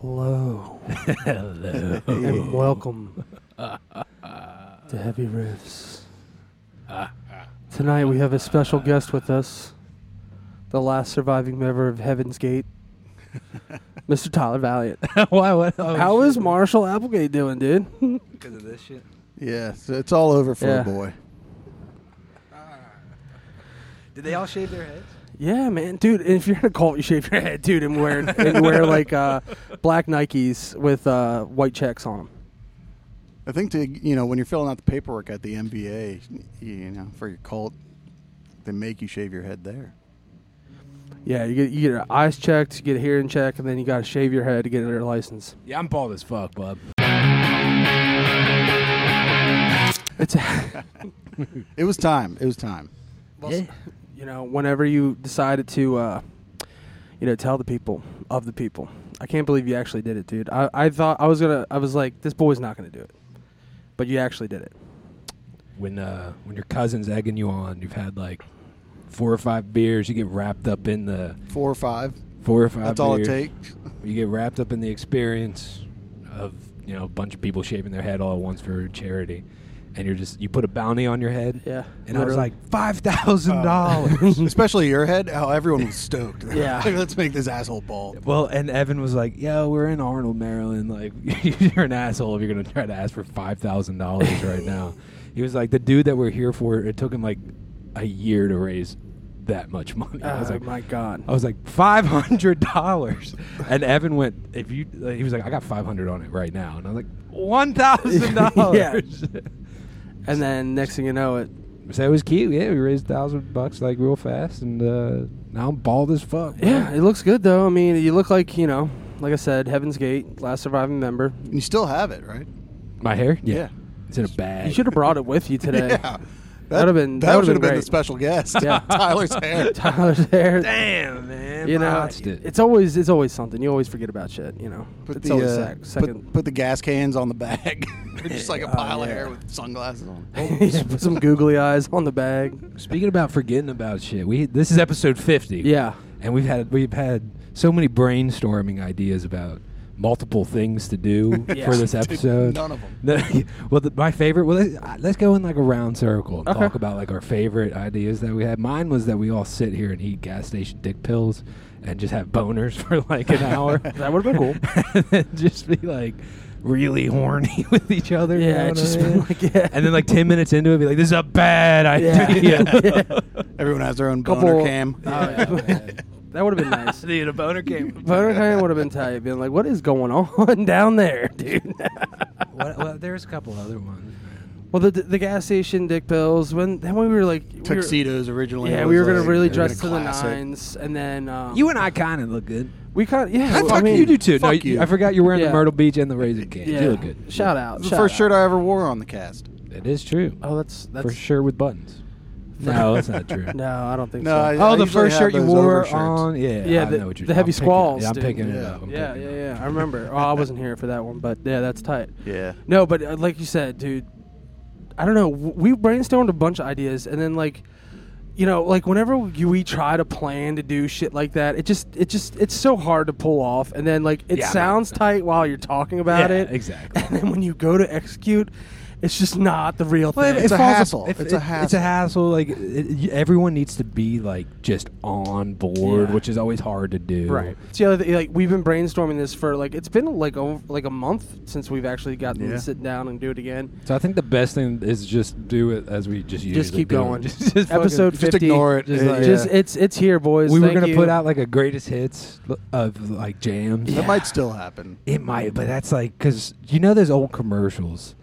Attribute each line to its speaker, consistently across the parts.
Speaker 1: Hello
Speaker 2: Hello.
Speaker 1: and welcome to Heavy Riffs. Tonight we have a special guest with us, the last surviving member of Heaven's Gate, Mr. Tyler Valiant.
Speaker 2: Why? What? Oh,
Speaker 1: How is Marshall Applegate doing, dude?
Speaker 3: Because of this shit.
Speaker 4: Yeah, so it's all over for
Speaker 1: Yeah.
Speaker 4: a boy.
Speaker 3: Did they all shave their heads?
Speaker 1: yeah, man, dude. If you're in a cult, you shave your head, dude, and wear and wear like uh, black Nikes with uh, white checks on them.
Speaker 4: I think to you know when you're filling out the paperwork at the MBA, you know for your cult, they make you shave your head there.
Speaker 1: Yeah, you get you get your eyes checked, you get a hearing check, and then you got to shave your head to get your license.
Speaker 2: yeah, I'm bald as fuck, bub.
Speaker 1: It's
Speaker 4: It was time. It was time.
Speaker 1: Well, s- you know, whenever you decided to, uh, you know, tell the people of the people, I can't believe you actually did it, dude. I, I thought I was gonna, I was like, this boy's not gonna do it, but you actually did it.
Speaker 2: When uh, when your cousin's egging you on, you've had like four or five beers. You get wrapped up in the
Speaker 4: Four or five.
Speaker 2: four or five.
Speaker 4: That's all it
Speaker 2: beers.
Speaker 4: takes.
Speaker 2: You get wrapped up in the experience of you know a bunch of people shaving their head all at once for charity, and you're just you put a bounty on your head.
Speaker 1: Yeah,
Speaker 2: And I was like five thousand dollars.
Speaker 4: Especially your head. How everyone was stoked.
Speaker 1: Yeah.
Speaker 4: let's make this asshole bald.
Speaker 2: Well, and Evan was like, "Yo, we're in Arnold, Maryland. Like, you're an asshole if you're gonna try to ask for five thousand dollars right now." He was like, "The dude that we're here for, it took him like a year to raise that much money." I was
Speaker 1: oh
Speaker 2: like,
Speaker 1: my god,
Speaker 2: I was like five hundred dollars, and Evan went. If you, like, he was like, "I got five hundred on it right now," and I was like, one thousand dollars.
Speaker 1: and then next thing you know, it.
Speaker 2: So it was cute. Yeah, we raised thousand bucks like real fast, and uh, now I'm bald as fuck. bro.
Speaker 1: Yeah, it looks good though. I mean, you look like you know, like I said, Heaven's Gate, last surviving member.
Speaker 4: And you still have it, right?
Speaker 2: my hair.
Speaker 4: Yeah.
Speaker 2: it's in a bag.
Speaker 1: You should have brought it with you today.
Speaker 4: Yeah.
Speaker 1: That'd have been-
Speaker 4: that,
Speaker 1: that would've
Speaker 4: should have
Speaker 1: been
Speaker 4: been the
Speaker 1: great.
Speaker 4: special guest.
Speaker 1: Yeah.
Speaker 4: Tyler's hair.
Speaker 1: Tyler's there.
Speaker 2: Damn, man.
Speaker 1: You know,
Speaker 2: botched it.
Speaker 1: it's always it's always something. You always forget about shit. You know,
Speaker 4: Put
Speaker 1: it's
Speaker 4: the,
Speaker 1: always
Speaker 4: uh,
Speaker 1: sec- second.
Speaker 4: Put, put the gas cans on the bag. They're just like a
Speaker 1: Oh,
Speaker 4: pile of
Speaker 1: yeah.
Speaker 4: hair with sunglasses on.
Speaker 1: Yeah, put some googly eyes on the bag.
Speaker 2: Speaking about forgetting about shit, we this is episode fifty.
Speaker 1: Yeah.
Speaker 2: and we've had we've had so many brainstorming ideas about multiple things to do
Speaker 1: Yeah.
Speaker 2: for this episode.
Speaker 4: None of them.
Speaker 2: No, well, the, my favorite. Well, let's, uh, let's go in like a round circle and
Speaker 1: Okay.
Speaker 2: talk about like our favorite ideas that we had. Mine was that we all sit here and eat gas station dick pills and just have boners for like an hour.
Speaker 1: That would've been cool.
Speaker 2: and then just be like really horny with each other. you know
Speaker 1: Yeah,
Speaker 2: what I
Speaker 1: just
Speaker 2: mean?
Speaker 1: like yeah.
Speaker 2: And then like ten minutes into it, be like, "This is a bad
Speaker 1: Yeah.
Speaker 2: idea."
Speaker 4: Everyone has their own
Speaker 1: Couple- Oh,
Speaker 4: boner cam.
Speaker 1: that would have been nice.
Speaker 2: Dude, a boner came.
Speaker 1: Voter Kane would have been tight, being like, "What is going on down there, dude?"
Speaker 2: well, well, there's a couple other ones.
Speaker 1: well, the the gas station dick pills. When then we were like we were-
Speaker 4: Tuxedos originally.
Speaker 1: yeah,
Speaker 4: was
Speaker 1: we were gonna
Speaker 4: like-
Speaker 1: really
Speaker 4: they were
Speaker 1: dress to
Speaker 4: gonna
Speaker 1: the
Speaker 4: classic.
Speaker 1: nines, and then um,
Speaker 2: You and I kind of look good.
Speaker 1: we kind of yeah.
Speaker 4: That's
Speaker 1: I
Speaker 4: fuck
Speaker 1: mean,
Speaker 4: you do
Speaker 2: too. no,
Speaker 4: Fuck
Speaker 2: you-
Speaker 4: you.
Speaker 2: I forgot you're wearing
Speaker 1: Yeah.
Speaker 2: the Myrtle Beach and the Razor Cane.
Speaker 1: Yeah,
Speaker 2: You look good.
Speaker 1: Shout out.
Speaker 4: It's the
Speaker 1: shout
Speaker 4: first
Speaker 1: out.
Speaker 4: shirt I ever wore on the cast.
Speaker 2: It is true.
Speaker 1: Oh, that's that's
Speaker 2: for sure with buttons. No, that's not true.
Speaker 1: no. I don't think
Speaker 4: No,
Speaker 1: so.
Speaker 4: I-
Speaker 2: Oh, the
Speaker 4: usually
Speaker 2: first
Speaker 4: have
Speaker 2: shirt you
Speaker 4: those
Speaker 2: wore
Speaker 4: overshirts.
Speaker 2: on. Yeah,
Speaker 1: Yeah,
Speaker 2: I
Speaker 1: the-
Speaker 2: know what you're
Speaker 1: the heavy
Speaker 2: I'm picking-
Speaker 1: squalls,
Speaker 2: Yeah, I'm
Speaker 1: dude.
Speaker 2: picking it
Speaker 4: Yeah.
Speaker 2: up. I'm
Speaker 1: yeah,
Speaker 2: picking
Speaker 1: yeah,
Speaker 2: it up.
Speaker 1: yeah. I remember. Oh, I wasn't here for that one, but yeah, that's tight.
Speaker 4: Yeah.
Speaker 1: No, but uh, like you said, dude, I don't know. W- We brainstormed a bunch of ideas, and then like, you know, like whenever you, we try to plan to do shit like that, it just, it just, it's so hard to pull off. And then like, it
Speaker 2: Yeah, I know.
Speaker 1: sounds tight while you're talking about
Speaker 2: Yeah,
Speaker 1: it,
Speaker 2: exactly.
Speaker 1: And then when you go to execute, it's just not the real
Speaker 2: Well,
Speaker 1: thing.
Speaker 2: it-
Speaker 4: It's
Speaker 2: it
Speaker 4: a
Speaker 2: falls-
Speaker 4: hassle.
Speaker 2: if-
Speaker 4: It's a
Speaker 2: it- It's a hassle. Like it, it- everyone needs to be like just on board,
Speaker 1: Yeah.
Speaker 2: which is always hard to do.
Speaker 1: It's the other thing, like we've been brainstorming this for like it's been like over, like a month since we've actually gotten
Speaker 4: Yeah.
Speaker 1: to sit down and do it again.
Speaker 2: So I think the best thing is just do it as we just usually
Speaker 1: Just keep
Speaker 2: do.
Speaker 1: going.
Speaker 2: Just, just fucking-
Speaker 1: Episode
Speaker 4: Just
Speaker 1: fifty.
Speaker 4: ignore it.
Speaker 2: Just
Speaker 4: Yeah,
Speaker 2: like-
Speaker 4: yeah.
Speaker 1: Just it's it's here, boys.
Speaker 2: we were
Speaker 1: Thank
Speaker 2: gonna
Speaker 1: you.
Speaker 2: put out like a greatest hits l- of like jams.
Speaker 4: That might still happen.
Speaker 2: It might, but that's like because you know those old commercials,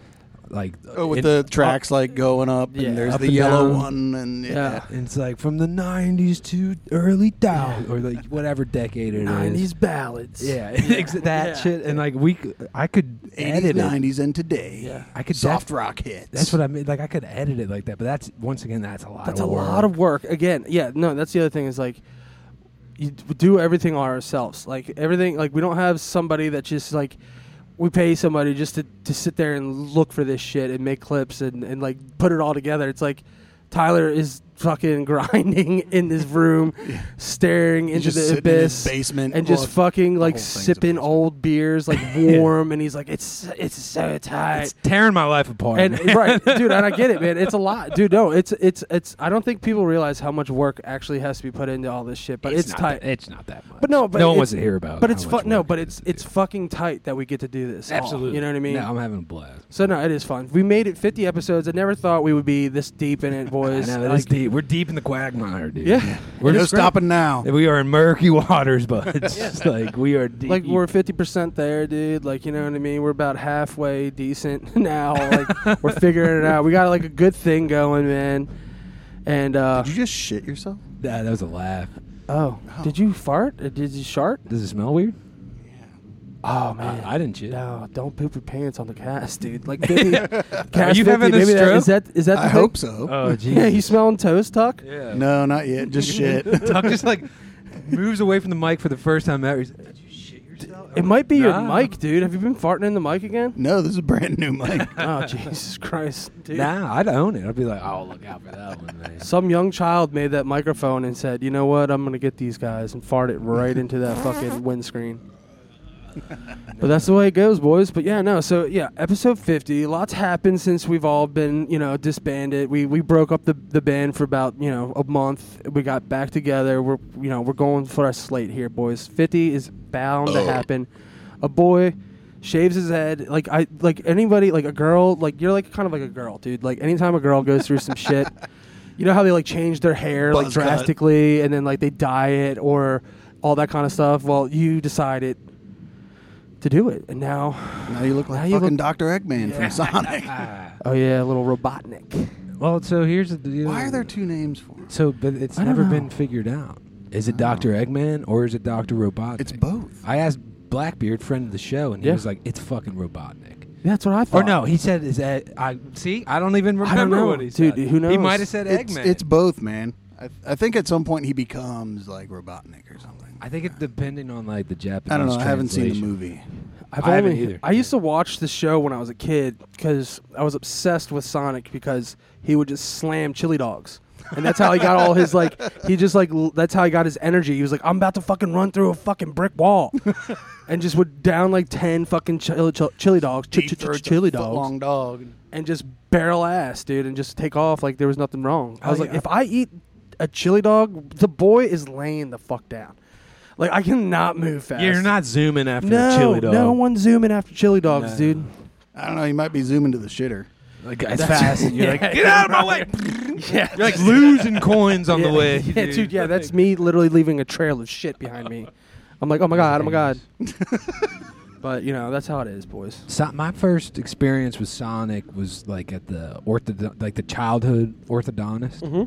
Speaker 2: like
Speaker 4: Oh, with
Speaker 2: it-
Speaker 4: the tracks like going up,
Speaker 1: Yeah.
Speaker 4: and there's
Speaker 2: Up
Speaker 4: the
Speaker 2: and
Speaker 4: yellow
Speaker 2: down.
Speaker 4: one, and yeah.
Speaker 1: Yeah.
Speaker 2: It's like from the '90s to early thousand, or like whatever decade it is.
Speaker 1: nineties ballads.
Speaker 2: Yeah, ex- that
Speaker 1: Yeah.
Speaker 2: shit, and like we, c- I could
Speaker 4: 80s,
Speaker 2: edit it.
Speaker 4: 90s, and today.
Speaker 1: Yeah.
Speaker 2: I could
Speaker 4: soft
Speaker 2: def-
Speaker 4: rock hits.
Speaker 2: That's what I mean. Like I could edit it like that, but that's once again that's a lot.
Speaker 1: That's a
Speaker 2: of
Speaker 1: lot
Speaker 2: work.
Speaker 1: of work. Again, yeah, no, that's the other thing is like you d- do everything ourselves. Like everything like we don't have somebody that just like we pay somebody just to, to sit there and look for this shit and make clips and, and like put it all together. It's like Tyler is fucking grinding in this room, staring into
Speaker 4: just
Speaker 1: the
Speaker 4: sitting in his
Speaker 1: abyss,
Speaker 4: basement.
Speaker 1: and just
Speaker 4: Well,
Speaker 1: fucking
Speaker 4: the
Speaker 1: like
Speaker 4: whole thing's a
Speaker 1: sipping
Speaker 4: basement.
Speaker 1: old beers, like warm. And he's like, "It's it's so tight."
Speaker 2: It's tearing my life apart.
Speaker 1: and
Speaker 2: man.
Speaker 1: right, dude, and I get it, man. It's a lot, dude. No, it's it's it's. I don't think people realize how much work actually has to be put into all this shit, but it's,
Speaker 2: not
Speaker 1: tight.
Speaker 2: That, it's not that much.
Speaker 1: But no, but
Speaker 2: no
Speaker 1: it's-
Speaker 2: one wants to hear about.
Speaker 1: but it's
Speaker 2: how much
Speaker 1: fun. No,
Speaker 2: work
Speaker 1: but
Speaker 2: it
Speaker 1: it's
Speaker 2: is to
Speaker 1: it's
Speaker 2: do.
Speaker 1: fucking tight that we get to do this. all,
Speaker 2: absolutely.
Speaker 1: you know what I mean?
Speaker 2: No, I'm having a blast.
Speaker 1: so no, it is fun. We made it 50 episodes. I never thought we would be this deep in it,
Speaker 2: I know,
Speaker 1: boys.
Speaker 2: that
Speaker 1: Like,
Speaker 2: is deep. We're deep in the quagmire, dude.
Speaker 1: Yeah.
Speaker 2: we're
Speaker 4: no
Speaker 2: just great.
Speaker 4: stopping now.
Speaker 2: We are in murky waters, but it's just like we are deep.
Speaker 1: Like we're 50% there, dude. Like, you know what I mean? We're about halfway decent now. Like we're figuring it out. We got like a good thing going, man. And uh
Speaker 4: Did you just shit yourself?
Speaker 2: Nah, that was a laugh.
Speaker 1: oh, did you fart? Or did you shart?
Speaker 2: Does it smell weird?
Speaker 1: Oh man.
Speaker 2: I didn't shit.
Speaker 1: no, don't poop your pants on the cast, dude. Like, maybe,
Speaker 2: Are
Speaker 1: cast 50,
Speaker 2: you having a
Speaker 1: maybe that, is
Speaker 2: stroke?
Speaker 1: that is that? The
Speaker 4: I
Speaker 1: thing?
Speaker 4: hope so.
Speaker 2: Oh,
Speaker 1: Yeah,
Speaker 2: jeez.
Speaker 1: you smelling toast, Tuck?
Speaker 2: yeah.
Speaker 4: no, not yet. Just shit.
Speaker 2: Tuck just like moves away from the mic for the first time ever. He's-
Speaker 1: It might be
Speaker 2: Nah.
Speaker 1: your mic, dude. Have you been farting in the mic again?
Speaker 4: no, this is a brand new mic.
Speaker 1: oh Jesus Christ, dude!
Speaker 2: Nah, I'd own it. I'd be like, oh, look out for that one, man.
Speaker 1: Some young child made that microphone and said, "You know what? I'm gonna get these guys and fart it right into that fucking windscreen." but that's the way it goes, boys. But yeah, no. So yeah, episode 50. Lots happened since we've all been, you know, disbanded. We we broke up the the band for about you know a month. We got back together. We're you know we're going for our slate here, boys. 50 is bound to happen. A boy shaves his head like i like anybody like a girl like you're like kind of like a girl dude like anytime a girl goes through some shit you know how they like change their hair like
Speaker 4: Buzz cut.
Speaker 1: drastically and then like they dye it or all that kind of stuff well you decided to do it and now
Speaker 4: now you look
Speaker 1: Now
Speaker 4: like
Speaker 1: you
Speaker 4: fucking
Speaker 1: look-
Speaker 4: Dr. Eggman from Sonic.
Speaker 2: Ah.
Speaker 1: oh yeah little robotnik
Speaker 2: Well, so here's the deal.
Speaker 4: Why are there two names for him?
Speaker 2: So, but it's
Speaker 1: I don't
Speaker 2: never been
Speaker 1: know.
Speaker 2: figured out. Is it Doctor Eggman or is it Doctor Robotnik?
Speaker 4: It's both.
Speaker 2: I asked Blackbeard, friend of the show, and he
Speaker 1: Yeah.
Speaker 2: was like, "It's fucking Robotnik."
Speaker 1: that's what i thought
Speaker 2: Or no, he said, "Is that I see? I don't even
Speaker 1: don't
Speaker 2: remember
Speaker 1: know.
Speaker 2: what he
Speaker 1: Dude,
Speaker 2: said.
Speaker 1: who
Speaker 2: He
Speaker 1: knows?
Speaker 2: might have said
Speaker 4: It's,
Speaker 2: Eggman.
Speaker 4: it's both, man. I, I think at some point he becomes like Robotnik or something.
Speaker 2: I think it's depending on like the Japanese.
Speaker 4: I don't know. I haven't seen the
Speaker 2: translation.
Speaker 4: movie.
Speaker 1: I've
Speaker 2: I haven't
Speaker 1: only,
Speaker 2: either.
Speaker 1: I used to watch the show when I was a kid because I was obsessed with Sonic because he would just slam chili dogs. And that's how he got all his like he just like l- that's how he got his energy. He was like, I'm about to fucking run through a fucking brick wall, and just would down like ten fucking chili, chili dogs, ch-
Speaker 4: He
Speaker 1: ch-
Speaker 4: throws
Speaker 1: ch-
Speaker 4: a
Speaker 1: chili dogs,
Speaker 4: Long dog.
Speaker 1: and just barrel ass, dude, and just take off like there was nothing wrong. I
Speaker 2: Oh,
Speaker 1: was like,
Speaker 2: yeah.
Speaker 1: if I eat a chili dog, the boy is laying the fuck down. Like I cannot move fast.
Speaker 2: You're not zooming after
Speaker 1: No,
Speaker 2: the chili dog.
Speaker 1: no one's zooming after chili dogs,
Speaker 2: No.
Speaker 1: dude.
Speaker 4: I don't know. He might be zooming to the shitter.
Speaker 2: Like, it's fast, and you're like, "Get out of my way!"
Speaker 1: Yeah,
Speaker 2: You're like losing coins on the way.
Speaker 1: yeah, dude. Yeah, that's me literally leaving a trail of shit behind me. I'm like, oh my god, oh my god. but you know, that's how it is, boys.
Speaker 2: So, my first experience with Sonic was like at the ortho, like the childhood orthodontist,
Speaker 1: Mm-hmm.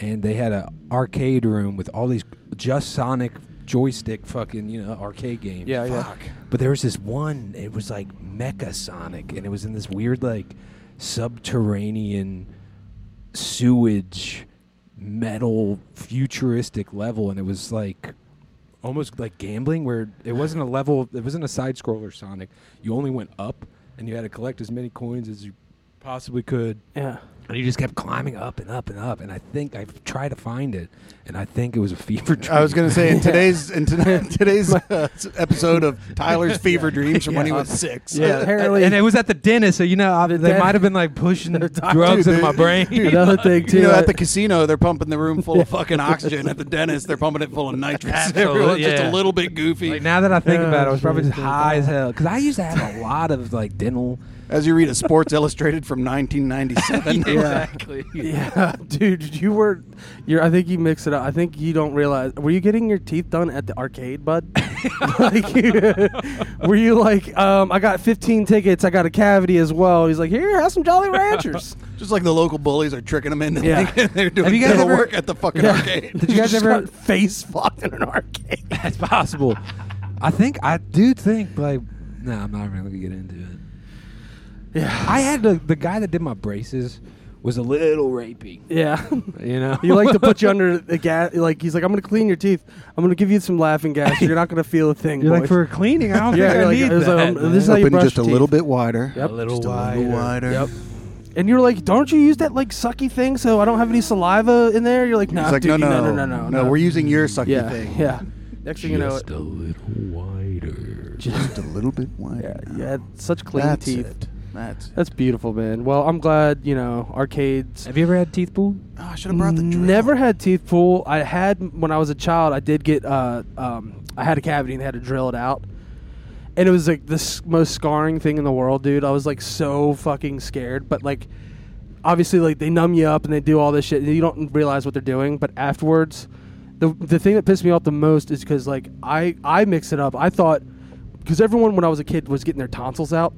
Speaker 2: and they had a arcade room with all these just Sonic joystick fucking you know arcade games.
Speaker 1: Yeah, yeah.
Speaker 2: But there was this one. It was like Mecha Sonic, and it was in this weird like subterranean sewage metal futuristic level, and it was like almost like gambling where it wasn't a level it wasn't a side scroller sonic you only went up and you had to collect as many coins as you possibly could
Speaker 1: Yeah.
Speaker 2: and you just kept climbing up and up and up and i think i tried to find it and i think it was a fever dream
Speaker 4: I was gonna say in today's in to- today's uh, s- episode of Tyler's Fever Dreams from when he was six.
Speaker 1: Yeah, apparently.
Speaker 2: and it was at the dentist so you know I, they
Speaker 1: den-
Speaker 2: might have been like pushing drugs
Speaker 4: Dude,
Speaker 2: into my
Speaker 4: they-
Speaker 2: brain
Speaker 1: Another thing too.
Speaker 4: you know, at
Speaker 1: I-
Speaker 4: the casino, they're pumping the room full of fucking oxygen. At the dentist, they're pumping it full of nitrous.
Speaker 2: Absolutely,
Speaker 4: Everyone's just
Speaker 2: yeah.
Speaker 4: a little bit goofy.
Speaker 2: like now that i think
Speaker 1: Yeah,
Speaker 2: about it i was probably
Speaker 1: geez,
Speaker 2: just high as hell because i used to have a lot of like dental
Speaker 4: As you read a Sports Illustrated from 1997.
Speaker 2: exactly
Speaker 1: yeah, dude, you were. You're, I think you mixed it up. I think you don't realize. Were you getting your teeth done at the arcade, bud? like, were you like, um, I got 15 tickets. I got a cavity as well. He's like, here, have some Jolly Ranchers.
Speaker 4: Just like the local bullies are tricking them into
Speaker 1: Yeah.
Speaker 4: thinking they're doing
Speaker 2: Have you guys
Speaker 4: dental
Speaker 2: ever-
Speaker 4: work at the fucking
Speaker 1: Yeah.
Speaker 4: arcade.
Speaker 2: Did you guys
Speaker 1: just
Speaker 2: ever-
Speaker 1: got face fucked in an arcade?
Speaker 2: It's possible. I think I do think like no, I'm not even gonna get into it.
Speaker 1: Yeah.
Speaker 2: I had the the guy that did my braces was a little rapey.
Speaker 1: Yeah.
Speaker 2: You know,
Speaker 1: You like to put you under the gas. Like he's like, I'm gonna clean your teeth. I'm gonna give you some laughing gas. You're not gonna feel a thing.
Speaker 2: You're like
Speaker 1: boys."
Speaker 2: for a cleaning. I don't
Speaker 1: Yeah,
Speaker 2: think I
Speaker 1: you're like-
Speaker 2: need
Speaker 1: it was like,
Speaker 2: that.
Speaker 1: um, this is
Speaker 2: man.
Speaker 1: how you brush your teeth.
Speaker 4: bit wider.
Speaker 1: Yep.
Speaker 2: a little
Speaker 4: Just a
Speaker 2: wider.
Speaker 4: little wider.
Speaker 1: Yep. And you're like, don't you use that like sucky thing so I don't have any saliva in there? You're like, nah,
Speaker 4: It's like,
Speaker 1: dude,
Speaker 4: no, no,
Speaker 1: no, no, no, no.
Speaker 4: We're using your sucky
Speaker 1: yeah,
Speaker 4: thing.
Speaker 1: yeah. Next thing you know,
Speaker 2: Just a little wider.
Speaker 4: Just a little bit
Speaker 1: yeah,
Speaker 4: wider.
Speaker 1: you had such clean
Speaker 4: That's
Speaker 1: teeth.
Speaker 4: it. That's. It.
Speaker 1: That's beautiful, man. Well, I'm glad you know arcades.
Speaker 2: Have you ever had teeth pulled?
Speaker 4: Oh, I should have brought the drill.
Speaker 1: Never had teeth pull. I had when I was a child. I did get. Uh, um, I had a cavity and they had to drill it out, and it was like the s- most scarring thing in the world, dude. I was like so fucking scared, but like, obviously, like they numb you up and they do all this shit, and you don't realize what they're doing. But afterwards, the the thing that pissed me off the most is because like I I mix it up. I thought because everyone when I was a kid was getting their tonsils out,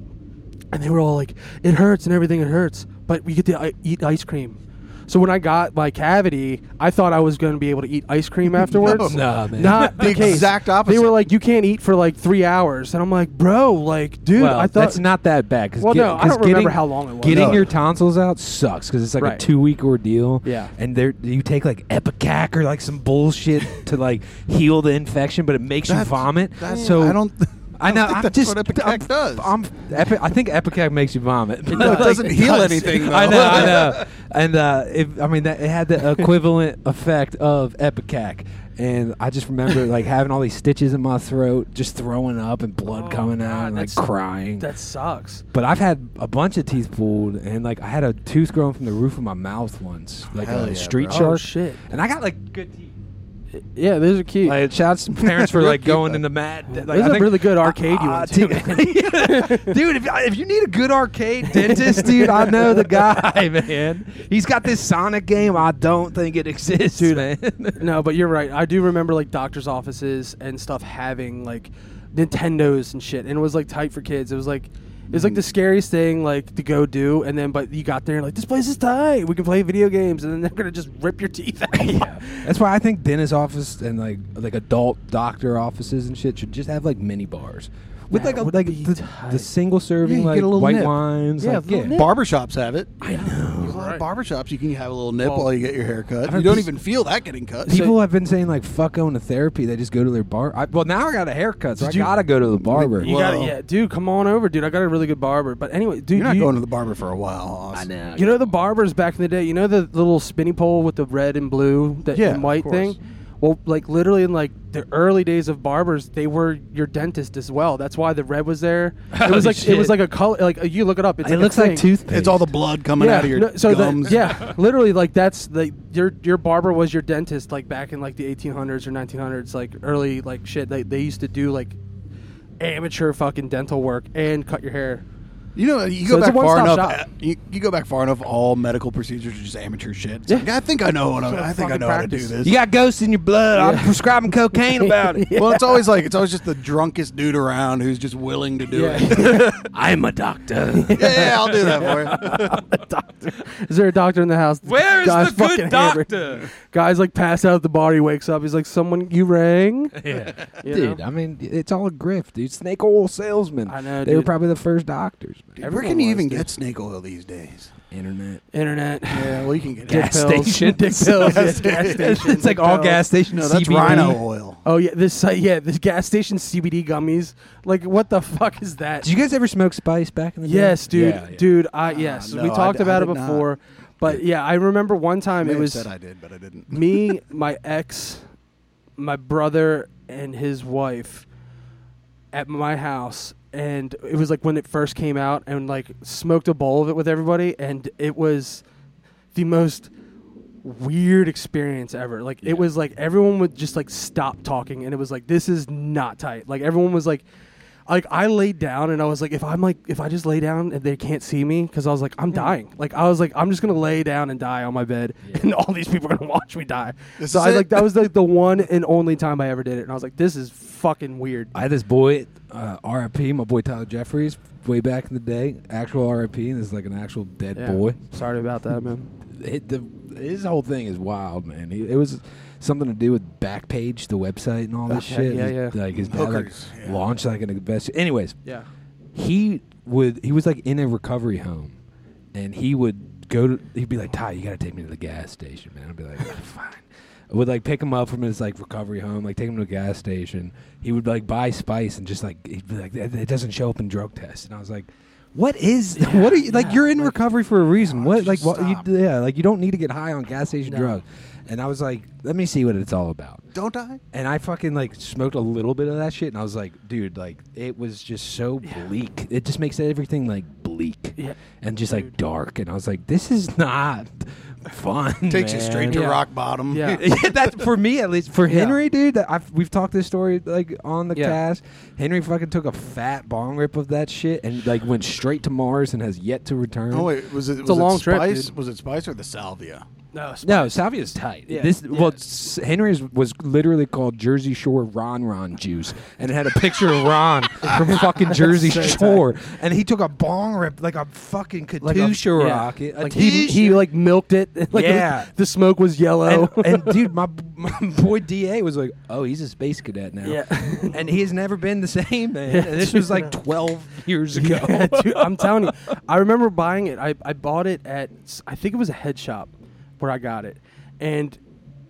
Speaker 1: and they were all like, "It hurts and everything. It hurts." But we get to I- eat ice cream. So when I got my cavity, I thought I was going to be able to eat ice cream afterwards.
Speaker 2: Nah, man.
Speaker 1: Not
Speaker 4: The
Speaker 1: case.
Speaker 4: exact
Speaker 1: They
Speaker 4: opposite.
Speaker 1: were like, "You can't eat for like three hours," and I'm like, "Bro, like, dude,
Speaker 2: well,
Speaker 1: I thought
Speaker 2: that's not that bad. Cause
Speaker 1: Well,
Speaker 2: get-
Speaker 1: no, I
Speaker 2: 'cause
Speaker 1: don't remember
Speaker 2: getting-
Speaker 1: how long it was.
Speaker 2: Getting
Speaker 4: No.
Speaker 2: your tonsils out sucks because it's like a
Speaker 1: Right.
Speaker 2: two-week ordeal.
Speaker 1: Yeah.
Speaker 2: and there you take like Epicac or like some bullshit to like heal the infection, but it makes you
Speaker 4: That's-
Speaker 2: vomit.
Speaker 4: That's,
Speaker 2: so
Speaker 4: I don't.
Speaker 2: I know.
Speaker 4: I don't
Speaker 2: I'm
Speaker 4: think that's
Speaker 2: just.
Speaker 4: what Epicac
Speaker 2: I'm,
Speaker 4: does.
Speaker 2: I'm, Epi- I think Epicac makes you vomit. It,
Speaker 4: does. It doesn't heal anything, though.
Speaker 2: I know. I know. And uh, it, I mean, that, it had the equivalent effect of Epicac. And I just remember like having all these stitches in my throat, just throwing up and blood
Speaker 1: Oh,
Speaker 2: coming
Speaker 1: God,
Speaker 2: out, and like
Speaker 1: that's-
Speaker 2: crying.
Speaker 1: that sucks."
Speaker 2: But I've had a bunch of teeth pulled, and like I had a tooth growing from the roof of my mouth once, like
Speaker 4: Hell
Speaker 2: a
Speaker 4: yeah,
Speaker 2: street
Speaker 4: bro.
Speaker 2: shark.
Speaker 1: Oh shit!
Speaker 2: And I got like good teeth.
Speaker 1: Yeah, those are cute.
Speaker 2: Like, shouts to parents for
Speaker 4: Your
Speaker 2: like
Speaker 4: teeth,
Speaker 2: going
Speaker 4: though.
Speaker 2: into mad. Like,
Speaker 1: Those
Speaker 2: I
Speaker 1: are
Speaker 2: think-
Speaker 1: really good arcade you
Speaker 2: Ah,
Speaker 1: went to,
Speaker 2: dude, dude, if, if you need a good arcade dentist, dude, I know the guy, man. He's got this Sonic game. I don't think it exists,
Speaker 1: Dude,
Speaker 2: man.
Speaker 1: No, but you're right. I do remember like doctors' offices and stuff having like Nintendos and shit, and it was like tight for kids. It was like it was like
Speaker 4: Mm-hmm.
Speaker 1: the scariest thing like to go do, and then but you got there and like this place is tight. We can play video games, and then they're gonna just rip your teeth out.
Speaker 2: That's why I think dentist office and like like adult doctor offices and shit should just have like mini bars with
Speaker 1: That
Speaker 2: like a,
Speaker 1: would
Speaker 2: like
Speaker 1: be
Speaker 2: the, the
Speaker 1: tight.
Speaker 2: single serving
Speaker 4: Yeah, you
Speaker 2: like
Speaker 4: get a little
Speaker 2: white
Speaker 4: nip.
Speaker 2: wines.
Speaker 1: Yeah,
Speaker 2: like,
Speaker 1: a little nip.
Speaker 4: Barbershops have it.
Speaker 2: I know.
Speaker 4: There's a lot of barbershops. You can have a little nip
Speaker 1: Well,
Speaker 4: while you get your hair cut.
Speaker 2: heard
Speaker 4: You don't
Speaker 2: these-
Speaker 4: even feel that getting cut.
Speaker 2: People have been saying like fuck going to therapy. They just go to their bar. I, well, now I got a haircut, so I
Speaker 4: Did you-
Speaker 2: gotta go to the barber.
Speaker 1: You got
Speaker 4: Whoa.
Speaker 1: yeah, dude. Come on over, dude. I got a really good barber. But anyway, dude,
Speaker 4: You're not
Speaker 1: you,
Speaker 4: going to the barber for a while. Oz.
Speaker 1: you know the barbers back in the day. You know the little spinny pole with the red and blue that
Speaker 4: Yeah,
Speaker 1: and white
Speaker 4: of course.
Speaker 1: thing. Well, like literally in like the early days of barbers, they were your dentist as well. That's why the red was there. It was
Speaker 2: Holy
Speaker 1: like it was
Speaker 2: shit.
Speaker 1: like a color. Like you look it up. It's
Speaker 2: it
Speaker 1: a
Speaker 2: looks like
Speaker 1: thing.
Speaker 2: toothpaste.
Speaker 4: It's all the blood coming out of your
Speaker 1: no, so the-
Speaker 4: gums.
Speaker 1: yeah, literally like that's the your your barber was your dentist like back in like the 1800s or 1900s like early like shit they they used to do like amateur fucking dental work and cut your hair.
Speaker 4: You know, you
Speaker 1: So
Speaker 4: go
Speaker 1: it's a
Speaker 4: back far
Speaker 1: one-stop
Speaker 4: enough.
Speaker 1: shop.
Speaker 4: uh, You, you go back far enough. All medical procedures are just amateur shit. It's
Speaker 1: Yeah.
Speaker 4: like, I think I know what I'm,
Speaker 1: Sort of
Speaker 4: I think I
Speaker 1: fucking
Speaker 4: know
Speaker 1: practice.
Speaker 4: how to do this.
Speaker 2: You got ghosts in your blood. I'm prescribing cocaine about it.
Speaker 4: Well, it's always like it's always just the drunkest dude around who's just willing to do it.
Speaker 2: I'm a doctor.
Speaker 4: yeah, yeah, I'll do that for you.
Speaker 1: doctor. Is there a doctor in the house?
Speaker 5: Where is
Speaker 1: Guy's
Speaker 5: the good
Speaker 1: fucking hammered.
Speaker 5: doctor?
Speaker 1: Guy's like passed out at the bar. He wakes up. He's like, "Someone, you rang."
Speaker 2: Yeah.
Speaker 1: You
Speaker 2: dude,
Speaker 1: know?
Speaker 2: I mean, it's all a grift, dude. Snake oil salesman.
Speaker 1: I know,
Speaker 2: They were
Speaker 1: dude.
Speaker 2: probably the first doctors. man.
Speaker 4: Where can you even get snake oil these days?
Speaker 2: Internet.
Speaker 1: Internet.
Speaker 4: Yeah, well, you can get
Speaker 1: Dick
Speaker 2: Gas
Speaker 1: pills.
Speaker 2: stations.
Speaker 1: Dick pills. yeah, gas
Speaker 4: Gas stations.
Speaker 1: stations.
Speaker 2: it's like all gas stations.
Speaker 4: No, that's
Speaker 2: CBD.
Speaker 4: rhino oil.
Speaker 1: Oh yeah, this uh, yeah, this gas station CBD gummies. Like, what the fuck is that?
Speaker 2: Did you guys ever smoke spice back in the day?
Speaker 1: yes, dude,
Speaker 2: Yeah, Ah, yeah.
Speaker 1: dude. I yes,
Speaker 4: no,
Speaker 1: we
Speaker 4: I
Speaker 1: talked
Speaker 4: d- I
Speaker 1: about it
Speaker 4: did not.
Speaker 1: before, but yeah, I remember one
Speaker 4: I
Speaker 1: time
Speaker 4: may
Speaker 1: it
Speaker 4: have
Speaker 1: was
Speaker 4: said I did, but I didn't.
Speaker 1: me, my ex, my brother, and his wife at my house, and it was like when it first came out, and like smoked a bowl of it with everybody, and it was the most weird experience ever. Like it was like everyone would just like stop talking, and it was like this is not tight. Like everyone was like. Like I laid down and I was like, if I'm like, if I just lay down and they can't see me, because I was like, I'm
Speaker 4: Hmm.
Speaker 1: dying. Like I was like, I'm just gonna lay down and die on my bed, and all these people are gonna watch me die.
Speaker 4: This
Speaker 1: so
Speaker 4: is
Speaker 1: I
Speaker 4: it.
Speaker 1: like that was like the one and only time I ever did it, and I was like, this is fucking weird.
Speaker 2: I had this boy, uh, RIP, my boy Tyler Jeffries, way back in the day, actual RIP, and this is like an actual dead
Speaker 1: Yeah.
Speaker 2: boy.
Speaker 1: Sorry about that, man.
Speaker 2: It, the, his whole thing is wild, man. He, it was something to do with Backpage, the website, and all this
Speaker 1: Okay,
Speaker 2: shit.
Speaker 1: yeah,
Speaker 2: His-
Speaker 1: yeah.
Speaker 2: Like his dad like,
Speaker 4: Hookers, yeah.
Speaker 2: launched like an investment. Anyways,
Speaker 1: Yeah.
Speaker 2: he would he was like in a recovery home and he would go to he'd be like ty you gotta take me to the gas station man i'd be like "Ah, fine I would like pick him up from his like recovery home like take him to a gas station he would like buy spice and just like he'd be like "That- it doesn't show up in drug tests and i was like What is? what are you like?
Speaker 1: yeah,
Speaker 2: You're in
Speaker 1: like-
Speaker 2: recovery for a reason.
Speaker 4: God,
Speaker 2: what like?
Speaker 4: just
Speaker 2: What,
Speaker 4: stop.
Speaker 2: you, yeah, like you don't need to get high on gas station
Speaker 1: No.
Speaker 2: drugs. And I was like, let me see what it's all about.
Speaker 4: Don't I?
Speaker 2: And I fucking like smoked a little bit of that shit, and I was like, dude, like it was just so bleak. It just makes everything like bleak
Speaker 1: Yeah.
Speaker 2: and just like dark. And I was like, this is not fun.
Speaker 4: Takes you
Speaker 2: man.
Speaker 4: straight to
Speaker 1: Yeah.
Speaker 4: rock bottom.
Speaker 1: Yeah.
Speaker 2: yeah, that's for me at least. For
Speaker 1: Yeah.
Speaker 2: Henry, dude, that I've, we've talked this story like on the
Speaker 1: Yeah.
Speaker 2: cast. Henry fucking took a fat bong rip of that shit and like went straight to Mars and has yet to return.
Speaker 4: oh wait, was it? Was
Speaker 1: a
Speaker 4: it
Speaker 1: long trip,
Speaker 4: spice?
Speaker 1: dude.
Speaker 4: was it spice or the salvia?
Speaker 1: No,
Speaker 2: No, Salvia's tight.
Speaker 1: Yeah.
Speaker 2: This well,
Speaker 1: Yeah.
Speaker 2: s- Henry's was literally called Jersey Shore Ron Ron juice, and it had a picture of Ron from fucking Jersey Shore, and he took a bong rip like a fucking Katusha rocket. a
Speaker 1: Like he, he
Speaker 2: Katusha.
Speaker 1: like milked it. like
Speaker 2: Yeah.
Speaker 1: the, smoke was yellow.
Speaker 2: And, and dude, my, my boy Da was like, "Oh, he's a space cadet now,"
Speaker 1: Yeah.
Speaker 2: and he has never been the same man.
Speaker 1: Yeah,
Speaker 2: and this
Speaker 1: dude.
Speaker 2: was like twelve years ago.
Speaker 1: Yeah, dude, I'm telling you, I remember buying it. I, I bought it at I think it was a head shop where I got it, and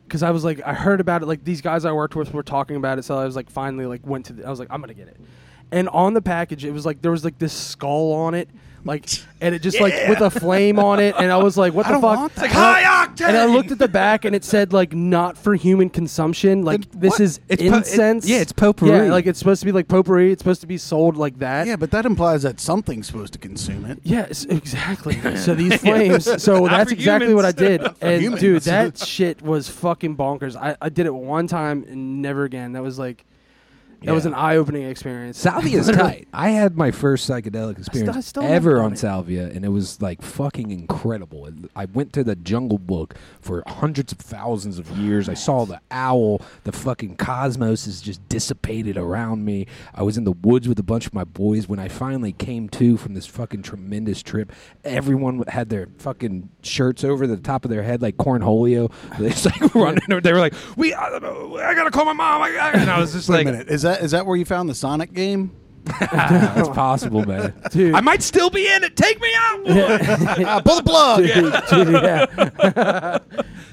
Speaker 1: because I was like I heard about it, like these guys I worked with were talking about it, so I was like finally like went to the, I was like I'm gonna get it, and on the package it was like there was like this skull on it. Like and it just like with a flame on it, and I was like, "What the
Speaker 4: don't
Speaker 1: fuck?"
Speaker 4: want that. Like,
Speaker 1: And I-
Speaker 4: "High octane!"
Speaker 1: And I looked at the back, and it said like "not for human consumption." Like
Speaker 2: Then
Speaker 1: this
Speaker 2: what?
Speaker 1: is
Speaker 2: It's po- it-
Speaker 1: incense.
Speaker 2: yeah, it's potpourri.
Speaker 1: Yeah, like it's supposed to be like potpourri. It's supposed to be sold like that.
Speaker 4: Yeah, but that implies that something's supposed to consume it.
Speaker 1: Yes, exactly. so these flames. So that's exactly what I did. And dude,
Speaker 4: humans.
Speaker 1: that shit was fucking bonkers. I, I did it one time and never again. That was like, that was
Speaker 2: Yeah.
Speaker 1: an eye-opening experience.
Speaker 2: Salvia is
Speaker 1: Literally.
Speaker 2: tight. I had my first psychedelic experience
Speaker 1: I still
Speaker 2: ever
Speaker 1: haven't
Speaker 2: on
Speaker 1: done it.
Speaker 2: Salvia, and it was like fucking incredible. It- I went to the Jungle Book for hundreds of thousands of years. I saw the owl. The fucking cosmos is just dissipated around me. I was in the woods with a bunch of my boys. When I finally came to from this fucking tremendous trip, everyone had their fucking shirts over the top of their head like cornholio. They just like running. They were like, "We, I, don't know, I gotta call my mom." I, I, and I was just
Speaker 4: Wait
Speaker 2: like,
Speaker 4: a minute, is that is that where you found the Sonic game?
Speaker 2: it's possible, man.
Speaker 1: Dude.
Speaker 2: I might still be in it. Take me out. Uh,
Speaker 4: Ah, pull the plug.
Speaker 1: Dude, dude, yeah.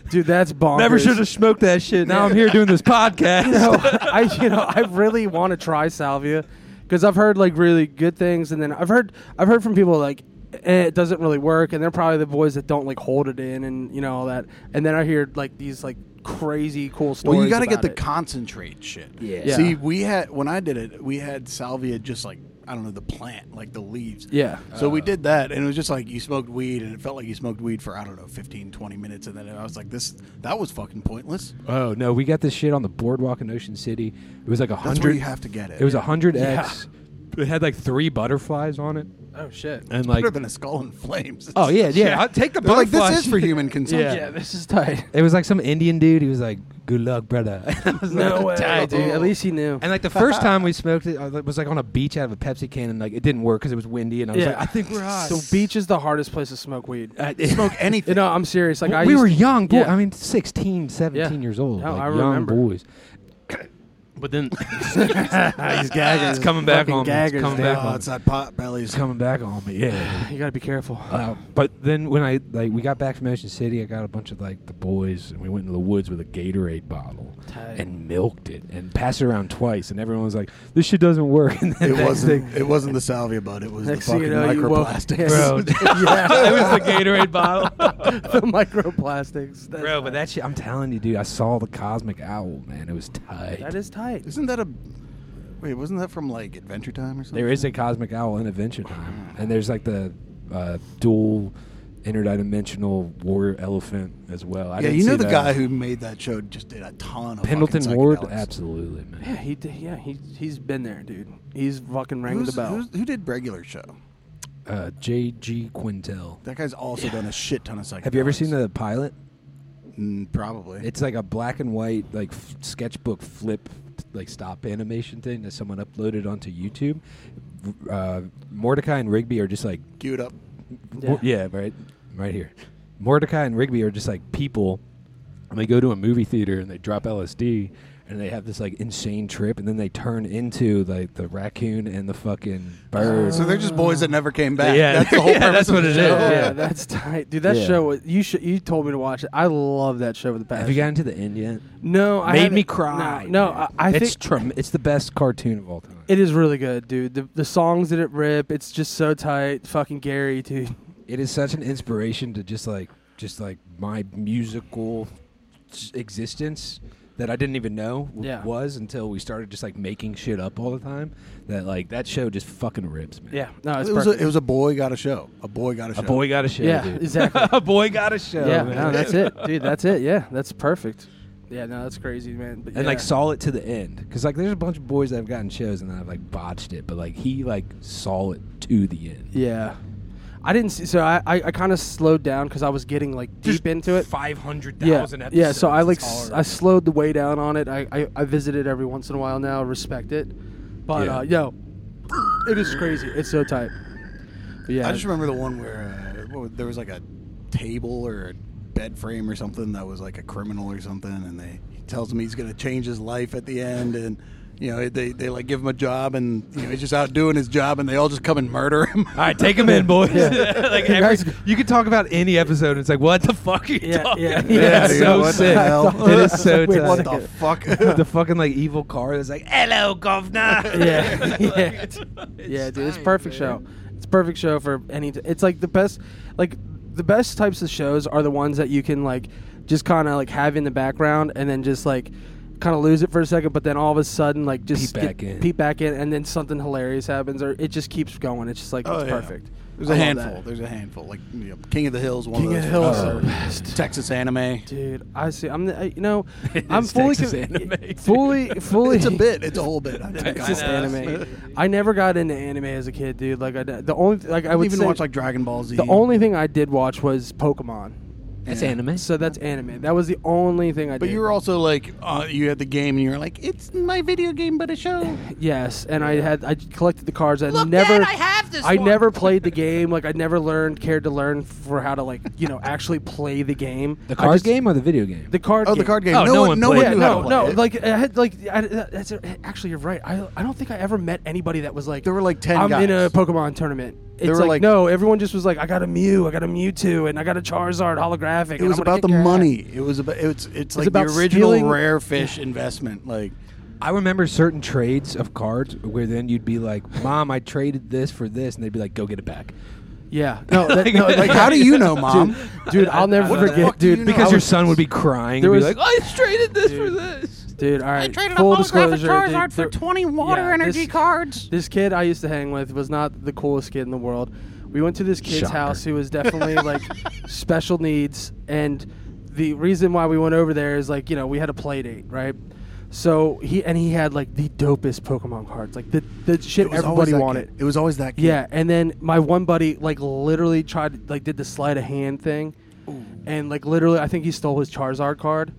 Speaker 1: dude, that's bonkers.
Speaker 2: Never should have smoked that shit. Now I'm here doing this podcast.
Speaker 1: No, I you know I really want to try salvia because I've heard like really good things, and then I've heard I've heard from people like eh, it doesn't really work, and they're probably the boys that don't like hold it in and you know all that, and then I hear like these like crazy cool stories.
Speaker 4: Well, you got to get
Speaker 1: about
Speaker 4: the
Speaker 1: it.
Speaker 4: concentrate shit.
Speaker 2: Yeah.
Speaker 4: See, we had when I did it, we had salvia just like I don't know the plant, like the leaves.
Speaker 1: yeah.
Speaker 4: So
Speaker 2: Uh.
Speaker 4: we did that, and it was just like you smoked weed, and it felt like you smoked weed for I don't know 15, 20 minutes, and then I was like, this that was fucking pointless.
Speaker 2: Oh no, we got this shit on the boardwalk in Ocean City. It was like a
Speaker 4: That's where you
Speaker 2: hundred.
Speaker 4: have to get it.
Speaker 2: It was a hundred X. It had like three butterflies on it,
Speaker 1: Oh shit.
Speaker 2: and
Speaker 4: better
Speaker 2: like
Speaker 4: than a skull in flames.
Speaker 2: oh yeah, yeah. I'll take the
Speaker 4: They're like
Speaker 2: butterflies.
Speaker 4: this is for human consumption.
Speaker 1: Yeah, this is tight.
Speaker 2: It was like some Indian dude. He was like, "Good luck, brother." I was
Speaker 1: No
Speaker 2: like,
Speaker 1: way,
Speaker 2: "Tight,
Speaker 1: dude. At least he knew.
Speaker 2: And like the first time we smoked it, uh, it was like on a beach out of a Pepsi can, and like it didn't work because it was windy. And I was
Speaker 1: Yeah.
Speaker 2: like, I think we're Uh, hot.
Speaker 1: so beach is the hardest place to smoke weed.
Speaker 2: I-
Speaker 4: Smoke anything.
Speaker 1: no, I'm serious. Like I
Speaker 2: we
Speaker 1: used
Speaker 2: were
Speaker 1: to-
Speaker 2: young, boy.
Speaker 1: Yeah.
Speaker 2: I mean, 16, 17 years old.
Speaker 1: No,
Speaker 2: like,
Speaker 1: I
Speaker 2: young
Speaker 1: remember.
Speaker 2: boys. But then
Speaker 1: He's gagging.
Speaker 2: It's coming back
Speaker 1: Fucking
Speaker 2: on me. It's
Speaker 1: gaggers,
Speaker 2: coming
Speaker 1: dude.
Speaker 2: back
Speaker 4: Oh, it's that pot bellies.
Speaker 2: it's coming back on me. Yeah.
Speaker 1: You gotta be careful.
Speaker 2: Uh, but then when I like we got back from Ocean City, I got a bunch of like the boys, and we went into the woods with a Gatorade bottle
Speaker 1: Tight.
Speaker 2: and milked it and passed it around twice, and everyone was like, "This shit doesn't work." And then
Speaker 4: It
Speaker 2: next
Speaker 4: wasn't.
Speaker 2: thing-
Speaker 4: It wasn't the salvia, bud. It was
Speaker 1: Next
Speaker 4: the
Speaker 1: thing
Speaker 4: fucking
Speaker 1: you know, you woke-
Speaker 4: microplastics.
Speaker 2: Bro,
Speaker 1: yeah,
Speaker 2: it was the Gatorade bottle.
Speaker 1: the microplastics. That's
Speaker 2: Bro,
Speaker 1: tight.
Speaker 2: but that shit, I'm telling you, dude, I saw the cosmic owl, man. It was tight.
Speaker 1: that is tight.
Speaker 4: Isn't that a? Wait, wasn't that from like Adventure Time or something?
Speaker 2: There is a cosmic owl in Adventure Time, and there's like the uh, dual interdimensional warrior elephant as well. I
Speaker 4: yeah,
Speaker 2: didn't
Speaker 4: you know
Speaker 2: see
Speaker 4: the
Speaker 2: that.
Speaker 4: guy who made that show just did a ton of
Speaker 2: Pendleton
Speaker 4: fucking
Speaker 2: Ward,
Speaker 4: psychedelics.
Speaker 2: absolutely, man.
Speaker 1: Yeah, he did, yeah he he's been there, dude. He's fucking rang
Speaker 4: Who's-
Speaker 1: the bell.
Speaker 4: who's- who did regular show?
Speaker 2: Uh, J.G. Quintel.
Speaker 4: That guy's also done a shit ton of psychedelics.
Speaker 2: Have you ever seen the pilot?
Speaker 4: Mm, probably.
Speaker 2: It's like a black and white like f- sketchbook flip like stop animation thing that someone uploaded onto YouTube. V- Uh, Mordecai and Rigby are just like
Speaker 4: queued up.
Speaker 2: Mor- yeah. right, right here. Mordecai and Rigby are just like people, and they go to a movie theater and they drop LSD and they have this like insane trip, and then they turn into like the raccoon and the fucking bird.
Speaker 4: So they're just boys that never came back.
Speaker 2: Yeah.
Speaker 4: that's the whole
Speaker 2: Yeah,
Speaker 4: purpose
Speaker 2: that's what
Speaker 4: of the
Speaker 2: it
Speaker 4: show.
Speaker 2: is.
Speaker 1: Oh, yeah, that's tight, dude. That
Speaker 2: Yeah.
Speaker 1: show was- you should you told me to watch it. I love that show with the passion.
Speaker 2: have you gotten to the end yet?
Speaker 1: no, I
Speaker 2: Made
Speaker 1: haven't-
Speaker 2: me cry.
Speaker 1: No, no
Speaker 2: man.
Speaker 1: I, I
Speaker 2: it's
Speaker 1: think
Speaker 2: trem- it's the best cartoon of all time.
Speaker 1: It is really good, dude. The, the songs that it rip, it's just so tight. Fucking Gary, dude.
Speaker 2: It is such an inspiration to just like just like my musical s- existence that I didn't even know w-
Speaker 1: Yeah.
Speaker 2: was until we started just like making shit up all the time. That like that show just fucking rips, man.
Speaker 1: Yeah, no, it's
Speaker 4: It was, a,
Speaker 1: perfect.
Speaker 4: it was a boy got a show. A boy got a show.
Speaker 2: A boy got a show.
Speaker 1: yeah,
Speaker 2: dude.
Speaker 1: exactly.
Speaker 2: a boy got a show.
Speaker 1: yeah,
Speaker 2: man.
Speaker 1: no, that's it, dude. That's it. Yeah, that's perfect. Yeah, no, that's crazy, man. But
Speaker 2: and
Speaker 1: yeah.
Speaker 2: like saw it to the end because like there's a bunch of boys that have gotten shows and I've like botched it, but like he like saw it to the end.
Speaker 1: yeah, I didn't see. So I, I, I kind of slowed down because I was getting like deep into it.
Speaker 2: five hundred
Speaker 1: Yeah,
Speaker 2: thousand episodes.
Speaker 1: yeah. So I like
Speaker 2: It's
Speaker 1: s-
Speaker 2: hard.
Speaker 1: I slowed the way down on it. I, I I visit it every once in a while now. Respect it, but
Speaker 2: Yeah.
Speaker 1: uh, yo, it is crazy. It's so tight. But yeah,
Speaker 4: I just remember the one where uh, what, was- there was like a table or a bed frame or something that was like a criminal or something, and they he tells him he's going to change his life at the end, and you know they, they like give him a job, and you know he's just out doing his job, and they all just come and murder him.
Speaker 2: All right, take them in, boys.
Speaker 1: Yeah.
Speaker 2: like
Speaker 1: You guys-
Speaker 2: every, you can talk about any episode. And it's like, what the fuck are you
Speaker 1: Yeah,
Speaker 2: talking?
Speaker 1: yeah,
Speaker 2: about?
Speaker 1: yeah.
Speaker 2: That's
Speaker 4: dude,
Speaker 2: so
Speaker 4: what
Speaker 2: sick.
Speaker 4: The hell?
Speaker 2: It is so
Speaker 1: Wait,
Speaker 4: what
Speaker 2: tight.
Speaker 4: the fuck?
Speaker 2: the fucking like evil car that's like, hello, governor.
Speaker 1: yeah, yeah, yeah, dude. It's
Speaker 3: tight,
Speaker 1: perfect show.
Speaker 3: man.
Speaker 1: It's perfect show for any. T- it's like the best, like the best types of shows are the ones that you can like just kind of like have in the background and then just like kind of lose it for a second, but then all of a sudden like just
Speaker 2: Peep
Speaker 1: get-
Speaker 2: back in.
Speaker 1: peep back in, and then something hilarious happens, or it just keeps going. It's just like
Speaker 4: Oh,
Speaker 1: it's
Speaker 4: yeah.
Speaker 1: perfect.
Speaker 4: There's
Speaker 1: I
Speaker 4: a
Speaker 1: love
Speaker 4: handful.
Speaker 1: that.
Speaker 4: There's a handful. Like you know, King of the Hills, one
Speaker 1: King
Speaker 4: of
Speaker 1: of
Speaker 4: those.
Speaker 1: the Hills.
Speaker 4: uh, Texas anime.
Speaker 1: Dude, I see. I'm, the, I, you know, I'm
Speaker 2: is
Speaker 1: fully,
Speaker 2: Texas
Speaker 1: con-
Speaker 2: anime, dude.
Speaker 1: fully, fully.
Speaker 4: It's a bit. It's a whole bit. I think.
Speaker 1: Texas
Speaker 4: I don't know.
Speaker 1: anime. I never got into anime as a kid, dude. Like I, the only like I
Speaker 4: I
Speaker 1: would
Speaker 4: would even
Speaker 1: say,
Speaker 4: watch like Dragon Ball Z.
Speaker 1: The only thing I did watch was Pokemon.
Speaker 2: That's
Speaker 4: Yeah.
Speaker 2: anime.
Speaker 1: So that's anime. That was the only thing I
Speaker 4: But
Speaker 1: did.
Speaker 4: you were also like, uh, you had the game, and you were like, "It's my video game, but a show."
Speaker 1: yes, and I had I collected the cards. I never I have this. I never played the game. Like I never learned cared to learn for how to like you know actually play the game.
Speaker 2: the
Speaker 1: I
Speaker 2: card
Speaker 1: just-
Speaker 2: game or the video game?
Speaker 1: The card.
Speaker 4: Oh,
Speaker 1: game.
Speaker 4: the card game.
Speaker 2: Oh,
Speaker 4: no, one, no
Speaker 2: played
Speaker 4: one
Speaker 2: it.
Speaker 1: Yeah,
Speaker 4: knew how
Speaker 1: no, no.
Speaker 4: to play it.
Speaker 1: Like I had like I, that's actually you're right. I I don't think I ever met anybody that was like
Speaker 4: There were like 10
Speaker 1: I'm in a
Speaker 4: guys.
Speaker 1: Pokemon tournament. It's
Speaker 4: were
Speaker 1: like,
Speaker 4: like-
Speaker 1: no, everyone just was like I got a Mew, I got a Mewtwo, and I got a Charizard holographic.
Speaker 4: it was about the money. It was about it's it's like
Speaker 1: about
Speaker 4: the original
Speaker 1: stealing-
Speaker 4: rare fish investment. Like
Speaker 2: I remember certain trades of cards where then you'd be like, "Mom, I traded this for this," and they'd be like, "Go get it back."
Speaker 1: Yeah. No, that, no
Speaker 4: like how do you know, mom?
Speaker 1: dude, I'll never
Speaker 4: What the fuck
Speaker 1: forget,
Speaker 4: do you
Speaker 1: dude.
Speaker 4: know?
Speaker 2: Because
Speaker 1: I
Speaker 2: your
Speaker 1: was-
Speaker 2: son would be crying.
Speaker 1: There
Speaker 2: and be
Speaker 1: was-
Speaker 2: like, "Oh." "I traded this for this."
Speaker 1: dude. All right, full disclosure, dude, there- yeah, this-
Speaker 5: cards.
Speaker 1: This kid I used to hang with was not the coolest kid in the world. We went to this kid's
Speaker 2: Shocker.
Speaker 1: house who was definitely like special needs, and the reason why we went over there is like you know we had a play date, right? So he and he had like the dopest Pokemon cards, like the the shit
Speaker 4: it was always
Speaker 1: everybody
Speaker 4: that
Speaker 1: wanted.
Speaker 4: kid. It was always that. Kid.
Speaker 1: Yeah, and then my one buddy like literally tried like did the sleight of hand thing, and like literally I think he stole his Charizard card.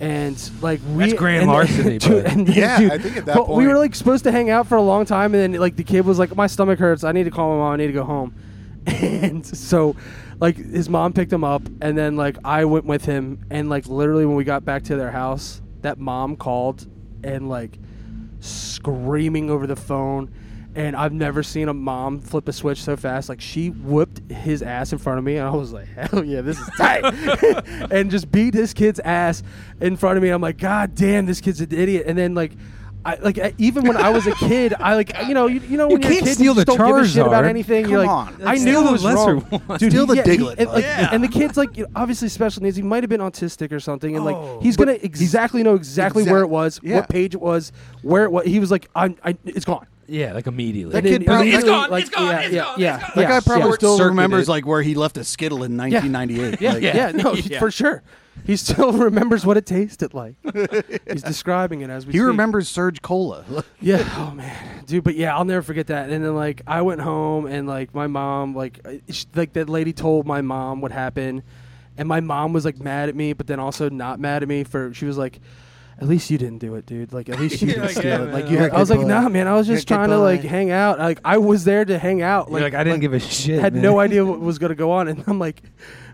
Speaker 1: And like we,
Speaker 2: That's grand
Speaker 1: and,
Speaker 2: larceny,
Speaker 1: dude,
Speaker 2: bud.
Speaker 1: and then,
Speaker 4: Yeah,
Speaker 1: dude,
Speaker 4: I think at that
Speaker 1: but we were
Speaker 4: point-
Speaker 1: like supposed to hang out for a long time, and then like the kid was like, "My stomach hurts. I need to call my mom. I need to go home." And so, like his mom picked him up, and then like I went with him, and like literally when we got back to their house, that mom called, and like screaming over the phone. And I've never seen a mom flip a switch so fast. Like she whipped his ass in front of me, and I was like, "Hell yeah, this is tight!" and just beat this kid's ass in front of me. I'm like, "God damn, this kid's an idiot!" And then like, I like I- even when I was a kid, I like you know you, you know when
Speaker 2: You
Speaker 1: you're
Speaker 2: can't
Speaker 1: a kid,
Speaker 2: steal
Speaker 1: you just
Speaker 2: the
Speaker 1: don't give a shit about
Speaker 2: Charizard.
Speaker 1: anything. you're like,
Speaker 4: Come on.
Speaker 1: I
Speaker 2: Steal
Speaker 1: knew
Speaker 2: the
Speaker 1: it was
Speaker 2: lesser
Speaker 1: wrong,
Speaker 2: one.
Speaker 1: Dude,
Speaker 4: Steal the
Speaker 1: yeah, he-
Speaker 4: Diglett,
Speaker 1: and, like,
Speaker 4: bud.
Speaker 1: and the kid's like you know, obviously special needs. He might have been autistic or something, and like he's
Speaker 4: Oh. But
Speaker 1: gonna exactly know exactly where
Speaker 4: exact-
Speaker 1: it was,
Speaker 4: yeah.
Speaker 1: what page it was, where it was. He was like, I'm, I, it's gone.
Speaker 2: Yeah, like immediately.
Speaker 4: That
Speaker 1: And
Speaker 4: kid
Speaker 1: then
Speaker 4: probably- It's
Speaker 1: immediately,
Speaker 5: gone, it's gone,
Speaker 1: yeah,
Speaker 5: it's
Speaker 1: yeah,
Speaker 5: gone,
Speaker 1: yeah,
Speaker 5: it's
Speaker 4: that
Speaker 1: yeah,
Speaker 4: guy probably
Speaker 1: yeah.
Speaker 4: still
Speaker 2: Short-circuited.
Speaker 4: remembers like where he left a skittle in 1998.
Speaker 1: Yeah,
Speaker 4: Like,
Speaker 1: yeah, no, for sure. He still remembers what it tasted like. He's describing it as we
Speaker 4: He
Speaker 1: speak.
Speaker 4: remembers Surge Cola.
Speaker 1: Yeah. Oh man, dude. But yeah, I'll never forget that. And then like I went home and like my mom like I- sh like that lady told my mom what happened, and my mom was like mad at me, but then also not mad at me for she was like. At least you didn't do it, dude. Like at least you didn't
Speaker 2: like,
Speaker 1: steal
Speaker 2: yeah,
Speaker 1: it. Like
Speaker 2: man.
Speaker 1: you,
Speaker 4: You're a
Speaker 1: I was
Speaker 4: good
Speaker 1: like,
Speaker 4: boy.
Speaker 1: nah, man. I was
Speaker 4: You're a
Speaker 1: just
Speaker 4: good
Speaker 1: trying to
Speaker 4: boy.
Speaker 1: like hang out. Like I was there to hang out.
Speaker 2: You're like, I didn't give a shit.
Speaker 1: had
Speaker 2: man.
Speaker 1: no idea what was going to go on and i'm like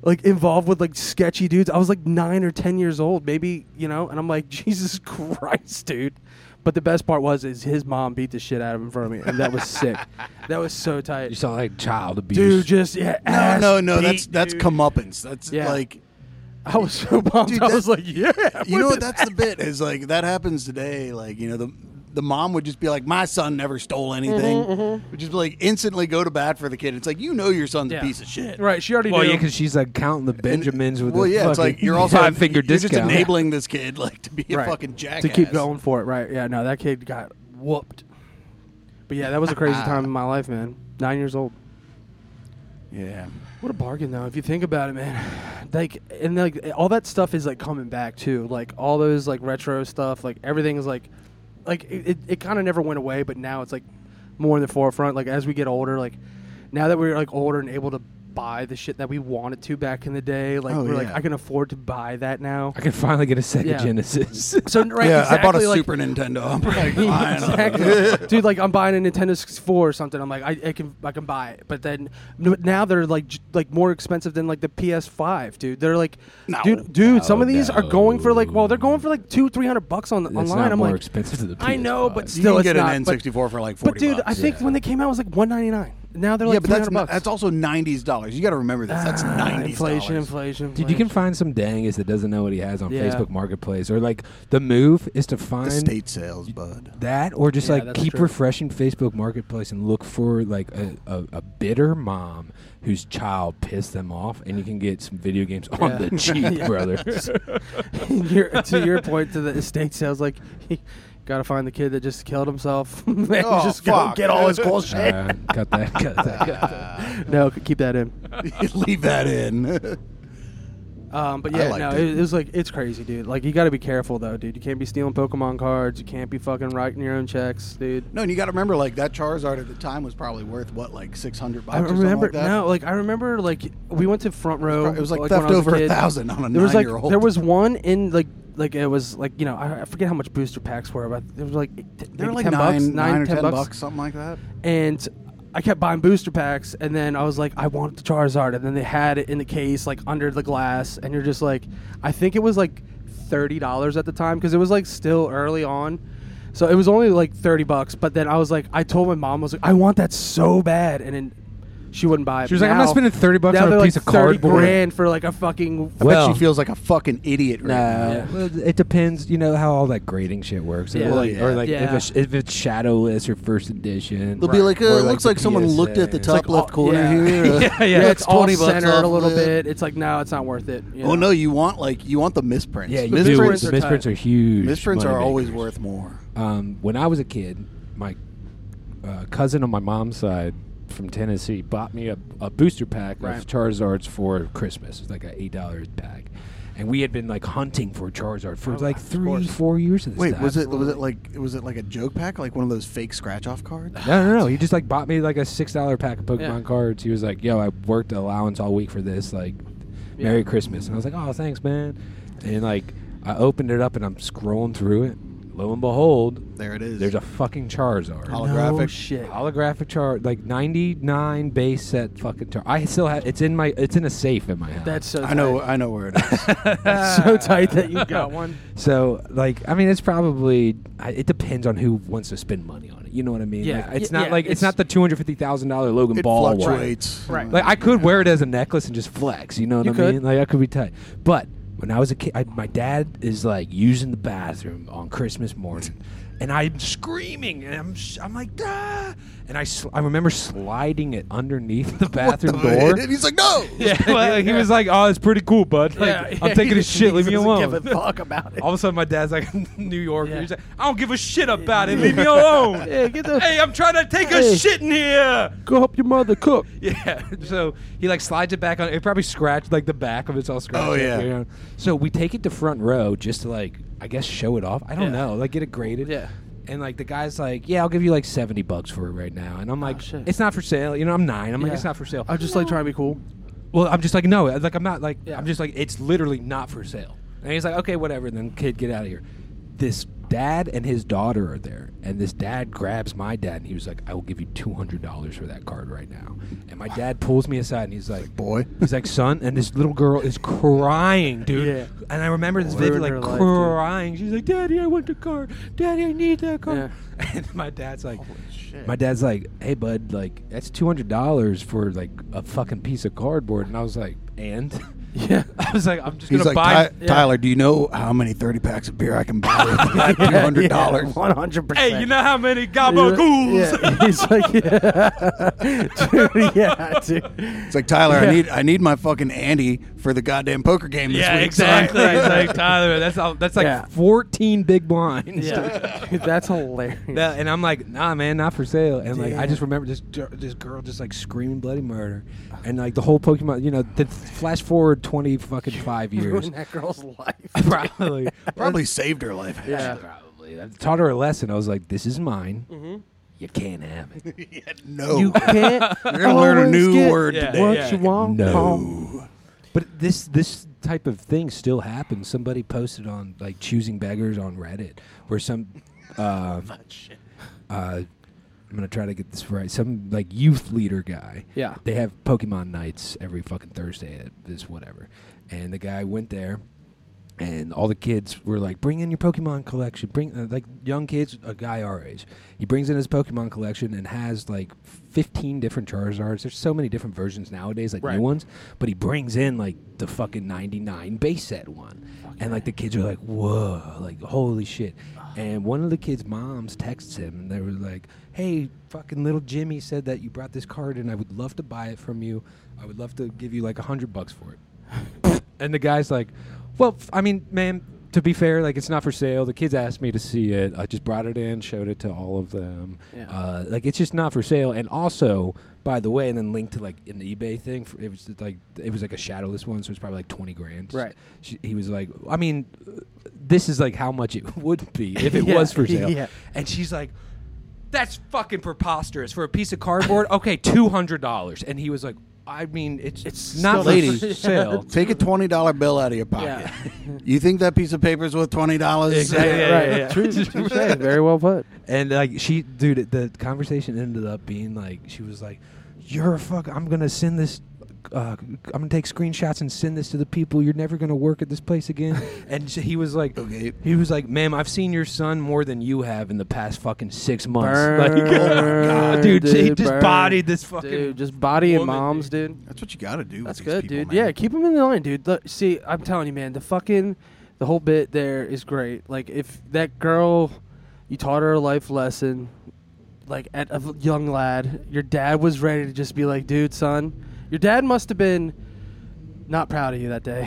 Speaker 1: like involved with like sketchy dudes i was like nine or ten years old maybe you know and i'm like jesus christ dude but the best part was is his mom beat the shit out of him in front of me and that was sick that was so
Speaker 2: You
Speaker 1: tight
Speaker 2: saw like child abuse.
Speaker 1: dude just yeah
Speaker 4: No,
Speaker 1: ass
Speaker 4: no, no. That's
Speaker 1: beat,
Speaker 4: that's
Speaker 1: dude.
Speaker 4: comeuppance. That's
Speaker 1: Yeah.
Speaker 4: like
Speaker 1: i was so pumped
Speaker 4: Dude,
Speaker 1: i
Speaker 4: that-
Speaker 1: was like yeah
Speaker 4: you know what that's the bit is like that happens today like you know the the mom would just be like, "My son never stole
Speaker 1: Mm-hmm,
Speaker 4: anything," would just like instantly go to bat for the kid. It's like you know your son's
Speaker 5: Yeah.
Speaker 4: a piece of shit.
Speaker 5: Right, she already
Speaker 2: Well,
Speaker 5: knew.
Speaker 2: yeah, because she's like counting the
Speaker 4: And-
Speaker 2: Benjamins with
Speaker 4: well,
Speaker 2: the
Speaker 4: yeah,
Speaker 2: fucking
Speaker 4: it's like you're also
Speaker 2: five finger
Speaker 4: you're
Speaker 2: discount.
Speaker 4: just enabling this kid like to be a
Speaker 1: Right.
Speaker 4: fucking jackass
Speaker 1: to keep going for it, right? Yeah, no, that kid got whooped. But yeah, that was a
Speaker 4: Ah.
Speaker 1: crazy time in my life, man. Nine years old.
Speaker 4: Yeah,
Speaker 1: What a bargain, though, if you think about it, man. Like, and like all that stuff is like coming back too. Like all those like retro stuff, like everything is like, like it, it, it kind of never went away, but now it's like more in the forefront. Like as we get older, like now that we're like older and able to buy the shit that we wanted to back in the day, like
Speaker 4: Oh,
Speaker 1: we're like
Speaker 4: yeah.
Speaker 1: I can afford to buy that now.
Speaker 2: I can finally get a Sega
Speaker 1: Yeah.
Speaker 2: Genesis.
Speaker 1: So right,
Speaker 4: yeah.
Speaker 1: exactly,
Speaker 4: I bought a
Speaker 1: like,
Speaker 4: Super Nintendo. I'm like, fine, I'll-
Speaker 1: exactly. Dude, like I'm buying a Nintendo 64 or something. I'm like, I, I can I can buy it, but then n- now they're like j- like more expensive than like the PS5, dude. They're like,
Speaker 4: No.
Speaker 1: dude, dude. some of these are going for like, well, they're
Speaker 2: no.
Speaker 1: going for like two, three hundred bucks on
Speaker 2: It's
Speaker 1: online.
Speaker 2: not
Speaker 1: I'm
Speaker 2: more
Speaker 1: like,
Speaker 2: expensive than the
Speaker 1: I know,
Speaker 2: PS5.
Speaker 1: but
Speaker 4: you
Speaker 1: still,
Speaker 4: can
Speaker 1: it's
Speaker 4: get
Speaker 1: not.
Speaker 4: an
Speaker 1: but-
Speaker 4: N64 for like
Speaker 1: But
Speaker 4: forty.
Speaker 1: dude, I
Speaker 4: bucks.
Speaker 1: think
Speaker 2: yeah.
Speaker 1: when they came out, it was like 199. Now they're like
Speaker 4: yeah, but
Speaker 1: 300
Speaker 4: that's
Speaker 1: bucks. Ah,
Speaker 4: that's also '90s dollars. You got to remember this. That's '90s
Speaker 1: inflation,
Speaker 4: dollars.
Speaker 1: inflation, inflation.
Speaker 2: Dude, you can find some dangus that doesn't know what he has on
Speaker 1: Yeah.
Speaker 2: Facebook Marketplace, or like the move is to
Speaker 4: The
Speaker 2: find
Speaker 4: state sales, bud.
Speaker 2: that, or just
Speaker 1: Yeah,
Speaker 2: like
Speaker 1: that's
Speaker 2: keep
Speaker 1: true.
Speaker 2: refreshing Facebook Marketplace and look for like a, a, a bitter mom whose child pissed them off, and you can get some video games on
Speaker 1: Yeah.
Speaker 2: the cheap, brother.
Speaker 1: your, to your point to the estate sales, like, gotta find the kid that just killed himself. and
Speaker 4: Oh,
Speaker 1: just go
Speaker 4: fuck.
Speaker 1: get all his cool shit.
Speaker 2: Uh, cut that, cut that, cut that.
Speaker 1: no, keep that in.
Speaker 4: Leave that in.
Speaker 1: Um, but
Speaker 4: I
Speaker 1: yeah,
Speaker 4: liked
Speaker 1: no,
Speaker 4: it.
Speaker 1: it. It, was like it's crazy, dude. Like you got to be careful though, dude. You can't be stealing Pokemon cards. You can't be fucking writing your own checks, dude.
Speaker 4: No, and you got to remember, like that Charizard at the time was probably worth what, like six hundred bucks.
Speaker 1: I
Speaker 4: or something
Speaker 1: remember
Speaker 4: like that?
Speaker 1: no, like I remember like we went to front row.
Speaker 4: It was like,
Speaker 1: when
Speaker 4: theft
Speaker 1: I was
Speaker 4: over a
Speaker 1: kid.
Speaker 4: thousand on a
Speaker 1: There was like
Speaker 4: nine-year-old.
Speaker 1: there was one in like like it was like you know I, I forget how much booster packs were, but it was like
Speaker 4: they
Speaker 1: they
Speaker 4: were like
Speaker 1: ten
Speaker 4: nine,
Speaker 1: bucks,
Speaker 4: nine or
Speaker 1: ten
Speaker 4: ten bucks. something like that.
Speaker 1: and I kept buying booster packs, and then I was like, I want the Charizard, and then they had it in the case, like under the glass, and you're just like, I think it was like thirty dollars at the time because it was like still early on, so it was only like thirty bucks. But then I was like, I told my mom, I was like, I want that so bad, and then she wouldn't buy it.
Speaker 2: She was like, I'm not
Speaker 1: Now-
Speaker 2: spending 30 bucks
Speaker 1: now
Speaker 2: on a
Speaker 1: they're,
Speaker 2: piece
Speaker 1: like
Speaker 2: of
Speaker 1: 30
Speaker 2: cardboard.
Speaker 1: grand for like a fucking.
Speaker 4: I
Speaker 2: Well-
Speaker 4: bet she feels like a fucking idiot. Right
Speaker 2: No,
Speaker 4: now.
Speaker 2: Uh, well, it depends. You know how all that grading shit works.
Speaker 1: Yeah.
Speaker 2: Or like, or
Speaker 4: Yeah.
Speaker 2: like
Speaker 1: Yeah.
Speaker 2: if, it's, if it's shadowless or first edition,
Speaker 4: They'll be like, uh,
Speaker 2: Or
Speaker 4: it looks
Speaker 2: the
Speaker 4: like someone
Speaker 2: PSA.
Speaker 4: looked at the top
Speaker 1: all-
Speaker 4: left corner
Speaker 1: yeah.
Speaker 4: here.
Speaker 2: Yeah, yeah.
Speaker 1: Yeah,
Speaker 4: That's
Speaker 1: it's all
Speaker 4: 20 bucks
Speaker 1: centered
Speaker 4: off
Speaker 1: a little
Speaker 4: the-
Speaker 1: bit. It's like, no, it's not worth it. you
Speaker 4: Well,
Speaker 1: know?
Speaker 4: no, you want like you want the misprints.
Speaker 2: Yeah, you
Speaker 1: Miss
Speaker 2: do.
Speaker 1: Prince
Speaker 4: misprints.
Speaker 1: are
Speaker 2: The
Speaker 4: Are,
Speaker 1: tight.
Speaker 2: misprints are huge.
Speaker 4: misprints are
Speaker 2: moneymakers.
Speaker 4: always worth more.
Speaker 2: Um, when I was a kid, my uh, cousin on my mom's side from Tennessee bought me a, a booster pack
Speaker 1: Right.
Speaker 2: of Charizards for Christmas. It was like an eight dollars pack, and we had been like hunting for Charizard for
Speaker 1: Oh,
Speaker 2: like
Speaker 1: of
Speaker 2: three,
Speaker 1: course.
Speaker 2: four years. Of this
Speaker 4: Wait,
Speaker 2: time.
Speaker 4: was it was it like was it like a joke pack, like one of those fake scratch off cards?
Speaker 2: No, no, no. He just like bought me like a six dollar pack of Pokemon
Speaker 1: Yeah.
Speaker 2: cards. He was like, "Yo, I worked allowance all week for this. Like, Merry Christmas." And I was like, "Oh, thanks, man." And like, I opened it up and I'm scrolling through it. Lo and behold,
Speaker 4: There it is.
Speaker 2: there's a fucking Charizard.
Speaker 4: Hol-
Speaker 1: No
Speaker 4: holographic-
Speaker 1: shit.
Speaker 2: holographic chart like 99 base set fucking chart i still have it's in my it's in a safe in my house
Speaker 1: That's so.
Speaker 4: I know, I know where it is.
Speaker 1: That's so tight that you got one.
Speaker 2: so like i mean it's probably I, it depends on who wants to spend money on it you know what i mean
Speaker 1: Yeah.
Speaker 2: Like, it's
Speaker 1: Y-
Speaker 2: not
Speaker 1: yeah,
Speaker 2: like it's,
Speaker 1: it's-
Speaker 2: not the $250000 logan
Speaker 4: it
Speaker 2: ball one.
Speaker 4: fluctuates.
Speaker 1: Right.
Speaker 2: like i could wear it as a necklace and just flex you know what
Speaker 1: You
Speaker 2: i
Speaker 1: could.
Speaker 2: mean like i could be tight but when i was a kid I, my dad is like using the bathroom on christmas morning and i'm screaming and i'm s- i'm like ah! and i sl- i remember sliding it underneath the bathroom door
Speaker 4: And he's like, no.
Speaker 2: Yeah, well, like, he was like, "Oh, it's pretty cool, bud. Like,
Speaker 1: Yeah, yeah,
Speaker 2: I'm taking
Speaker 1: he
Speaker 2: a shit. Leave me
Speaker 1: doesn't
Speaker 2: alone."
Speaker 1: Give a fuck about it.
Speaker 2: All of a sudden, my dad's like, "New York."
Speaker 1: Yeah.
Speaker 2: He's like, "I don't give a shit about it. Leave me alone."
Speaker 1: Yeah, get the-
Speaker 2: hey, I'm trying to take
Speaker 1: Hey.
Speaker 2: a shit in here.
Speaker 1: Go help your mother cook.
Speaker 2: Yeah. So he like slides it back on. It probably scratched like the back of it's all scratched.
Speaker 4: Oh,
Speaker 2: up,
Speaker 4: yeah.
Speaker 2: you know? So we take it to front row just to like, I guess, show it off. I don't
Speaker 1: Yeah.
Speaker 2: know. Like, get it graded.
Speaker 1: Yeah.
Speaker 2: And like the guy's like, yeah, I'll give you like seventy bucks for it right now, and I'm like,
Speaker 1: Oh, shit.
Speaker 2: it's not for sale. You know, I'm nine. I'm like,
Speaker 1: Yeah.
Speaker 2: it's not for sale.
Speaker 1: I'm just like trying to be cool.
Speaker 2: Well, I'm just like, no, like I'm not like
Speaker 1: Yeah.
Speaker 2: I'm just like it's literally not for sale. And he's like, okay, whatever. And then kid, get out of here. This dad and his daughter are there, and this dad grabs my dad, and he was like, I will give you two hundred dollars for that card right now. And my dad pulls me aside, and he's like,
Speaker 4: Boy.
Speaker 2: he's like, son, and this little girl is crying, dude.
Speaker 1: Yeah.
Speaker 2: And I remember this
Speaker 1: Ruined
Speaker 2: video,
Speaker 1: her
Speaker 2: like
Speaker 1: life, dude.
Speaker 2: crying. She's like, Daddy, I want the car. Daddy, I need that car.
Speaker 1: Yeah.
Speaker 2: And my dad's like, my dad's like, hey bud, like that's two hundred dollars for like a fucking piece of cardboard, and I was like, and
Speaker 1: Yeah.
Speaker 2: I was like, I'm just
Speaker 4: He's
Speaker 2: gonna
Speaker 4: like,
Speaker 2: buy.
Speaker 4: "Ty- Tyler, do you know how many 30 packs of beer I can buy with $200?
Speaker 1: One hundred percent.
Speaker 2: hey, you know how many
Speaker 1: Yeah,
Speaker 2: gabagools?
Speaker 1: Yeah. He's like, yeah, dude, yeah, dude.
Speaker 4: It's like, Tyler, I need I need my fucking Andy for the goddamn poker game this
Speaker 2: Yeah,
Speaker 4: week.
Speaker 2: exactly. It's like Tyler. That's all, that's like
Speaker 1: Yeah.
Speaker 2: 14 big blinds.
Speaker 1: Yeah, dude, that's hilarious.
Speaker 2: That- and I'm like, nah, man, not for sale. And like, I
Speaker 1: Damn.
Speaker 2: just remember this gir- this girl just like screaming bloody murder, and like the whole Pokemon. You know, the flash forward 20 fucking five years,
Speaker 1: Ruined that girl's life.
Speaker 2: probably.
Speaker 4: Probably saved her life.
Speaker 1: Yeah.
Speaker 2: probably. Mm-hmm. I taught her a lesson. I was like, this is mine. You can't have it.
Speaker 4: No.
Speaker 1: You
Speaker 4: You
Speaker 1: can't.
Speaker 4: are going to learn a
Speaker 1: always
Speaker 4: new
Speaker 1: get
Speaker 4: word
Speaker 2: Yeah.
Speaker 4: today.
Speaker 1: What
Speaker 2: Yeah.
Speaker 1: you want?
Speaker 2: No.
Speaker 1: Paul.
Speaker 2: But this this type of thing still happens. Somebody posted on like choosing beggars on Reddit, where some uh, uh, I'm gonna try to get this right. Some like youth leader guy.
Speaker 1: Yeah.
Speaker 2: They have Pokemon nights every fucking Thursday at this whatever, and the guy went there. And all the kids were like, "Bring in your Pokemon collection." Bring uh, like young kids, a guy our age. He brings in his Pokemon collection and has like fifteen different Charizards. There's so many different versions nowadays, like
Speaker 1: Right.
Speaker 2: new ones. But he brings in like the fucking '99 base set one, and like the kids are like, "Whoa!" Like, "Holy shit!" And one of the kids' moms texts him, and they were like, "Hey, fucking little Jimmy said that you brought this card, and I would love to buy it from you. I would love to give you like a hundred bucks for it." And the guy's like, "Well, f- I mean, ma'am, to be fair, like it's not for sale. The kids asked me to see it. I just brought it in, showed it to all of them.
Speaker 1: Yeah.
Speaker 2: Uh, like it's just not for sale. And also, by the way, and then linked to like an eBay thing. For, it was like it was like a shadowless one, so it's probably like twenty grand.
Speaker 1: Right.
Speaker 2: She, he was like, I mean, uh, this is like how much it would be if it
Speaker 1: Yeah,
Speaker 2: was for sale.
Speaker 1: yeah.
Speaker 2: And she's like. That's fucking preposterous for a piece of cardboard. Okay, two hundred dollars, and he was like, "I mean, it's
Speaker 1: It's
Speaker 2: it's not
Speaker 1: still-
Speaker 2: lady
Speaker 1: Yeah.
Speaker 2: sale.
Speaker 4: Take a $20 bill out of your pocket.
Speaker 1: Yeah.
Speaker 4: You think that piece of paper's worth $20?
Speaker 2: Exactly. Yeah,
Speaker 1: right.
Speaker 2: yeah, yeah.
Speaker 1: True. touche. Very well put.
Speaker 2: And like she, dude, the conversation ended up being like she was like, "You're a fuck. I'm gonna send this. Uh, I'm gonna take screenshots and send this to the people. You're never gonna work at this place again." and she, he was like,
Speaker 4: Okay.
Speaker 2: He was like, "Ma'am, I've seen your son more than you have in the past fucking six months. like,
Speaker 1: Burn,
Speaker 2: dude, he
Speaker 1: dude,
Speaker 2: just
Speaker 1: burn.
Speaker 2: bodied this fucking.
Speaker 1: Dude, just body and
Speaker 2: woman,
Speaker 1: moms, dude.
Speaker 4: That's what you got to do.
Speaker 1: That's
Speaker 4: with these
Speaker 1: good,
Speaker 4: people,
Speaker 1: dude.
Speaker 4: man.
Speaker 1: Yeah, keep them in line, dude. Look, see, I'm telling you, man, the fucking the whole bit there is great. Like if that girl, you taught her a life lesson, like at a young lad, your dad was ready to just be like, dude, son, your dad must have been not proud of you that day.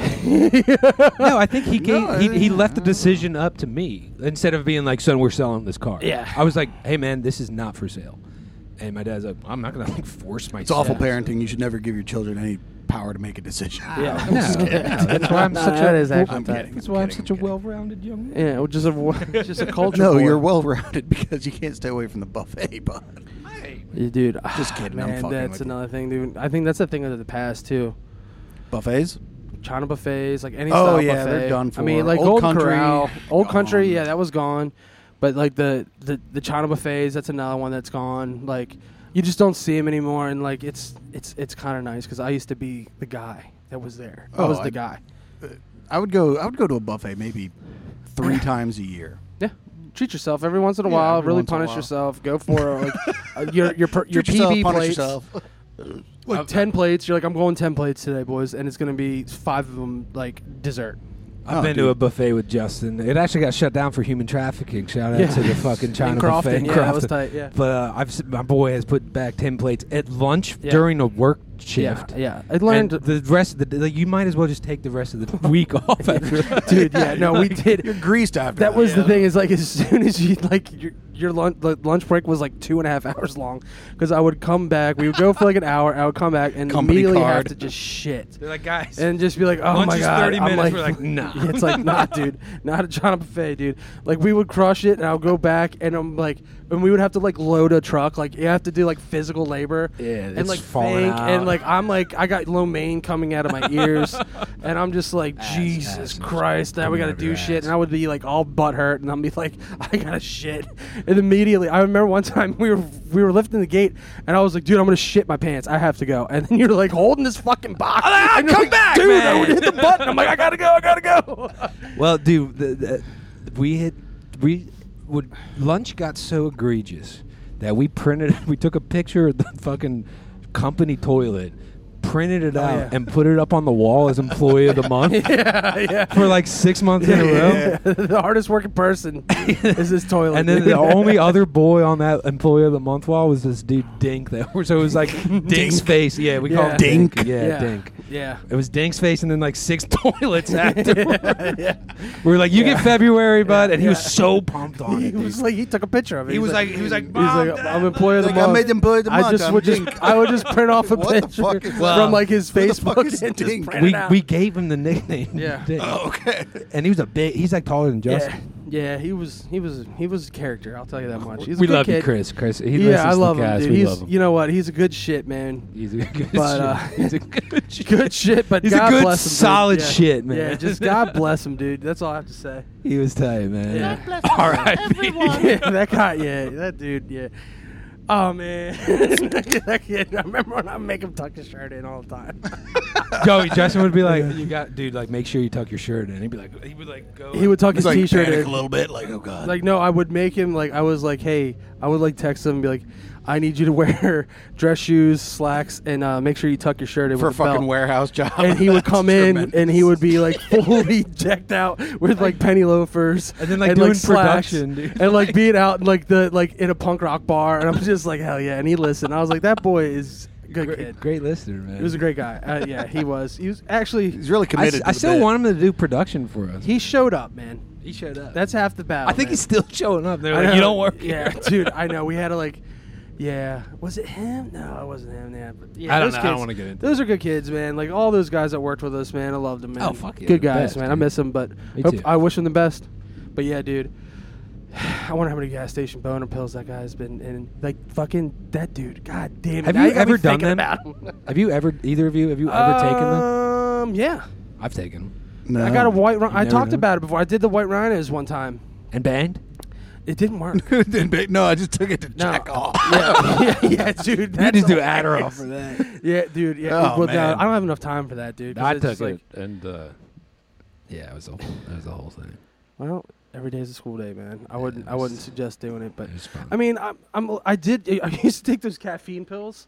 Speaker 2: No, I think he gave,
Speaker 4: No,
Speaker 2: he, he
Speaker 4: uh,
Speaker 2: left the decision up to me instead of being like, "Son, we're selling this car."
Speaker 1: Yeah.
Speaker 2: I was like, "Hey, man, this is not for sale." And my dad's like, "I'm not gonna like force myself."
Speaker 4: It's awful parenting. You should never give your children any power to make a decision.
Speaker 1: Yeah.
Speaker 4: I'm
Speaker 2: No,
Speaker 4: just kidding.
Speaker 2: no, that's why I'm
Speaker 1: No,
Speaker 2: such
Speaker 1: that
Speaker 2: a
Speaker 1: is actually
Speaker 4: I'm
Speaker 1: tight.
Speaker 4: kidding.
Speaker 2: that's why I'm
Speaker 4: kidding,
Speaker 2: such a
Speaker 4: kidding.
Speaker 2: well-rounded young man.
Speaker 1: Yeah, which is a just a culture.
Speaker 4: No,
Speaker 1: war.
Speaker 4: you're well rounded because you can't stay away from the buffet, but
Speaker 1: Yeah, dude. ah,
Speaker 4: Just kidding, I'm
Speaker 1: Man,
Speaker 4: fucking
Speaker 1: that's
Speaker 4: with you.
Speaker 1: another thing, dude. I think that's a thing of the past too.
Speaker 4: buffets?
Speaker 1: China buffets, like any
Speaker 4: Oh,
Speaker 1: style
Speaker 4: yeah,
Speaker 1: buffet.
Speaker 4: they're done
Speaker 1: I mean,
Speaker 4: for.
Speaker 1: like
Speaker 4: Old
Speaker 1: Old
Speaker 4: Country,
Speaker 1: Corral, Old Country,
Speaker 4: gone.
Speaker 1: yeah, that was gone. But like the the the China buffets, that's another one that's gone. Like you just don't see them anymore, and like it's it's it's kind of nice because I used to be the guy that was there. I
Speaker 4: Oh,
Speaker 1: was the
Speaker 4: I-
Speaker 1: guy.
Speaker 4: I would go I would go to a buffet maybe three times a year.
Speaker 1: Yeah. Treat yourself every once in a
Speaker 4: Yeah,
Speaker 1: while.
Speaker 4: every
Speaker 1: Really
Speaker 4: once in a
Speaker 1: punish
Speaker 4: while.
Speaker 1: yourself. Go for like uh, your your per, your
Speaker 4: Treat yourself,
Speaker 1: PB
Speaker 4: punish
Speaker 1: plates.
Speaker 4: yourself.
Speaker 1: Like ten plates. You're like, I'm going ten plates today, boys, and it's gonna be five of them like dessert.
Speaker 2: I've
Speaker 4: Oh,
Speaker 2: been to
Speaker 4: dude.
Speaker 2: a buffet with Justin. It actually got shut down for human trafficking. Shout out
Speaker 1: Yeah.
Speaker 2: to the fucking China
Speaker 1: Crofton,
Speaker 2: buffet. in
Speaker 1: yeah, that was
Speaker 2: Crofton.
Speaker 1: tight, yeah.
Speaker 2: But uh, I've s- my boy has put back ten plates at lunch
Speaker 1: Yeah.
Speaker 2: during a work shift.
Speaker 1: Yeah, yeah. I learned
Speaker 2: And the rest of the day, like, you might as well just take the rest of the week off. After
Speaker 1: dude. Yeah, no, we did.
Speaker 4: You're greased after
Speaker 1: That
Speaker 4: that.
Speaker 1: was the thing. Is like as soon as you like your your lunch lunch break was like two and a half hours long because I would come back. We would go for like an hour. I would come back and
Speaker 4: Company
Speaker 1: immediately have
Speaker 4: card.
Speaker 1: to just shit
Speaker 2: They're like, guys,
Speaker 1: and just be like, oh
Speaker 2: lunch
Speaker 1: my
Speaker 2: is
Speaker 1: god.
Speaker 2: 30
Speaker 1: I'm
Speaker 2: minutes.
Speaker 1: like,
Speaker 2: We're like, nah.
Speaker 1: it's like not, dude. Not a China buffet, dude. Like we would crush it, and I'll go back, and I'm like, and we would have to like load a truck. Like you have to do like physical labor,
Speaker 2: Yeah,
Speaker 1: and
Speaker 2: it's
Speaker 1: like
Speaker 2: falling
Speaker 1: think,
Speaker 2: out.
Speaker 1: and like I'm like I got romaine coming out of my ears, and I'm just like Jesus
Speaker 2: ass.
Speaker 1: Christ. Now we
Speaker 2: Coming
Speaker 1: gotta
Speaker 2: out of your
Speaker 1: do shit,
Speaker 2: ass.
Speaker 1: and I would be like all butt hurt, and I'd be like I gotta shit, and immediately I remember one time we were we were lifting the gate, and I was like, dude, I'm gonna shit my pants. I have to go, and then you're like holding this fucking box.
Speaker 4: "Ah,
Speaker 1: and you're
Speaker 2: come
Speaker 1: like,
Speaker 2: back,
Speaker 1: dude. I
Speaker 2: man."
Speaker 1: would hit the button. I'm like, I gotta go. I gotta go.
Speaker 2: Well, dude, the, the, we had we would lunch got so egregious that we printed we took a picture of the fucking company toilet, printed it out
Speaker 1: Oh, yeah.
Speaker 2: and put it up on the wall as Employee of the Month
Speaker 1: yeah, yeah.
Speaker 2: for like six months in a row.
Speaker 1: the hardest working person is this toilet.
Speaker 2: And then
Speaker 1: dude.
Speaker 2: the only other boy on that Employee of the Month wall was this dude Dink. That so it was like Dink's face. Yeah, we call
Speaker 1: Yeah.
Speaker 2: him Dink.
Speaker 4: Dink.
Speaker 2: Yeah,
Speaker 1: yeah.
Speaker 2: Dink.
Speaker 1: Yeah.
Speaker 2: It was Dink's face, and then like six toilets after.
Speaker 1: yeah.
Speaker 2: we were like, "You get February, bud," and he was
Speaker 1: Yeah.
Speaker 2: so pumped on
Speaker 1: He
Speaker 2: it. dude.
Speaker 1: was like, he took a picture of it.
Speaker 2: He was like, he was like, "Mom,
Speaker 1: he's like,
Speaker 2: Dad,
Speaker 1: I'm employee of the
Speaker 4: Like, I
Speaker 1: month.
Speaker 4: made employee of the
Speaker 1: I
Speaker 4: month,
Speaker 1: just
Speaker 4: I'm
Speaker 1: would just,
Speaker 4: Dink.
Speaker 1: I would just print off a
Speaker 4: What the
Speaker 1: picture
Speaker 4: fuck is that?
Speaker 1: from like his
Speaker 4: Who the fuck
Speaker 1: Facebook
Speaker 4: is
Speaker 1: and just
Speaker 4: Dink?
Speaker 1: print
Speaker 2: we
Speaker 1: it out.
Speaker 2: we gave him the nickname.
Speaker 1: Yeah.
Speaker 2: Dink.
Speaker 4: Oh, okay.
Speaker 2: And he was a big. He's like taller than
Speaker 1: yeah,
Speaker 2: Justin.
Speaker 1: yeah, he was, he was, he was a character. I'll tell you that much. He's a
Speaker 2: we
Speaker 1: good
Speaker 2: love you,
Speaker 1: kid.
Speaker 2: Chris. Chris. He listens
Speaker 1: yeah, I
Speaker 2: to
Speaker 1: love
Speaker 2: the
Speaker 1: him,
Speaker 2: cast.
Speaker 1: dude.
Speaker 2: We
Speaker 1: He's,
Speaker 2: love him.
Speaker 1: you know what? He's a good shit, man.
Speaker 2: He's a good
Speaker 1: But,
Speaker 2: shit.
Speaker 1: uh,
Speaker 2: He's a good shit.
Speaker 1: Good shit, but
Speaker 2: He's
Speaker 1: God
Speaker 2: a good,
Speaker 1: bless him, dude.
Speaker 2: solid
Speaker 1: Yeah.
Speaker 2: shit, man.
Speaker 1: Yeah, just God bless him, dude. That's all I have to say.
Speaker 2: He was tight, man.
Speaker 1: Yeah.
Speaker 2: God bless All right.
Speaker 1: yeah, that guy, yeah, that dude, yeah. Oh man, that kid. I remember when I make him tuck his shirt in all the time.
Speaker 2: Joey, Justin would be like, "You got, dude. Like, make sure you tuck your shirt in." He'd be like, "He would like go."
Speaker 1: He would tuck his
Speaker 4: He's like
Speaker 1: t-shirt
Speaker 4: panic
Speaker 1: in.
Speaker 4: a little bit, like oh god.
Speaker 1: Like no, I would make him like I was like, hey, I would like text him and be like, I need you to wear dress shoes, slacks, and uh, make sure you tuck your shirt in
Speaker 4: for a
Speaker 1: with a
Speaker 4: fucking
Speaker 1: belt.
Speaker 4: warehouse job.
Speaker 1: And he would
Speaker 4: That's
Speaker 1: come in
Speaker 4: tremendous.
Speaker 1: and he would be like fully decked out with like penny loafers
Speaker 2: And then, like, doing
Speaker 1: slacks,
Speaker 2: production, dude.
Speaker 1: and like being out in like the like in a punk rock bar and I'm just like hell yeah and he listened I was like that boy is a good
Speaker 2: great,
Speaker 1: kid
Speaker 2: great listener, man.
Speaker 1: He was a great guy. Uh, yeah, he was. He was actually.
Speaker 4: He's really
Speaker 2: I,
Speaker 4: committed.
Speaker 2: s-
Speaker 4: to
Speaker 2: I
Speaker 4: the
Speaker 2: still
Speaker 4: bit.
Speaker 2: want him to do production for us.
Speaker 1: He showed up, man.
Speaker 2: He showed up.
Speaker 1: That's half the battle.
Speaker 2: I think
Speaker 1: man.
Speaker 2: he's still showing up. They're
Speaker 1: I
Speaker 2: like,
Speaker 1: know.
Speaker 2: "You don't work."
Speaker 1: Yeah,
Speaker 2: here."
Speaker 1: dude. I know. We had to like. Yeah, was it him? No, it wasn't him. Yeah, but yeah,
Speaker 2: I don't
Speaker 1: those
Speaker 2: know. I
Speaker 1: Kids,
Speaker 2: don't wanna get into
Speaker 1: Those are good kids, man. Like all those guys that worked with us, man. I loved them, man.
Speaker 2: Oh, fuck yeah,
Speaker 1: good
Speaker 2: the
Speaker 1: guys,
Speaker 2: best,
Speaker 1: man. I
Speaker 2: dude.
Speaker 1: miss them, but
Speaker 2: Me
Speaker 1: hope-
Speaker 2: too.
Speaker 1: I wish them the best. But yeah, dude. I wonder how many gas station boner pills that guy's been in. Like fucking that dude. God damn it.
Speaker 2: Have
Speaker 1: Now
Speaker 2: you
Speaker 1: got me
Speaker 2: ever done
Speaker 1: thinking
Speaker 2: them?
Speaker 1: About him.
Speaker 2: Have you ever, either of you, have you ever taken them?
Speaker 1: Um, yeah.
Speaker 2: I've taken them.
Speaker 4: No.
Speaker 1: I got a white. Rhi- I
Speaker 2: never
Speaker 1: talked
Speaker 2: done?
Speaker 1: about it before. I did the white rhinos one time.
Speaker 2: And banged?
Speaker 1: It didn't work.
Speaker 4: Didn't ba- no, I just took it to
Speaker 1: No.
Speaker 4: check off.
Speaker 1: yeah, yeah, yeah, dude.
Speaker 2: You
Speaker 1: That's
Speaker 2: just do
Speaker 1: hilarious.
Speaker 2: Adderall for that.
Speaker 1: Yeah, dude. Yeah,
Speaker 4: Oh,
Speaker 1: well, no,
Speaker 4: man.
Speaker 1: I don't have enough time for that, dude. 'cause
Speaker 2: I
Speaker 1: it's
Speaker 2: took it,
Speaker 1: just like,
Speaker 2: and uh, yeah, it was the whole, it was the whole thing.
Speaker 1: Well, every day's a school day, man. I wouldn't. I
Speaker 2: it's-
Speaker 1: wouldn't suggest doing it, but
Speaker 2: It was fun.
Speaker 1: I mean, I'm, I'm. I did. I used to take those caffeine pills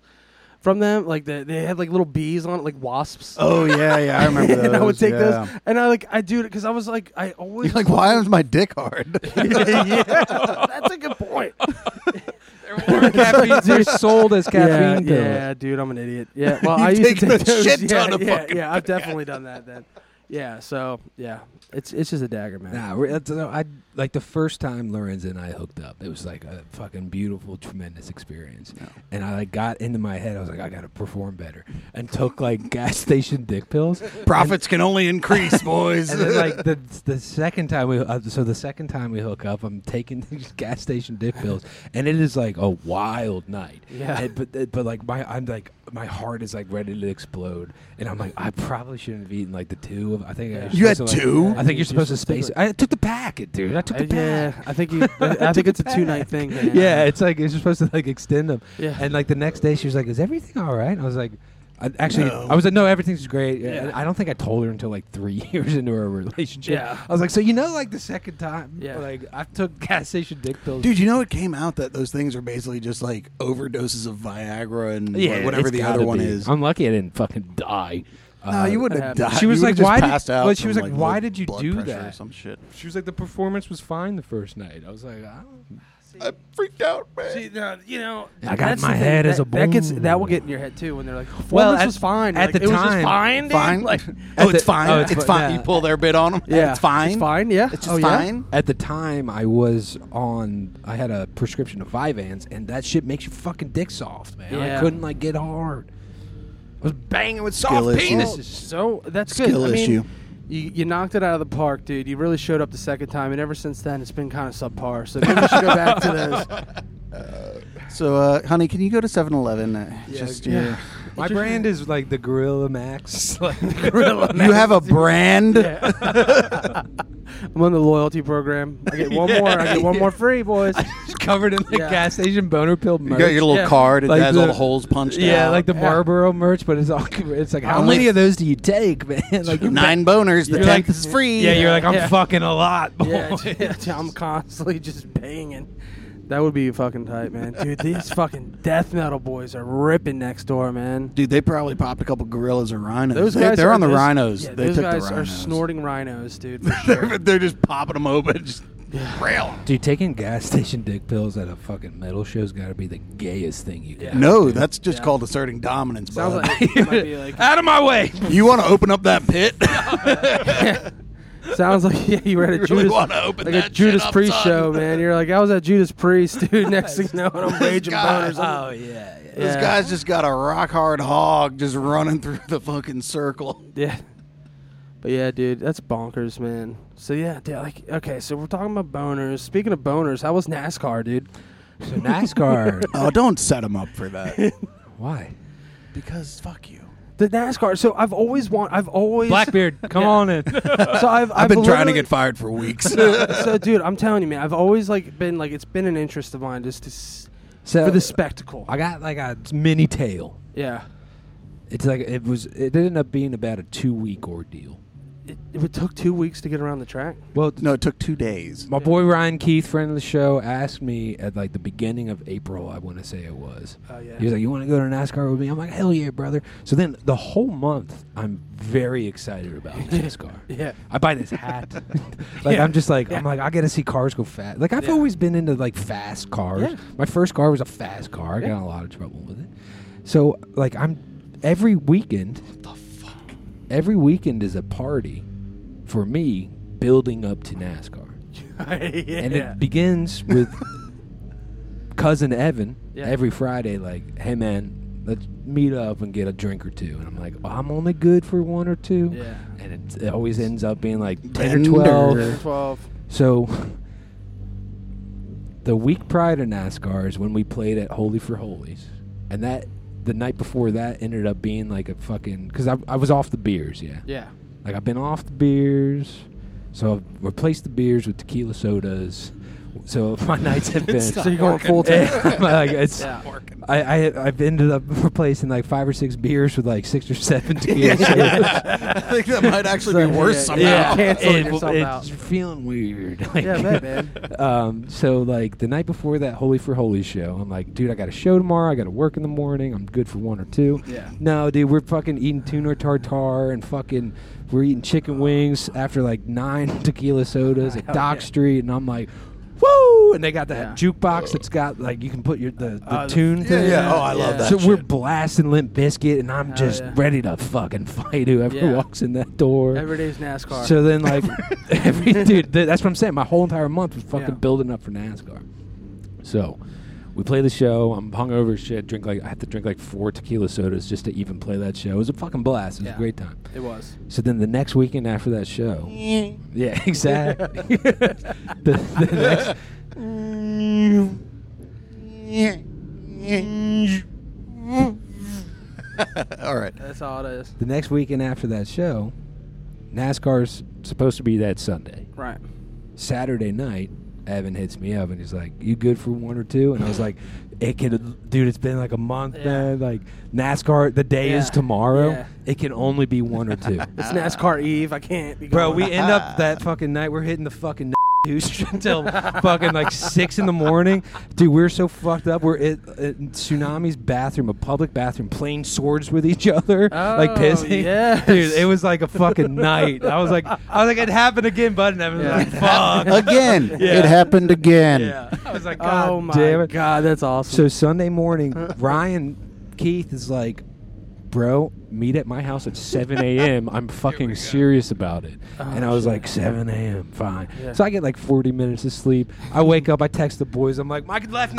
Speaker 1: from them. Like the, they had like little bees on it, like wasps.
Speaker 4: Oh yeah, yeah, I remember those.
Speaker 1: and I would take
Speaker 4: yeah.
Speaker 1: those, and I like I do it because I was like I always
Speaker 4: You're like, why is my dick hard?
Speaker 1: yeah, that's a good point.
Speaker 2: caffeine, they're sold as caffeine
Speaker 1: yeah,
Speaker 2: pills.
Speaker 1: yeah, dude, I'm an idiot. Yeah, well,
Speaker 4: You
Speaker 1: I used to
Speaker 4: take a
Speaker 1: take those.
Speaker 4: shit
Speaker 1: yeah,
Speaker 4: ton of
Speaker 1: yeah,
Speaker 4: fucking
Speaker 1: yeah, I've definitely done that then. Yeah, so yeah, it's it's just a dagger, man.
Speaker 2: Nah, we're, that's, uh, I like the first time Lorenz and I hooked up. It was like a fucking beautiful, tremendous experience. And I like got into my head. I was like, I gotta perform better, and took like gas station dick pills.
Speaker 4: Profits can only increase, boys.
Speaker 2: And then like the the second time we uh, so the second time we hook up, I'm taking these gas station dick pills, and it is like a wild night.
Speaker 1: Yeah.
Speaker 2: And- but but like my I'm like my heart is like ready to explode, and I'm like I probably shouldn't have eaten like the two. Of, I think I was
Speaker 4: You had
Speaker 2: supposed to, like-
Speaker 4: two?
Speaker 2: I think you're supposed to
Speaker 1: You're
Speaker 2: space.
Speaker 1: supposed
Speaker 2: it. I took the packet, dude. I took
Speaker 1: Uh,
Speaker 2: the
Speaker 1: yeah,
Speaker 2: pack.
Speaker 1: I think you, I think it's a two night thing. Man.
Speaker 2: Yeah, it's like it's supposed to like extend them.
Speaker 1: Yeah.
Speaker 2: And like the next day, she was like, "Is everything all right?" And I was like, I, "Actually,
Speaker 4: No.
Speaker 2: I was like, no, everything's great." And
Speaker 1: Yeah.
Speaker 2: I don't think I told her until like three years into our relationship.
Speaker 1: Yeah.
Speaker 2: I was like, "So you know, like the second time,
Speaker 1: Yeah.
Speaker 2: like I took gas station dick pills."
Speaker 4: Dude, you know it came out that those things are basically just like overdoses of Viagra and like, whatever
Speaker 2: it's
Speaker 4: the
Speaker 2: gotta
Speaker 4: other one
Speaker 2: be.
Speaker 4: is. Uh,
Speaker 2: I'm lucky I didn't fucking die. Uh,
Speaker 4: no, you wouldn't have
Speaker 1: that happens.
Speaker 4: died.
Speaker 2: She was
Speaker 4: You
Speaker 2: like,
Speaker 4: would've just
Speaker 2: why did-
Speaker 4: passed out
Speaker 2: but she
Speaker 4: from,
Speaker 2: was like, why
Speaker 4: low
Speaker 2: did you
Speaker 4: blood
Speaker 2: do
Speaker 4: pressure Or
Speaker 2: that?
Speaker 4: some shit.
Speaker 2: She was like, "The performance was fine the first night." I was like, "I don't."
Speaker 4: I freaked out, man.
Speaker 1: See, now, you know,
Speaker 2: I got
Speaker 1: that's the
Speaker 2: my
Speaker 1: thing,
Speaker 2: head as
Speaker 1: that-
Speaker 2: a
Speaker 1: That gets
Speaker 2: bone.
Speaker 1: that will get in your head too when they're like,
Speaker 2: Well,
Speaker 1: "Well,
Speaker 2: at-
Speaker 1: this was fine."
Speaker 2: at
Speaker 1: Like,
Speaker 2: the
Speaker 1: it was just
Speaker 2: time-
Speaker 1: fine, dude.
Speaker 4: fine.
Speaker 1: Like,
Speaker 4: oh,
Speaker 2: the-
Speaker 4: it's fine.
Speaker 2: oh, it's
Speaker 4: it's,
Speaker 2: fi-
Speaker 4: fine.
Speaker 2: yeah.
Speaker 4: You pull their bit on them.
Speaker 1: yeah,
Speaker 4: it's fine.
Speaker 1: It's fine. Yeah,
Speaker 4: It's just
Speaker 1: oh, yeah?
Speaker 4: fine.
Speaker 2: At the time, I was on. I had a prescription of Vyvanse, and that shit makes your fucking dick soft, man. I
Speaker 1: Yeah.
Speaker 2: couldn't like get hard. I was banging with soft
Speaker 4: Skill issue.
Speaker 2: penises.
Speaker 1: Well, Oh, so that's
Speaker 4: Skill
Speaker 1: good. I mean,
Speaker 4: issue.
Speaker 1: You, you knocked it out of the park, dude. You really showed up the second time, and ever since then, it's been kind of subpar. So maybe we should go back to those.
Speaker 4: So, uh, honey, can you go to 7 Eleven? Uh, just
Speaker 1: yeah.
Speaker 4: yeah.
Speaker 2: My brand is like the Gorilla Max. Like
Speaker 1: Gorilla
Speaker 4: You have a brand?
Speaker 1: I'm on the loyalty program. I get one more. I get one more free, boys.
Speaker 2: covered in the
Speaker 1: Yeah.
Speaker 2: gas station boner pill
Speaker 4: You
Speaker 2: merch.
Speaker 4: got your little
Speaker 1: Yeah.
Speaker 4: card. It
Speaker 2: Like
Speaker 4: has all
Speaker 2: the-
Speaker 4: the holes punched
Speaker 2: yeah,
Speaker 4: out.
Speaker 2: like the
Speaker 1: Yeah.
Speaker 2: Marlboro merch, but it's all. It's like how
Speaker 4: Only
Speaker 2: many
Speaker 4: f-
Speaker 2: of those do you take, man? Like you're
Speaker 4: nine boners. The
Speaker 2: You're like-
Speaker 4: tenth is free.
Speaker 2: Yeah, you're like I'm
Speaker 1: Yeah.
Speaker 4: Oh,
Speaker 2: fucking a lot. Boy.
Speaker 1: yeah, dude, I'm constantly just banging. That would be fucking tight, man. Dude, these fucking death metal boys are ripping next door, man.
Speaker 4: Dude, they probably popped a couple gorillas or rhinos.
Speaker 1: Those
Speaker 4: they,
Speaker 1: guys
Speaker 4: they're
Speaker 1: are-
Speaker 4: on the
Speaker 1: those-
Speaker 4: rhinos.
Speaker 1: yeah,
Speaker 4: they
Speaker 1: those
Speaker 4: took
Speaker 1: guys
Speaker 4: the
Speaker 1: are
Speaker 4: rhinos.
Speaker 1: snorting rhinos, dude. For sure.
Speaker 4: they're, they're just popping them open. Just rail 'em.
Speaker 2: Dude, taking gas station dick pills at a fucking metal show's got to be the gayest thing you can.
Speaker 1: Yeah.
Speaker 2: do,
Speaker 4: No,
Speaker 2: dude.
Speaker 4: that's just
Speaker 1: Yeah.
Speaker 4: called asserting dominance,
Speaker 1: Sounds
Speaker 4: bud.
Speaker 1: like it might be like
Speaker 2: out of my way.
Speaker 4: you want to open up that pit?
Speaker 1: sounds like yeah, you were at a
Speaker 4: You really
Speaker 1: Judas
Speaker 4: wanna open
Speaker 1: like
Speaker 4: that
Speaker 1: a
Speaker 4: shit
Speaker 1: Judas
Speaker 4: up,
Speaker 1: Priest
Speaker 4: son.
Speaker 1: show, man. You're like, I was at Judas Priest, dude. Next thing you know, I'm raging
Speaker 4: God.
Speaker 1: boners. Oh
Speaker 2: yeah, yeah.
Speaker 4: This
Speaker 1: yeah.
Speaker 4: guy's just got a rock hard hog just running through the fucking circle.
Speaker 1: Yeah. But yeah, dude, that's bonkers, man. So yeah, dude, like okay, so we're talking about boners. Speaking of boners, how was NASCAR, dude?
Speaker 2: So NASCAR.
Speaker 4: Oh, don't set him up for that.
Speaker 2: Why?
Speaker 4: because fuck you.
Speaker 1: The NASCAR. So I've always want. I've always
Speaker 2: Blackbeard, come
Speaker 1: Yeah.
Speaker 2: on in.
Speaker 1: So I've, I've,
Speaker 4: I've been trying to
Speaker 1: literally-
Speaker 4: get fired for weeks.
Speaker 1: so dude, I'm telling you, man, I've always like been like it's been an interest of mine just to s-
Speaker 2: so
Speaker 1: for the spectacle.
Speaker 2: I got like a mini tail.
Speaker 1: yeah,
Speaker 2: It's like it was. It ended up being about a two week ordeal.
Speaker 1: it, it took two weeks to get around the track.
Speaker 2: Well,
Speaker 4: no, it took two days.
Speaker 2: my boy Ryan Keith, friend of the show, asked me at like the beginning of April. I want to say it was.
Speaker 1: Oh yeah,
Speaker 2: He was like, "You want to go to NASCAR with me?" I'm like, "Hell yeah, brother!" So then the whole month, I'm very excited about NASCAR.
Speaker 1: yeah,
Speaker 2: I buy this hat. like
Speaker 1: Yeah.
Speaker 2: I'm just like
Speaker 1: Yeah.
Speaker 2: I'm like I gotta see cars go fast. Like I've
Speaker 1: Yeah.
Speaker 2: always been into like fast cars.
Speaker 1: Yeah.
Speaker 2: My first car was a fast car. I
Speaker 1: Yeah.
Speaker 2: got in a lot of trouble with it. So like I'm every weekend. Every weekend is a party for me building up to NASCAR, and
Speaker 1: yeah.
Speaker 2: it begins with cousin Evan
Speaker 1: Yeah.
Speaker 2: every Friday. Like, hey man, let's meet up and get a drink or two. And I'm like, well, I'm only good for one or two
Speaker 1: yeah.
Speaker 2: and it, it always ends up being like 10
Speaker 4: Bender.
Speaker 2: or 12
Speaker 1: Twelve.
Speaker 2: so the week prior to nascar is when we played at holy for holies and that the night before that ended up being like a fucking because I, I was off the beers yeah
Speaker 1: Yeah.
Speaker 2: like i've been off the beers so i've replaced the beers with tequila sodas so my nights have been
Speaker 1: So you're going full time.
Speaker 2: Yeah, like it's
Speaker 1: Yeah.
Speaker 2: I, I I've ended up replacing like five or six beers with like six or seven tequila sodas.
Speaker 4: I think that might actually
Speaker 1: So,
Speaker 4: be worse
Speaker 1: yeah,
Speaker 4: somehow.
Speaker 1: yeah. Canceling
Speaker 2: It-
Speaker 1: yourself
Speaker 2: it's
Speaker 1: out.
Speaker 2: feeling weird. Like,
Speaker 1: Yeah, I bet, man.
Speaker 2: um, so like the night before that Holy for Holy show, I'm like, dude, I got a show tomorrow. I got to work in the morning. I'm good for one or two.
Speaker 1: Yeah.
Speaker 2: No, dude, we're fucking eating tuna tartare and fucking we're eating chicken wings after like nine tequila sodas at Dock Street, and I'm like. Woo! And they got that
Speaker 1: Yeah.
Speaker 2: jukebox that's got like you can put your the, the
Speaker 1: Oh, the-
Speaker 2: tune
Speaker 4: Yeah,
Speaker 2: thing.
Speaker 4: yeah. Oh, I love
Speaker 1: Yeah.
Speaker 4: that.
Speaker 2: So we're
Speaker 4: shit.
Speaker 2: blasting Limp Biscuit, and I'm
Speaker 1: Hell
Speaker 2: just
Speaker 1: yeah.
Speaker 2: ready to fucking fight whoever
Speaker 1: Yeah.
Speaker 2: walks in that door.
Speaker 1: Every day's NASCAR.
Speaker 2: So then, like, every dude, th- that's what I'm saying. My whole entire month was fucking
Speaker 1: Yeah.
Speaker 2: building up for NASCAR. So we play the show. I'm hungover as shit. Drink like I had to drink like four tequila sodas just to even play that show. It was a fucking blast. It was
Speaker 1: Yeah.
Speaker 2: a great time.
Speaker 1: it was.
Speaker 2: So then the next weekend after that show, yeah, exactly. the, the next,
Speaker 4: All right.
Speaker 1: That's all it is.
Speaker 2: the next weekend after that show, NASCAR's supposed to be that Sunday.
Speaker 1: Right.
Speaker 2: Saturday night, Evan hits me up and he's like, "You good for one or two? And I was like, "It can, dude. It's been like a month,
Speaker 1: Yeah.
Speaker 2: man. Like NASCAR, the day
Speaker 1: Yeah.
Speaker 2: is tomorrow.
Speaker 1: Yeah.
Speaker 2: It can only be one or two,
Speaker 1: It's NASCAR Eve. I can't be.
Speaker 2: bro.
Speaker 1: going.
Speaker 2: We end up that fucking night. We're hitting the fucking douche until fucking like six in the morning, dude. We're so fucked up. We're at, at tsunami's bathroom, a public bathroom, playing swords with each other, like
Speaker 1: Oh,
Speaker 2: pissing,
Speaker 1: yes.
Speaker 2: dude. It was like a fucking night. I was like, I was like, it happened again, bud. And Evan was
Speaker 1: Yeah.
Speaker 2: like, fuck.
Speaker 4: Again.
Speaker 2: Yeah.
Speaker 4: It happened again.
Speaker 2: Yeah. I was like, God
Speaker 1: Oh my
Speaker 2: damn it.
Speaker 1: god, that's
Speaker 2: So
Speaker 1: awesome.
Speaker 2: Sunday morning, Ryan Keith is like, Bro, meet at my house at 7 a.m. I'm fucking serious about it. and I was like, 7 a.m., fine.
Speaker 1: Oh, Yeah.
Speaker 2: So I get like 40 minutes of sleep. I wake up, I text the boys. I'm like, Mike left.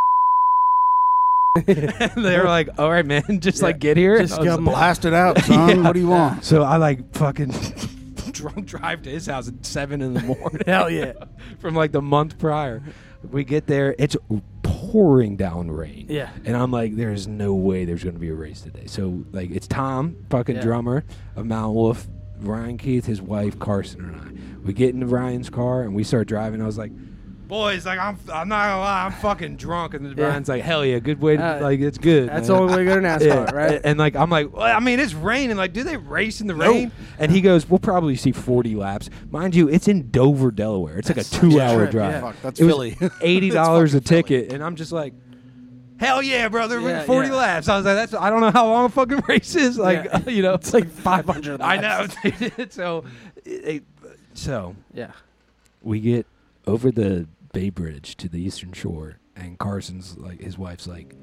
Speaker 2: and they were like, All right, man, just like get here.
Speaker 1: Just
Speaker 2: And I was
Speaker 1: come
Speaker 2: like-
Speaker 4: Blast it out, son. What do you want?
Speaker 2: so I like fucking drunk drive to his house at seven in the morning.
Speaker 1: Hell yeah.
Speaker 2: From like the month prior. We get there, it's pouring down rain.
Speaker 1: Yeah.
Speaker 2: And I'm like, there's no way there's gonna be a race today. So like it's Tom, fucking
Speaker 1: Yeah.
Speaker 2: drummer of Mount Wolf, Ryan Keith, his wife, Carson and I. We get into Ryan's car and we start driving. I was like, boys, like I'm, I'm not gonna lie, I'm fucking drunk. And Brian's like, hell yeah, good way to,
Speaker 1: Uh,
Speaker 2: like, it's good.
Speaker 1: That's the
Speaker 2: man.
Speaker 1: only way to go to NASCAR,
Speaker 2: Yeah.
Speaker 1: right?
Speaker 2: And like I'm like, well, I mean, it's raining. Like, do they race in the
Speaker 4: Nope.
Speaker 2: rain? And he goes, we'll probably see 40 laps, mind you. It's in Dover, Delaware. It's
Speaker 4: That's
Speaker 2: like
Speaker 4: such
Speaker 2: a
Speaker 4: a
Speaker 2: two-hour
Speaker 1: trip,
Speaker 2: drive.
Speaker 1: yeah.
Speaker 4: Fuck, that's
Speaker 2: It was
Speaker 4: Philly.
Speaker 2: Eighty
Speaker 4: It's
Speaker 2: dollars a
Speaker 4: fucking Philly.
Speaker 2: ticket, and I'm just like. Hell yeah, brother!
Speaker 1: Yeah,
Speaker 2: 40
Speaker 1: yeah.
Speaker 2: laps. I was like, "That's I don't know how long a fucking race is." Like,
Speaker 1: Yeah.
Speaker 2: you know,
Speaker 1: It's like 500.
Speaker 2: I know.
Speaker 1: laps.
Speaker 2: dude. so, it, it- so
Speaker 1: Yeah.
Speaker 2: we get over the Bay Bridge to the Eastern Shore, and Carson's like, his wife's like,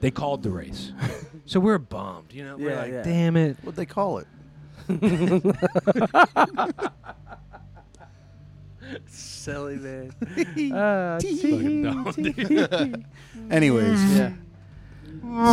Speaker 2: they called the race, so we're bummed. You know, we're
Speaker 1: Yeah,
Speaker 2: like,
Speaker 1: yeah.
Speaker 2: damn it.
Speaker 4: What'd they call it?
Speaker 1: Silly man. uh,
Speaker 2: Fucking dumb,
Speaker 4: Anyways,
Speaker 1: yeah.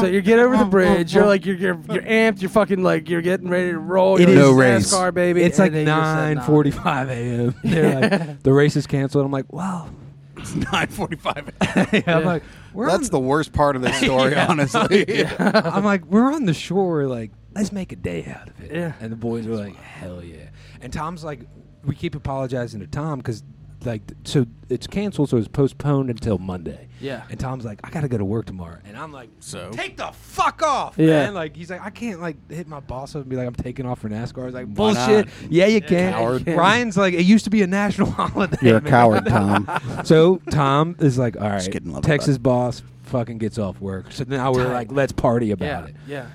Speaker 1: So you get over the bridge. You're like you're, you're you're amped. You're fucking like you're getting ready to roll.
Speaker 2: It
Speaker 1: you're
Speaker 2: is-
Speaker 1: like,
Speaker 2: No
Speaker 4: race.
Speaker 1: NASCAR, baby.
Speaker 2: It's
Speaker 1: and
Speaker 2: like
Speaker 1: they just said, nah.
Speaker 2: 9:45 a.m. They're like, the race is canceled. I'm like, wow.
Speaker 4: it's 9:45.
Speaker 2: I'm like, we're
Speaker 4: That's
Speaker 2: on,
Speaker 4: the worst part of this story, honestly.
Speaker 2: I'm like, we're on the shore. Like, let's make a day out of it.
Speaker 1: Yeah.
Speaker 2: And the boys are like, hell yeah. And Tom's like, we keep apologizing to Tom because, like, th- so it's canceled, so it's postponed until Monday.
Speaker 1: Yeah.
Speaker 2: And Tom's like, I gotta go to work tomorrow. And I'm like,
Speaker 4: So
Speaker 2: take the fuck off,
Speaker 1: Yeah.
Speaker 2: man. Like, he's like, I can't like hit my boss up and be like, I'm taking off for NASCAR. I was like,
Speaker 4: Why not?
Speaker 2: bullshit. Yeah, you can.
Speaker 4: coward.
Speaker 2: Ryan's like, it used to be a national holiday.
Speaker 4: You're a
Speaker 2: man."
Speaker 4: coward, Tom.
Speaker 2: So Tom is like, all right,
Speaker 4: kidding, love you,
Speaker 2: Texas boss fucking gets off work. So now we're
Speaker 1: Tight.
Speaker 2: like, let's party about
Speaker 1: Yeah.
Speaker 2: it.
Speaker 1: Yeah.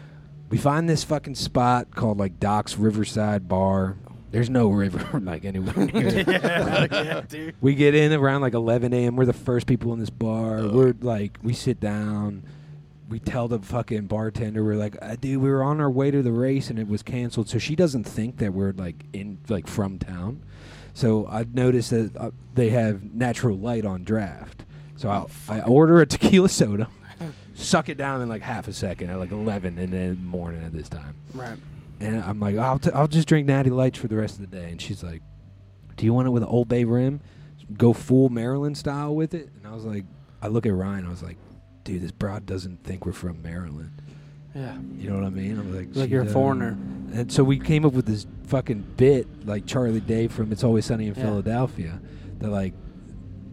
Speaker 2: We find this fucking spot called like Doc's Riverside Bar. There's no river like anywhere near. We get in around like 11 a.m. We're the first people in this bar. We're like, we sit down. We tell the fucking bartender, we're like, uh, dude, we were on our way to the race and it was canceled. So she doesn't think that we're like in, like from town. So I've noticed that uh, they have natural light on draft. So I, I order a tequila soda, suck it down in like half a second at like 11 in the morning at this time.
Speaker 1: Right.
Speaker 2: And I'm like, I'll, t- I'll just drink Natty Lights for the rest of the day. And she's like, Do you want it with an Old Bay rim? Go full Maryland style with it? And I was like, I look at Ryan. I was like, Dude, this broad doesn't think we're from Maryland.
Speaker 1: Yeah.
Speaker 2: You know what I mean? I'm like,
Speaker 1: Like
Speaker 2: "She
Speaker 1: you're a
Speaker 2: does."
Speaker 1: foreigner.
Speaker 2: And so we came up with this fucking bit, like Charlie Day from It's Always Sunny in
Speaker 1: Yeah.
Speaker 2: Philadelphia, that like,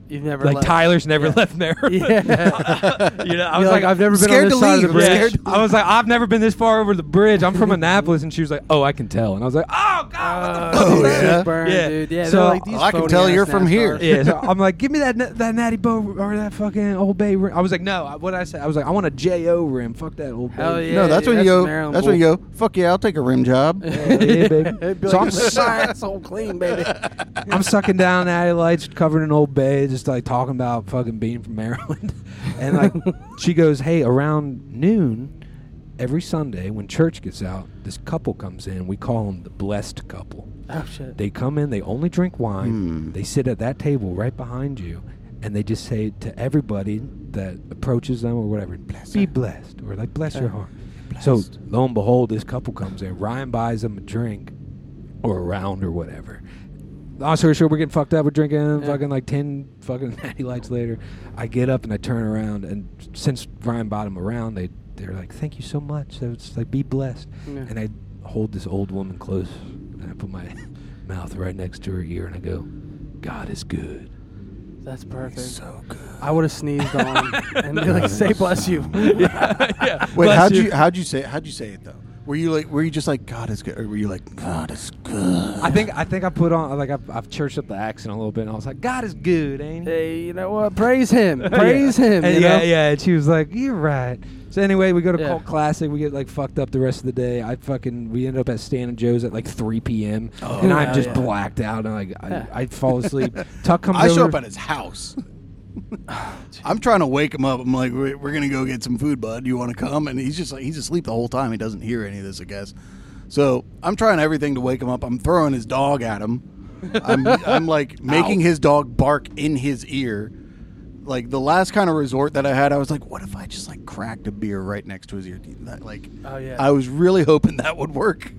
Speaker 1: You've never
Speaker 2: like
Speaker 1: left.
Speaker 2: Tyler's never
Speaker 1: Yeah.
Speaker 2: left Maryland.
Speaker 1: Yeah.
Speaker 2: you know, I
Speaker 1: You're
Speaker 2: was
Speaker 1: like,
Speaker 2: like,
Speaker 1: I've never been on
Speaker 4: scared
Speaker 1: this
Speaker 4: to
Speaker 1: side of
Speaker 4: leave.
Speaker 1: the bridge.
Speaker 4: Scared.
Speaker 2: I was like, I've never been this far over the bridge. I'm from Annapolis, and she was like, Oh, I can tell. And I was like, Oh
Speaker 1: uh."
Speaker 2: God, what the fuck?
Speaker 4: Oh,
Speaker 2: is that?"
Speaker 4: yeah.
Speaker 1: Burn,
Speaker 2: Yeah.
Speaker 1: dude. Yeah,
Speaker 2: So-
Speaker 1: they're like, these
Speaker 4: Well, I can
Speaker 1: phony
Speaker 4: tell
Speaker 1: ass
Speaker 4: you're from
Speaker 1: NASCAR.
Speaker 4: here.
Speaker 2: Yeah, so I'm like, give me that na- that natty bow or that fucking old bay rim. I was like, no, I- what did I say? I was like, I want a Jo rim. Fuck that old
Speaker 1: Hell
Speaker 2: bay.
Speaker 1: yeah.
Speaker 4: no, that's when you go.
Speaker 1: Maryland
Speaker 4: That's when you go. Fuck yeah, I'll take a rim job.
Speaker 2: Hell yeah, baby.
Speaker 1: It'd be
Speaker 2: so I'm,
Speaker 1: like,
Speaker 2: s-
Speaker 1: science so clean, baby.
Speaker 2: I'm sucking down natty lights, covered in old bay, just like talking about fucking being from Maryland. And like, she goes, hey, around noon every Sunday when church gets out, this couple comes in. We call them the blessed couple.
Speaker 1: Oh shit.
Speaker 2: They come in, they only drink wine. They sit at that table right behind you, and they just say to everybody that approaches them or whatever, be blessed, or like, bless
Speaker 1: Uh,
Speaker 2: your heart. So, lo and behold, this couple comes in. Ryan buys them a drink or a round or whatever. Long story short, we're getting fucked up. We're drinking
Speaker 1: Yeah.
Speaker 2: fucking like 10 fucking natty lights later. I get up and I turn around, and since Ryan bought them around, they, they're like, thank you so much. So it's like, be blessed.
Speaker 1: Yeah.
Speaker 2: And I hold this old woman close and I put my mouth right next to her ear and I go, God is good.
Speaker 1: That's perfect.
Speaker 4: So good.
Speaker 1: I would have sneezed on him and be like, "Say bless you."
Speaker 4: Wait,
Speaker 2: Bless
Speaker 4: how'd
Speaker 2: you.
Speaker 4: you. how'd you say how'd you say it though? Were you like were you just like God is good? Or were you like God is good?
Speaker 2: I think I think I put on like I've, I've churched up the accent a little bit and I was like, God is good, ain't he?
Speaker 1: hey, you know what? Praise him. Praise
Speaker 2: Yeah.
Speaker 1: him.
Speaker 2: And
Speaker 1: you
Speaker 2: yeah,
Speaker 1: know?
Speaker 2: yeah. And she was like, You're right. So anyway, we go to
Speaker 1: Yeah.
Speaker 2: Cult Classic. We get like fucked up the rest of the day. I fucking we end up at Stan and Joe's at like 3 p.m. and I'm
Speaker 1: Oh, Hell
Speaker 2: just
Speaker 1: yeah.
Speaker 2: blacked out and like
Speaker 1: Yeah.
Speaker 2: I, I fall asleep. Tuck comes
Speaker 4: I show
Speaker 2: over.
Speaker 4: up at his house. I'm trying to wake him up. I'm like, we're, we're gonna go get some food, bud. You want to come? And he's just like, he's asleep the whole time. He doesn't hear any of this, I guess. So I'm trying everything to wake him up. I'm throwing his dog at him. I'm, I'm like making his dog bark in his ear. Like the last kind of resort that I had, I was like, what if I just like cracked a beer right next to his ear? That, like,
Speaker 1: Oh, yeah.
Speaker 4: I was really hoping that would work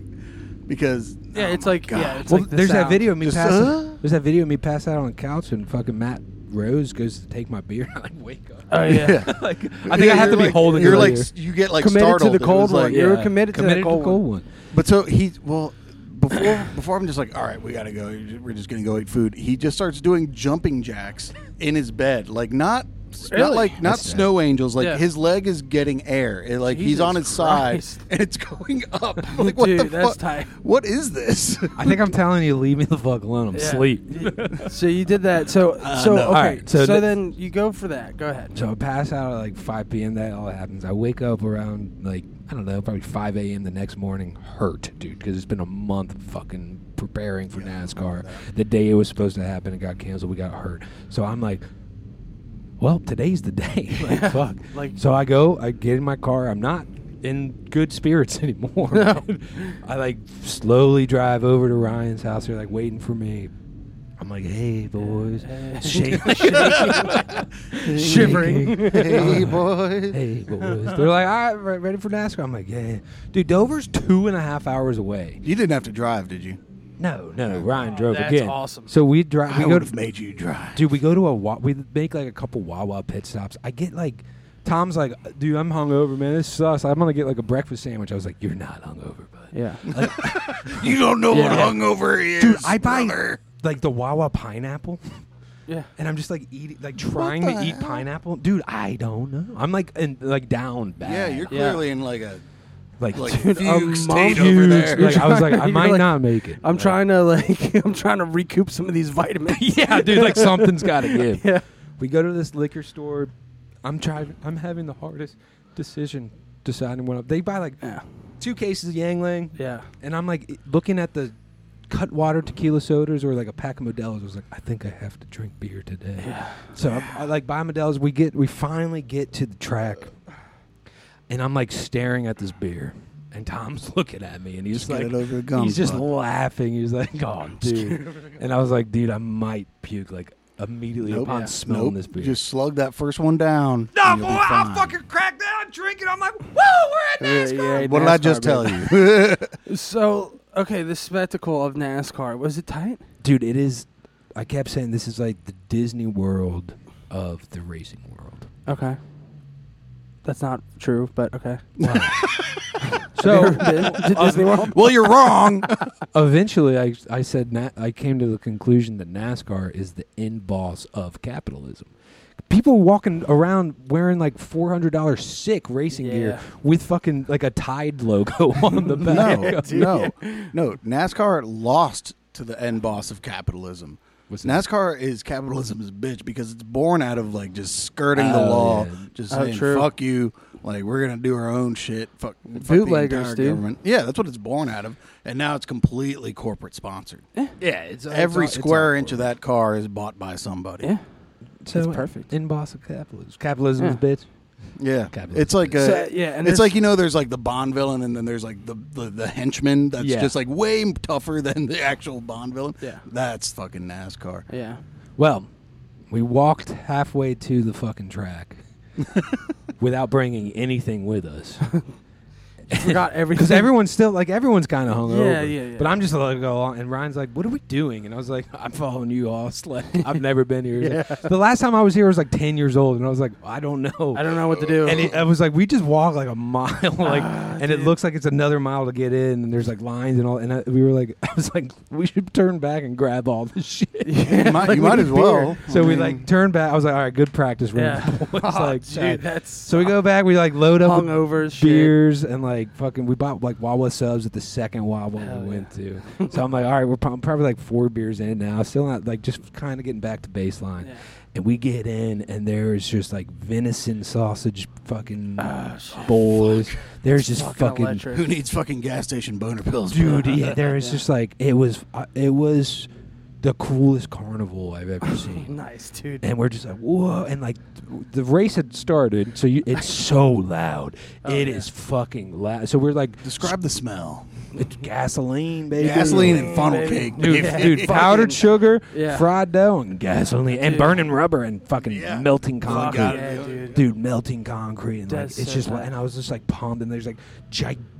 Speaker 4: because
Speaker 1: Yeah,
Speaker 4: oh
Speaker 1: it's
Speaker 4: my
Speaker 1: like- yeah,
Speaker 4: God.
Speaker 1: it's
Speaker 2: well,
Speaker 1: like the
Speaker 2: there's that
Speaker 1: sound.
Speaker 2: video of me
Speaker 4: Just,
Speaker 2: passing.
Speaker 4: uh?
Speaker 2: There's that video of me pass out on the couch and fucking Matt Rose goes to take my beer and I like wake up.
Speaker 1: Oh yeah.
Speaker 2: like I think I have to be
Speaker 4: You're like-
Speaker 2: holding.
Speaker 4: You're
Speaker 2: it
Speaker 4: like
Speaker 2: here.
Speaker 4: you get like
Speaker 1: Committed to
Speaker 4: startled.
Speaker 1: the
Speaker 4: It
Speaker 1: cold
Speaker 4: was
Speaker 1: one.
Speaker 4: like-
Speaker 1: You're committed to the cold one.
Speaker 4: But so he well, before before I'm just like, all right, we gotta go. We're just gonna go eat food. He just starts doing jumping jacks in his bed, like not. Not
Speaker 1: Really?
Speaker 4: like not
Speaker 2: That's
Speaker 4: snow angels. Like
Speaker 1: Yeah.
Speaker 4: his leg is getting air. It, like he's
Speaker 1: Jesus
Speaker 4: on his
Speaker 1: Christ.
Speaker 4: side and it's going up. Like what the
Speaker 1: Dude, that's
Speaker 4: fuck?
Speaker 1: tight.
Speaker 4: What is this?
Speaker 2: I think I'm telling you, leave me the fuck alone. I'm
Speaker 1: Yeah.
Speaker 2: asleep.
Speaker 1: so you did that. So so
Speaker 2: Uh, no,
Speaker 1: okay.
Speaker 2: all right,
Speaker 1: so
Speaker 2: so th-
Speaker 1: then you go for that. Go ahead.
Speaker 2: So I pass out at like 5 p.m. That all happens. I wake up around like I don't know, probably 5 a.m. the next morning, hurt, dude, because it's been a month fucking preparing for NASCAR. The day it was supposed to happen, it got canceled. We got hurt. So I'm like, well, today's the day. like fuck.
Speaker 1: Like-
Speaker 2: so I go, I get in my car. I'm not in good spirits anymore. I like slowly drive over to Ryan's house. They're like waiting for me. I'm like, hey boys, shake,
Speaker 1: Shivering.
Speaker 4: hey boy.
Speaker 2: Hey, boys. They're like, all right, re- ready for NASCAR? I'm like, yeah, yeah. Dude, Dover's two and a half hours away.
Speaker 4: You didn't have to drive, did you?
Speaker 2: No, no, Ryan drove
Speaker 1: that's
Speaker 2: again.
Speaker 1: awesome.
Speaker 2: So we drive.
Speaker 4: I
Speaker 2: We go
Speaker 4: would have
Speaker 2: to,
Speaker 4: made you drive.
Speaker 2: dude, we go to a wa- we make like a couple Wawa pit stops. I get like, Tom's like, dude, I'm hungover, man. This sucks. I'm gonna get like a breakfast sandwich. I was like, you're not hungover, bud.
Speaker 1: Yeah.
Speaker 4: You don't know what
Speaker 2: Yeah.
Speaker 4: hungover is.
Speaker 2: Dude, I buy
Speaker 4: brother.
Speaker 2: like the Wawa pineapple.
Speaker 1: Yeah.
Speaker 2: And I'm just like eating, like trying to
Speaker 4: the
Speaker 2: eat
Speaker 4: hell?
Speaker 2: pineapple, dude. I don't know. I'm like, in, like down bad.
Speaker 4: Yeah, you're
Speaker 1: Yeah.
Speaker 4: clearly in like a
Speaker 2: like,
Speaker 4: like
Speaker 2: dude, oh,
Speaker 1: a
Speaker 4: fugue state
Speaker 1: monk-
Speaker 4: over
Speaker 2: huge.
Speaker 4: there.
Speaker 2: Like I was like, I
Speaker 1: You're
Speaker 2: might
Speaker 1: like-
Speaker 2: not make it.
Speaker 1: I'm trying to like I'm trying to recoup some of these vitamins.
Speaker 2: yeah, dude, like something's got to give.
Speaker 1: Yeah.
Speaker 2: We go to this liquor store. I'm trying. I'm having the hardest decision deciding what up. They buy like
Speaker 1: Yeah.
Speaker 2: two cases of Yang Lang,
Speaker 1: Yeah.
Speaker 2: and I'm like looking at the Cutwater tequila sodas or like a pack of Modelo's. I was like, I think I have to drink beer today. So I'm, I like buy Modelo's. We get. We finally get to the track, and I'm like staring at this beer. And Tom's looking at me, and he's
Speaker 4: get
Speaker 2: like,
Speaker 4: it over the gum,
Speaker 2: he's just
Speaker 4: bud.
Speaker 2: laughing. He's like, "Oh, dude," and I was like, "Dude, I might puke like immediately
Speaker 4: Nope.
Speaker 2: upon
Speaker 4: Yeah.
Speaker 2: smelling
Speaker 4: nope.
Speaker 2: this beer."
Speaker 4: Just slug that first one down.
Speaker 2: no,
Speaker 4: and
Speaker 2: boy,
Speaker 4: you'll be
Speaker 2: I'll
Speaker 4: fine.
Speaker 2: fucking crack down, drink it. I'm like, "Woo, we're at NASCAR."
Speaker 4: What did I just tell you?
Speaker 1: So okay, the spectacle of NASCAR was it tight?
Speaker 2: dude. It is. I kept saying this is like the Disney World of the racing world.
Speaker 1: Okay. That's not true, but okay.
Speaker 2: So
Speaker 1: to Disney World.
Speaker 4: well, you're wrong.
Speaker 2: eventually, I I said na- I came to the conclusion that NASCAR is the end boss of capitalism. People walking around wearing like four hundred dollar sick racing gear
Speaker 1: Yeah.
Speaker 2: with fucking like a Tide logo on the back.
Speaker 4: no, no, no. NASCAR lost to the end boss of capitalism.
Speaker 2: What's that?
Speaker 4: NASCAR is capitalism's bitch because it's born out of like just skirting the
Speaker 2: Oh,
Speaker 4: law,
Speaker 2: yeah.
Speaker 4: just
Speaker 1: Oh,
Speaker 4: saying
Speaker 1: true.
Speaker 4: "fuck you," like we're gonna do our own shit. Fuck, fuck the
Speaker 1: Bootleggers,
Speaker 4: entire
Speaker 1: dude.
Speaker 4: government. Yeah, that's what it's born out of, and now it's completely corporate sponsored.
Speaker 2: Yeah, it's
Speaker 4: Every square inch of that car is bought by somebody.
Speaker 1: Yeah.
Speaker 2: So
Speaker 1: It's perfect.
Speaker 2: End boss of capitalism. Capitalism,
Speaker 1: Yeah.
Speaker 2: bitch.
Speaker 4: Yeah,
Speaker 2: Capitalism.
Speaker 4: it's like a,
Speaker 1: So, yeah, and
Speaker 4: it's
Speaker 1: there's-
Speaker 4: like you know, there's like the Bond villain, and then there's like the the, the henchman that's
Speaker 2: Yeah.
Speaker 4: just like way tougher than the actual Bond villain.
Speaker 1: Yeah.
Speaker 4: that's fucking NASCAR.
Speaker 1: Yeah.
Speaker 2: Well, we walked halfway to the fucking track without bringing anything with us.
Speaker 1: Forgot everything.
Speaker 2: Because everyone's still like everyone's kind of hungover.
Speaker 1: Yeah, yeah, yeah.
Speaker 2: But I'm just like go along, and Ryan's like, "What are we doing?" And I was like, "I'm following you, Oz. Like I've never been here." He's like, the last time I was here was like ten years old, and I was like, "I don't know."
Speaker 1: I don't know Ah, what to do.
Speaker 2: and it, I was like, "We just walk like a mile, like, and it looks like it's another mile to get in, and there's like lines and all." And I, we were like, "I was like, we should turn back and grab all this shit."
Speaker 4: You might,
Speaker 2: Like,
Speaker 4: you
Speaker 2: we
Speaker 4: might
Speaker 2: need
Speaker 4: as well.
Speaker 2: beer. So
Speaker 4: I
Speaker 2: we
Speaker 4: mean,
Speaker 2: like turned back. I was like, "All right, good practice room."
Speaker 1: Yeah. Oh,
Speaker 2: boys." like,
Speaker 1: dude, that's
Speaker 2: so we go back. We like load up with
Speaker 1: hungover as shit.
Speaker 2: beers and like fucking we bought like Wawa subs at the second Wawa
Speaker 1: Hell
Speaker 2: we went to. so I'm like, all right, we're prob- probably like four beers in now, still not like just kind of getting back to baseline.
Speaker 1: Yeah.
Speaker 2: And we get in, and there is just like venison sausage fucking
Speaker 1: Ah, shit.
Speaker 2: bowls. There's just
Speaker 1: Fucking
Speaker 2: fucking.
Speaker 1: electric.
Speaker 4: who needs fucking gas station boner pills, bro?
Speaker 2: Dude, yeah, there is
Speaker 1: Yeah.
Speaker 2: just like it was. Uh, it was the coolest carnival I've ever seen.
Speaker 1: Nice, dude.
Speaker 2: and we're just like whoa and like the race had started so you it's so loud It
Speaker 1: Oh,
Speaker 2: is
Speaker 1: yeah.
Speaker 2: fucking loud so we're like
Speaker 4: Describe the smell.
Speaker 2: it's gasoline baby
Speaker 4: Gasoline and funnel
Speaker 1: Baby.
Speaker 4: cake,
Speaker 2: dude,
Speaker 4: If-
Speaker 2: dude
Speaker 4: if-
Speaker 2: powdered sugar
Speaker 1: Yeah.
Speaker 2: fried dough and gasoline and
Speaker 1: Dude.
Speaker 2: burning rubber and fucking
Speaker 4: Yeah.
Speaker 2: melting
Speaker 4: Fuck
Speaker 2: concrete
Speaker 4: yeah,
Speaker 1: dude.
Speaker 2: dude melting concrete and
Speaker 1: That's
Speaker 2: like it's
Speaker 1: so
Speaker 2: just
Speaker 1: tight.
Speaker 2: and I was just like pumped and there's like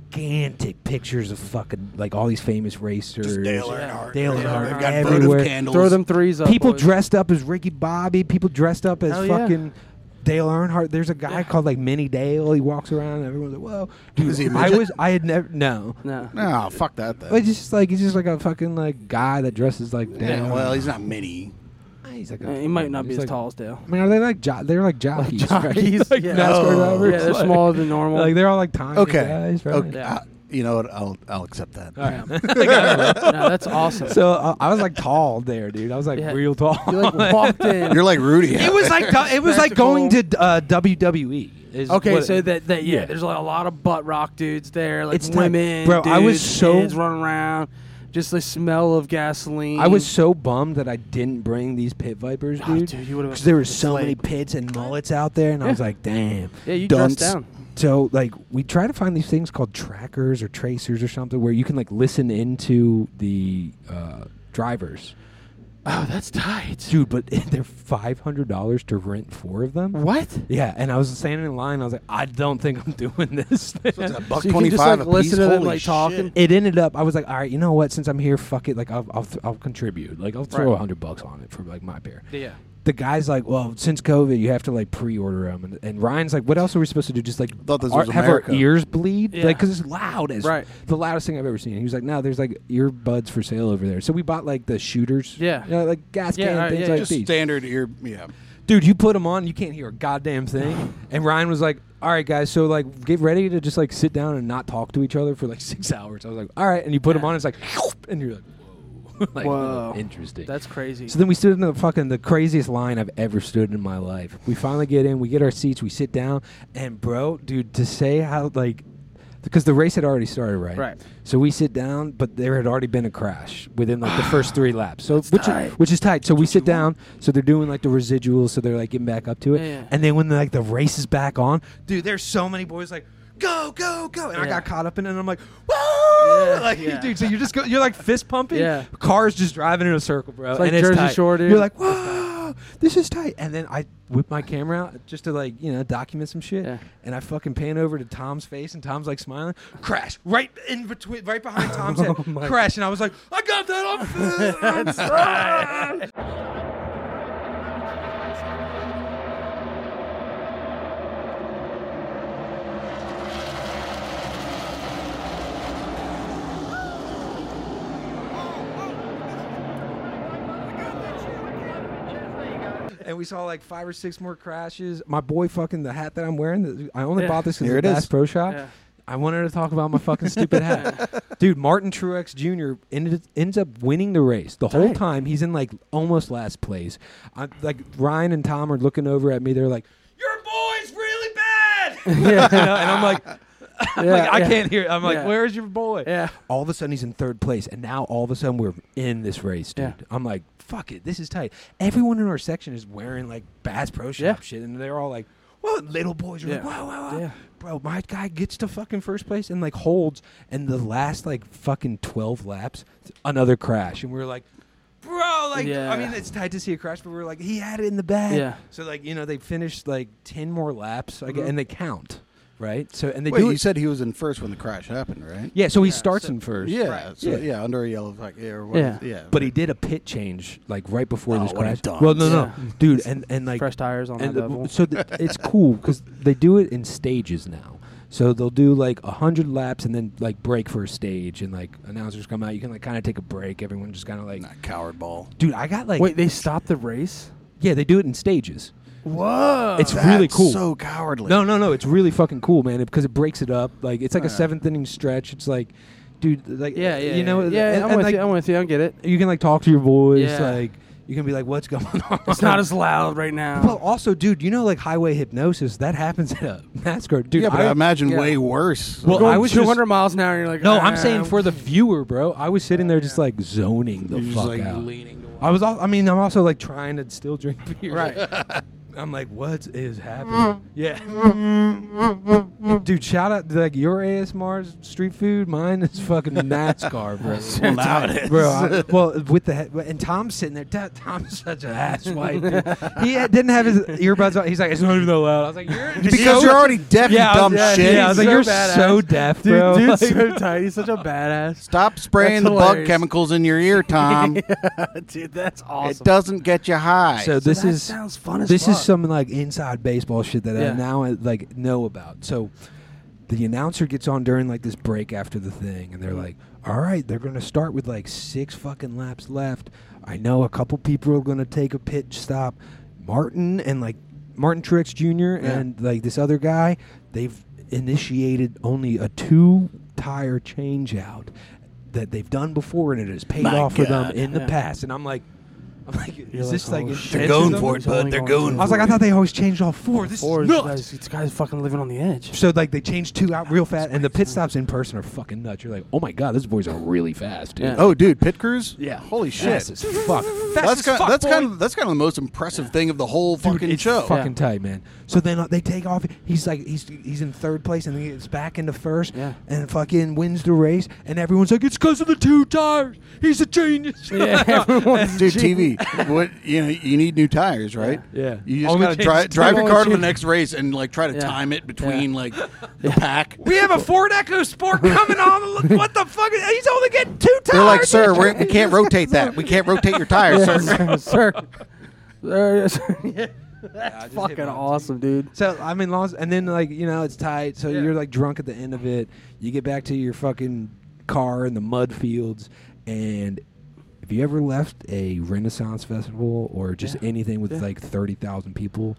Speaker 2: gigantic pictures of fucking like all these famous racers
Speaker 4: Just Dale
Speaker 1: Yeah.
Speaker 4: Earnhardt.
Speaker 2: Dale
Speaker 4: They've
Speaker 1: Earnhardt
Speaker 4: got votive
Speaker 2: everywhere.
Speaker 4: candles.
Speaker 1: Throw them threes up.
Speaker 2: People
Speaker 1: boys.
Speaker 2: dressed up as Ricky Bobby. People dressed up as
Speaker 1: Hell yeah.
Speaker 2: fucking Dale Earnhardt. There's a guy called like Mini Dale. He walks around. and Everyone's like, "Whoa!" Dude,
Speaker 4: Is he a
Speaker 2: I
Speaker 4: midget?
Speaker 2: was. I had never. No.
Speaker 1: No.
Speaker 4: No, fuck that.
Speaker 2: Well,
Speaker 4: Then.
Speaker 2: He's just like he's just like a fucking like guy that dresses like Dale.
Speaker 4: Yeah, well, he's not mini.
Speaker 2: he's like
Speaker 1: Yeah,
Speaker 2: a,
Speaker 1: he might not be
Speaker 2: he's
Speaker 1: as
Speaker 2: like-
Speaker 1: tall as Dale.
Speaker 2: I mean, are they like jo- they're like jockeys? Oh,
Speaker 1: jockeys,
Speaker 2: right? like
Speaker 1: yeah.
Speaker 2: NASCAR
Speaker 4: No.
Speaker 2: drivers.
Speaker 1: Yeah, they're
Speaker 2: like,
Speaker 1: smaller than normal.
Speaker 2: Like they're all like tiny
Speaker 4: Okay.
Speaker 2: guys, right?
Speaker 4: okay.
Speaker 1: Yeah.
Speaker 4: I- you know what? I'll I'll accept that.
Speaker 2: All right.
Speaker 1: no, that's awesome.
Speaker 2: So uh, I was like tall there, dude. I was like
Speaker 1: Yeah.
Speaker 2: real tall.
Speaker 1: you like walked in.
Speaker 4: You're like Rudy.
Speaker 2: it was like it was like going to uh, WWE. is
Speaker 1: Okay,
Speaker 2: what-
Speaker 1: so that that yeah,
Speaker 2: yeah.
Speaker 1: there's like a lot of butt rock dudes there, like
Speaker 2: It's not-
Speaker 1: women,
Speaker 2: bro, I was
Speaker 1: dudes,
Speaker 2: so-
Speaker 1: kids running around, just the smell of gasoline.
Speaker 2: I was so bummed that I didn't bring these pit vipers,
Speaker 1: Oh,
Speaker 2: Ah, dude.
Speaker 1: dude, you would've-
Speaker 2: because there were so
Speaker 1: it's
Speaker 2: many
Speaker 1: like-
Speaker 2: pits and mullets out there, and I was like, damn.
Speaker 1: yeah, you dressed
Speaker 4: dunce.
Speaker 1: down.
Speaker 2: So like we try to find these things called trackers or tracers or something where you can like listen into the uh, drivers,
Speaker 1: Oh, that's tight.
Speaker 2: dude. But they're five hundred dollars to rent four of them.
Speaker 1: What?
Speaker 2: Yeah, and I was standing in line. I was like, I don't think I'm doing this.
Speaker 4: It's a buck
Speaker 1: So you can
Speaker 4: twenty
Speaker 1: just,
Speaker 4: five
Speaker 1: like,
Speaker 4: a piece.
Speaker 1: listen to them,
Speaker 4: Holy
Speaker 1: like, talking?
Speaker 4: shit.
Speaker 2: it ended up i was like all right you know what since i'm here fuck it like i'll i'll, th- I'll contribute like i'll throw a
Speaker 1: Right.
Speaker 2: 100 bucks on it for like my beer
Speaker 1: Yeah.
Speaker 2: the guy's like well since covid you have to like pre-order them and, and ryan's like what else are we supposed to do just like
Speaker 4: Thought this
Speaker 2: our-
Speaker 4: was
Speaker 2: have our
Speaker 4: America.
Speaker 2: ears bleed
Speaker 1: Yeah.
Speaker 2: like because it's loud as
Speaker 1: Right.
Speaker 2: the loudest thing i've ever seen he was like no there's like earbuds for sale over there so we bought like the shooters
Speaker 1: Yeah.
Speaker 2: you know, like gas
Speaker 1: Yeah,
Speaker 2: can
Speaker 1: all right,
Speaker 2: things
Speaker 1: yeah,
Speaker 2: like
Speaker 4: Just
Speaker 2: these
Speaker 4: standard ear. Yeah.
Speaker 2: dude, you put them on, you can't hear a goddamn thing. And Ryan was like, "All right, guys, so like, get ready to just like sit down and not talk to each other for like six hours." I was like, "All right," and you put them on, it's like, and you're like, "Whoa, like,
Speaker 1: Whoa.
Speaker 2: interesting."
Speaker 1: That's crazy.
Speaker 2: so then we stood in the fucking the craziest line I've ever stood in my life. We finally get in, we get our seats, we sit down, and bro, dude, to say how like because the race had already started, right?
Speaker 1: Right.
Speaker 2: So we sit down, but there had already been a crash within like the first three laps. So
Speaker 1: That's
Speaker 2: which
Speaker 1: tight.
Speaker 2: which is tight. So we sit down. So they're doing like the residuals. So they're like getting back up to it.
Speaker 1: Yeah, yeah.
Speaker 2: And then when like the race is back on, dude, there's so many boys like go go go, and I
Speaker 1: Yeah.
Speaker 2: got caught up in it. and I'm like whoa,
Speaker 1: Yeah,
Speaker 2: like
Speaker 1: yeah.
Speaker 2: dude. So you're just go, you're like fist pumping.
Speaker 1: Yeah.
Speaker 2: Cars just driving in a circle, bro.
Speaker 1: It's like
Speaker 2: and
Speaker 1: Jersey
Speaker 2: tight.
Speaker 1: Shore, dude.
Speaker 2: You're like whoa, this is tight. And then I whip my camera out just to like you know document some shit.
Speaker 1: Yeah.
Speaker 2: And I fucking pan over to Tom's face, and Tom's like smiling. Crash right in between, right behind Tom's
Speaker 1: Oh
Speaker 2: head. Crash, and I was like, I got that on film. and we saw like five or six more crashes. My boy, fucking the hat that I'm wearing, that- I only
Speaker 1: Yeah.
Speaker 2: bought this
Speaker 4: Here
Speaker 2: because
Speaker 4: it
Speaker 2: the Bass
Speaker 4: is.
Speaker 2: Pro Shop.
Speaker 1: Yeah.
Speaker 2: I wanted to talk about my fucking stupid hat, dude. Martin Truex Jr. Ended, ends up winning the race. The whole
Speaker 1: Dang.
Speaker 2: time he's in like almost last place. I, like Ryan and Tom are looking over at me. They're like, "Your boy's really bad," You know, and I'm like, I'm like, I
Speaker 1: yeah.
Speaker 2: can't hear. I'm like,
Speaker 1: Yeah.
Speaker 2: "Where's your boy?"
Speaker 1: Yeah.
Speaker 2: all of a sudden he's in third place, and now all of a sudden we're in this race, dude.
Speaker 1: Yeah.
Speaker 2: I'm like, fuck it, this is tight. Everyone in our section is wearing like Bass Pro Shop
Speaker 1: Yeah.
Speaker 2: shit, and they're all like, "Whoa, little boys!" Are
Speaker 1: Yeah.
Speaker 2: like, "Whoa, whoa, whoa!"
Speaker 1: Yeah.
Speaker 2: Bro, my guy gets to fucking first place and like holds, and the last like fucking twelve laps, another crash, and we're like. Bro, like, I
Speaker 1: Yeah.
Speaker 2: mean, it's tight to see a crash, but we're like, he had it in the bag.
Speaker 1: Yeah. Mm-hmm.
Speaker 2: So, like, you know, they finished like 10 more laps, I gue- and they count, right? So, and they
Speaker 4: Wait,
Speaker 2: do.
Speaker 4: you
Speaker 2: it-
Speaker 4: said he was in first when the crash happened, right?
Speaker 2: yeah, so he
Speaker 1: Yeah,
Speaker 2: starts
Speaker 1: so-
Speaker 2: in first.
Speaker 4: Yeah.
Speaker 1: Right.
Speaker 4: So,
Speaker 2: Yeah.
Speaker 4: yeah. Under a yellow flag. Yeah. Or what,
Speaker 1: Yeah.
Speaker 4: yeah. yeah.
Speaker 2: But he did a pit change like right before
Speaker 4: Oh,
Speaker 2: this
Speaker 4: what a
Speaker 2: crash.
Speaker 4: dunce.
Speaker 2: Well, no, no,
Speaker 1: Yeah.
Speaker 2: dude, and and like
Speaker 1: Fresh tires on that
Speaker 2: and the-
Speaker 1: level.
Speaker 2: so th- it's cool because they do it in stages now. So they'll do like a hundred laps and then like break for a stage and like announcers come out. You can like kind of take a break. Everyone just kind of like,
Speaker 4: Not coward ball.
Speaker 2: dude, I got like,
Speaker 1: Wait, they stopped the race?
Speaker 2: yeah, they do it in stages.
Speaker 4: Whoa.
Speaker 2: It's really cool.
Speaker 4: So cowardly.
Speaker 2: No, no, no. It's really fucking cool, man. Because it breaks it up. Like it's like a
Speaker 4: Alright.
Speaker 2: seventh inning stretch. It's like, dude, like you know,
Speaker 1: yeah.
Speaker 2: and-
Speaker 1: I'm
Speaker 2: and,
Speaker 1: with
Speaker 2: like,
Speaker 1: you. I'm with you. I get it.
Speaker 2: you can like talk to your boys.
Speaker 1: Yeah.
Speaker 2: Like you can be like, what's going on?
Speaker 1: It's not as loud right
Speaker 2: Well,
Speaker 1: now.
Speaker 2: also, dude, you know, like highway hypnosis, that happens at a NASCAR, dude.
Speaker 4: Yeah, but I,
Speaker 2: I-
Speaker 4: imagine
Speaker 1: yeah.
Speaker 4: way worse.
Speaker 2: Well,
Speaker 1: Going
Speaker 2: I was
Speaker 1: 200
Speaker 2: just-
Speaker 1: miles an hour, and you're like,
Speaker 2: no,
Speaker 1: "Ah."
Speaker 2: I'm saying
Speaker 4: Um,
Speaker 2: for the viewer, bro. I was sitting there just like zoning the
Speaker 4: You're just,
Speaker 2: fuck
Speaker 4: like,
Speaker 2: out.
Speaker 4: leaning to
Speaker 2: I was, all, I mean, I'm also like trying to still drink beer.
Speaker 1: right.
Speaker 2: I'm like, what is happening? yeah. Dude, shout out to like your ASMR's street food. Mine is fucking NASCAR, bro.
Speaker 4: Well, now it is.
Speaker 2: Bro, I, well, with the head, and Tom's sitting there. Dad, Tom's such an asswipe. Dude. He had, didn't have his earbuds on. He's like, it's not even that loud. I was like, you're
Speaker 4: because
Speaker 2: so-
Speaker 4: you're already deaf,
Speaker 2: yeah,
Speaker 4: you
Speaker 2: I was-
Speaker 4: dumb
Speaker 2: yeah,
Speaker 4: shit.
Speaker 2: Yeah, I was like,
Speaker 1: So
Speaker 2: you're
Speaker 1: badass.
Speaker 2: so deaf,
Speaker 1: Dude,
Speaker 2: bro.
Speaker 1: dude's
Speaker 2: Like,
Speaker 1: so tight. He's such a badass.
Speaker 4: Stop
Speaker 1: That's
Speaker 4: spraying the bug
Speaker 1: hilarious.
Speaker 4: chemicals in your ear, Tom.
Speaker 1: Dude, that's
Speaker 4: It doesn't get you high.
Speaker 2: so this
Speaker 1: that
Speaker 2: is
Speaker 1: sounds fun as
Speaker 2: this
Speaker 1: fuck.
Speaker 2: is some like inside baseball shit that
Speaker 1: Yeah.
Speaker 2: I now uh, like know about. So the announcer gets on during like this break after the thing, and they're like, "All right, they're gonna start with like six fucking laps left. I know a couple people are gonna take a pit stop. Martin and like Martin Trix Jr. and like this other guy, they've initiated only a two tire change out that they've done before, and it has paid
Speaker 4: My
Speaker 2: off for them
Speaker 4: God.
Speaker 2: in the
Speaker 1: Yeah.
Speaker 2: past. And I'm like. I'm like, is
Speaker 1: like,
Speaker 2: this like
Speaker 1: "Oh, shit."
Speaker 2: intentional?
Speaker 4: going for it,
Speaker 1: It's only
Speaker 4: bud. They're going
Speaker 2: I was like, I thought they always changed all four. This
Speaker 1: Four
Speaker 2: is
Speaker 1: is
Speaker 2: nuts.
Speaker 1: guys, these guys fucking living on the edge.
Speaker 2: So like they changed two out real fast, and the pit stops in person are fucking nuts. You're like, oh my god, those boys are really fast, dude.
Speaker 1: Yeah.
Speaker 4: oh, dude, pit crews?
Speaker 2: Yeah.
Speaker 4: Holy shit.
Speaker 2: Fast as fuck.
Speaker 4: that's
Speaker 2: as
Speaker 4: kind,
Speaker 2: fuck,
Speaker 4: that's
Speaker 2: boy.
Speaker 4: kind of that's kind of the most impressive thing of the whole
Speaker 2: Dude,
Speaker 4: fucking
Speaker 2: it's
Speaker 4: show.
Speaker 2: Fucking tight, man. So then uh, they take off. He's like, he's he's in third place, and then he gets back into first,
Speaker 1: Yeah.
Speaker 2: and fucking wins the race. And everyone's like, it's because of the two tires. He's a genius.
Speaker 1: Yeah, everyone's
Speaker 4: Dude, TV. What you know, you need new tires, right?
Speaker 2: Yeah.
Speaker 4: You just
Speaker 2: Only
Speaker 4: gotta
Speaker 2: change
Speaker 4: drive
Speaker 2: the
Speaker 4: drive your
Speaker 2: tires.
Speaker 4: car to the next race and like try to
Speaker 1: Yeah.
Speaker 4: time it between like the pack.
Speaker 2: We have a Ford EcoSport coming on. Look, What the fuck? is- He's only getting two tires.
Speaker 4: They're like, sir, we're, we can't rotate that. We can't rotate your tires,
Speaker 1: Yeah,
Speaker 4: sir.
Speaker 1: sir. sir. Sir, sir. Yeah,
Speaker 3: I just
Speaker 1: That's
Speaker 3: hit
Speaker 1: fucking
Speaker 3: my-
Speaker 1: awesome, dude.
Speaker 2: So I'm in Los, and then like you know it's tight. So
Speaker 3: Yeah.
Speaker 2: you're like drunk at the end of it. You get back to your fucking car in the mud fields, and if you ever left a Renaissance festival or just
Speaker 1: Yeah.
Speaker 2: anything with
Speaker 1: Yeah.
Speaker 2: like thirty thousand people,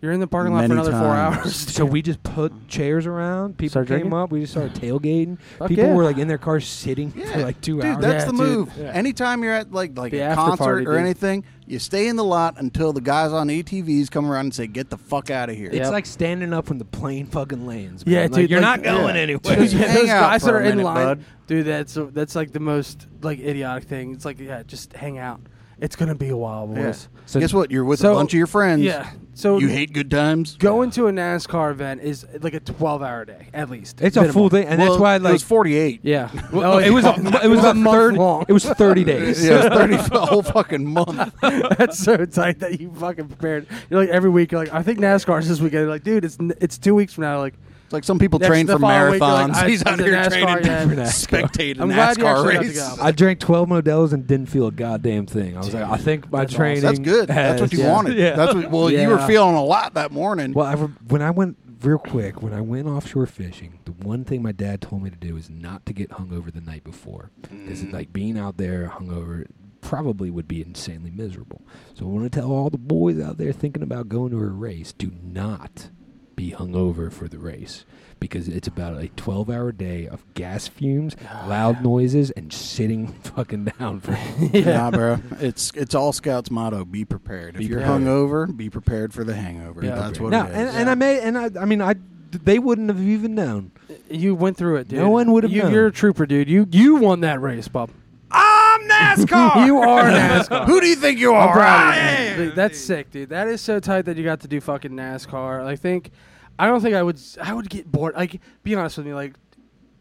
Speaker 1: You're in the parking lot for
Speaker 4: Many
Speaker 1: another four
Speaker 4: times.
Speaker 1: hours.
Speaker 2: so we just put chairs around. People
Speaker 1: Start
Speaker 2: came
Speaker 1: drinking?
Speaker 2: up. We just started tailgating.
Speaker 1: Fuck
Speaker 2: people
Speaker 1: yeah.
Speaker 2: were like in their cars sitting for like two
Speaker 4: dude,
Speaker 2: hours.
Speaker 4: that's the
Speaker 1: dude.
Speaker 4: move.
Speaker 1: Yeah.
Speaker 4: Anytime you're at like like
Speaker 1: The
Speaker 4: a
Speaker 1: after
Speaker 4: concert
Speaker 1: party,
Speaker 4: or
Speaker 1: dude.
Speaker 4: anything, you stay in the lot until the guys on ATVs come around and say, "Get the fuck out of here."
Speaker 2: It's
Speaker 1: Yep.
Speaker 2: like standing up when the plane fucking lands.
Speaker 1: Yeah,
Speaker 2: man. Like,
Speaker 1: dude,
Speaker 2: you're
Speaker 1: like-
Speaker 2: not going
Speaker 4: Yeah.
Speaker 2: anywhere.
Speaker 4: Just
Speaker 1: Yeah,
Speaker 4: hang
Speaker 1: those
Speaker 4: out
Speaker 1: guys
Speaker 4: for
Speaker 1: that are
Speaker 4: a
Speaker 1: in
Speaker 4: minute,
Speaker 1: line,
Speaker 4: bud.
Speaker 1: dude. That's that's like the most like idiotic thing. It's like yeah, just hang out. It's gonna be a while,
Speaker 4: Yeah.
Speaker 1: boys.
Speaker 2: So-
Speaker 4: Guess what? You're with
Speaker 1: so-
Speaker 4: a bunch of your friends.
Speaker 1: Yeah. So
Speaker 4: you hate good times.
Speaker 1: going to a NASCAR event is like a 12-hour day at least.
Speaker 2: It's a
Speaker 1: minimum.
Speaker 2: full thing, and
Speaker 4: Well,
Speaker 2: that's why
Speaker 4: it
Speaker 2: like
Speaker 4: was 48.
Speaker 1: Oh, Yeah.
Speaker 2: Well, it was a, it was a
Speaker 1: month
Speaker 2: third
Speaker 1: long.
Speaker 2: it was 30 days.
Speaker 4: Yeah, it was 30 for a whole fucking month.
Speaker 1: That's so tight that you fucking prepared. You're like every week. You're like I think NASCAR's this weekend. You're like, dude, it's n- it's two weeks from now. Like
Speaker 4: It's like some people
Speaker 1: Next-
Speaker 4: train
Speaker 1: the
Speaker 4: for
Speaker 1: following week, they're like,
Speaker 4: marathons.
Speaker 1: I-
Speaker 4: He's out
Speaker 1: it's a
Speaker 4: here
Speaker 1: NASCAR
Speaker 4: training
Speaker 1: yet.
Speaker 4: to spectate a
Speaker 1: I'm glad you
Speaker 4: NASCAR
Speaker 1: actually got to
Speaker 4: race.
Speaker 1: go.
Speaker 2: I drank 12 Modelo's and didn't feel a goddamn thing. I was like, I think my
Speaker 1: That's awesome.
Speaker 2: training
Speaker 4: That's good. That's what you
Speaker 2: has-
Speaker 4: wanted.
Speaker 2: Yeah.
Speaker 4: That's what, well, you were
Speaker 1: Yeah.
Speaker 4: feeling a lot that morning.
Speaker 2: well, I re- when I went real quick, when I went offshore fishing, the one thing my dad told me to do is not to get hungover the night before. Cuz
Speaker 4: Mm.
Speaker 2: like being out there hungover probably would be insanely miserable. So I want to tell all the boys out there thinking about going to a race, do not be hungover for the race because it's about a 12 hour day of gas fumes,
Speaker 4: Ah,
Speaker 2: loud noises, and sitting fucking down for
Speaker 4: Nah, bro. It's it's all Scouts motto: be prepared.
Speaker 2: Be
Speaker 4: if you're
Speaker 2: prepared.
Speaker 4: hungover, be prepared for the hangover.
Speaker 1: Yeah.
Speaker 4: That's what
Speaker 2: no,
Speaker 4: it is.
Speaker 2: and, and I made, and I, I mean, I, they wouldn't have even known.
Speaker 1: you went through it, dude.
Speaker 2: No one would've
Speaker 1: You,
Speaker 2: known.
Speaker 1: you're a trooper, dude. You you won that race, bub.
Speaker 2: I'm NASCAR.
Speaker 1: You are NASCAR.
Speaker 4: Who do you think you are?
Speaker 1: Dude, that's sick, dude. That is so tight that you got to do fucking NASCAR. I think, I don't think I would. I would get bored. Like, be honest with me. Like,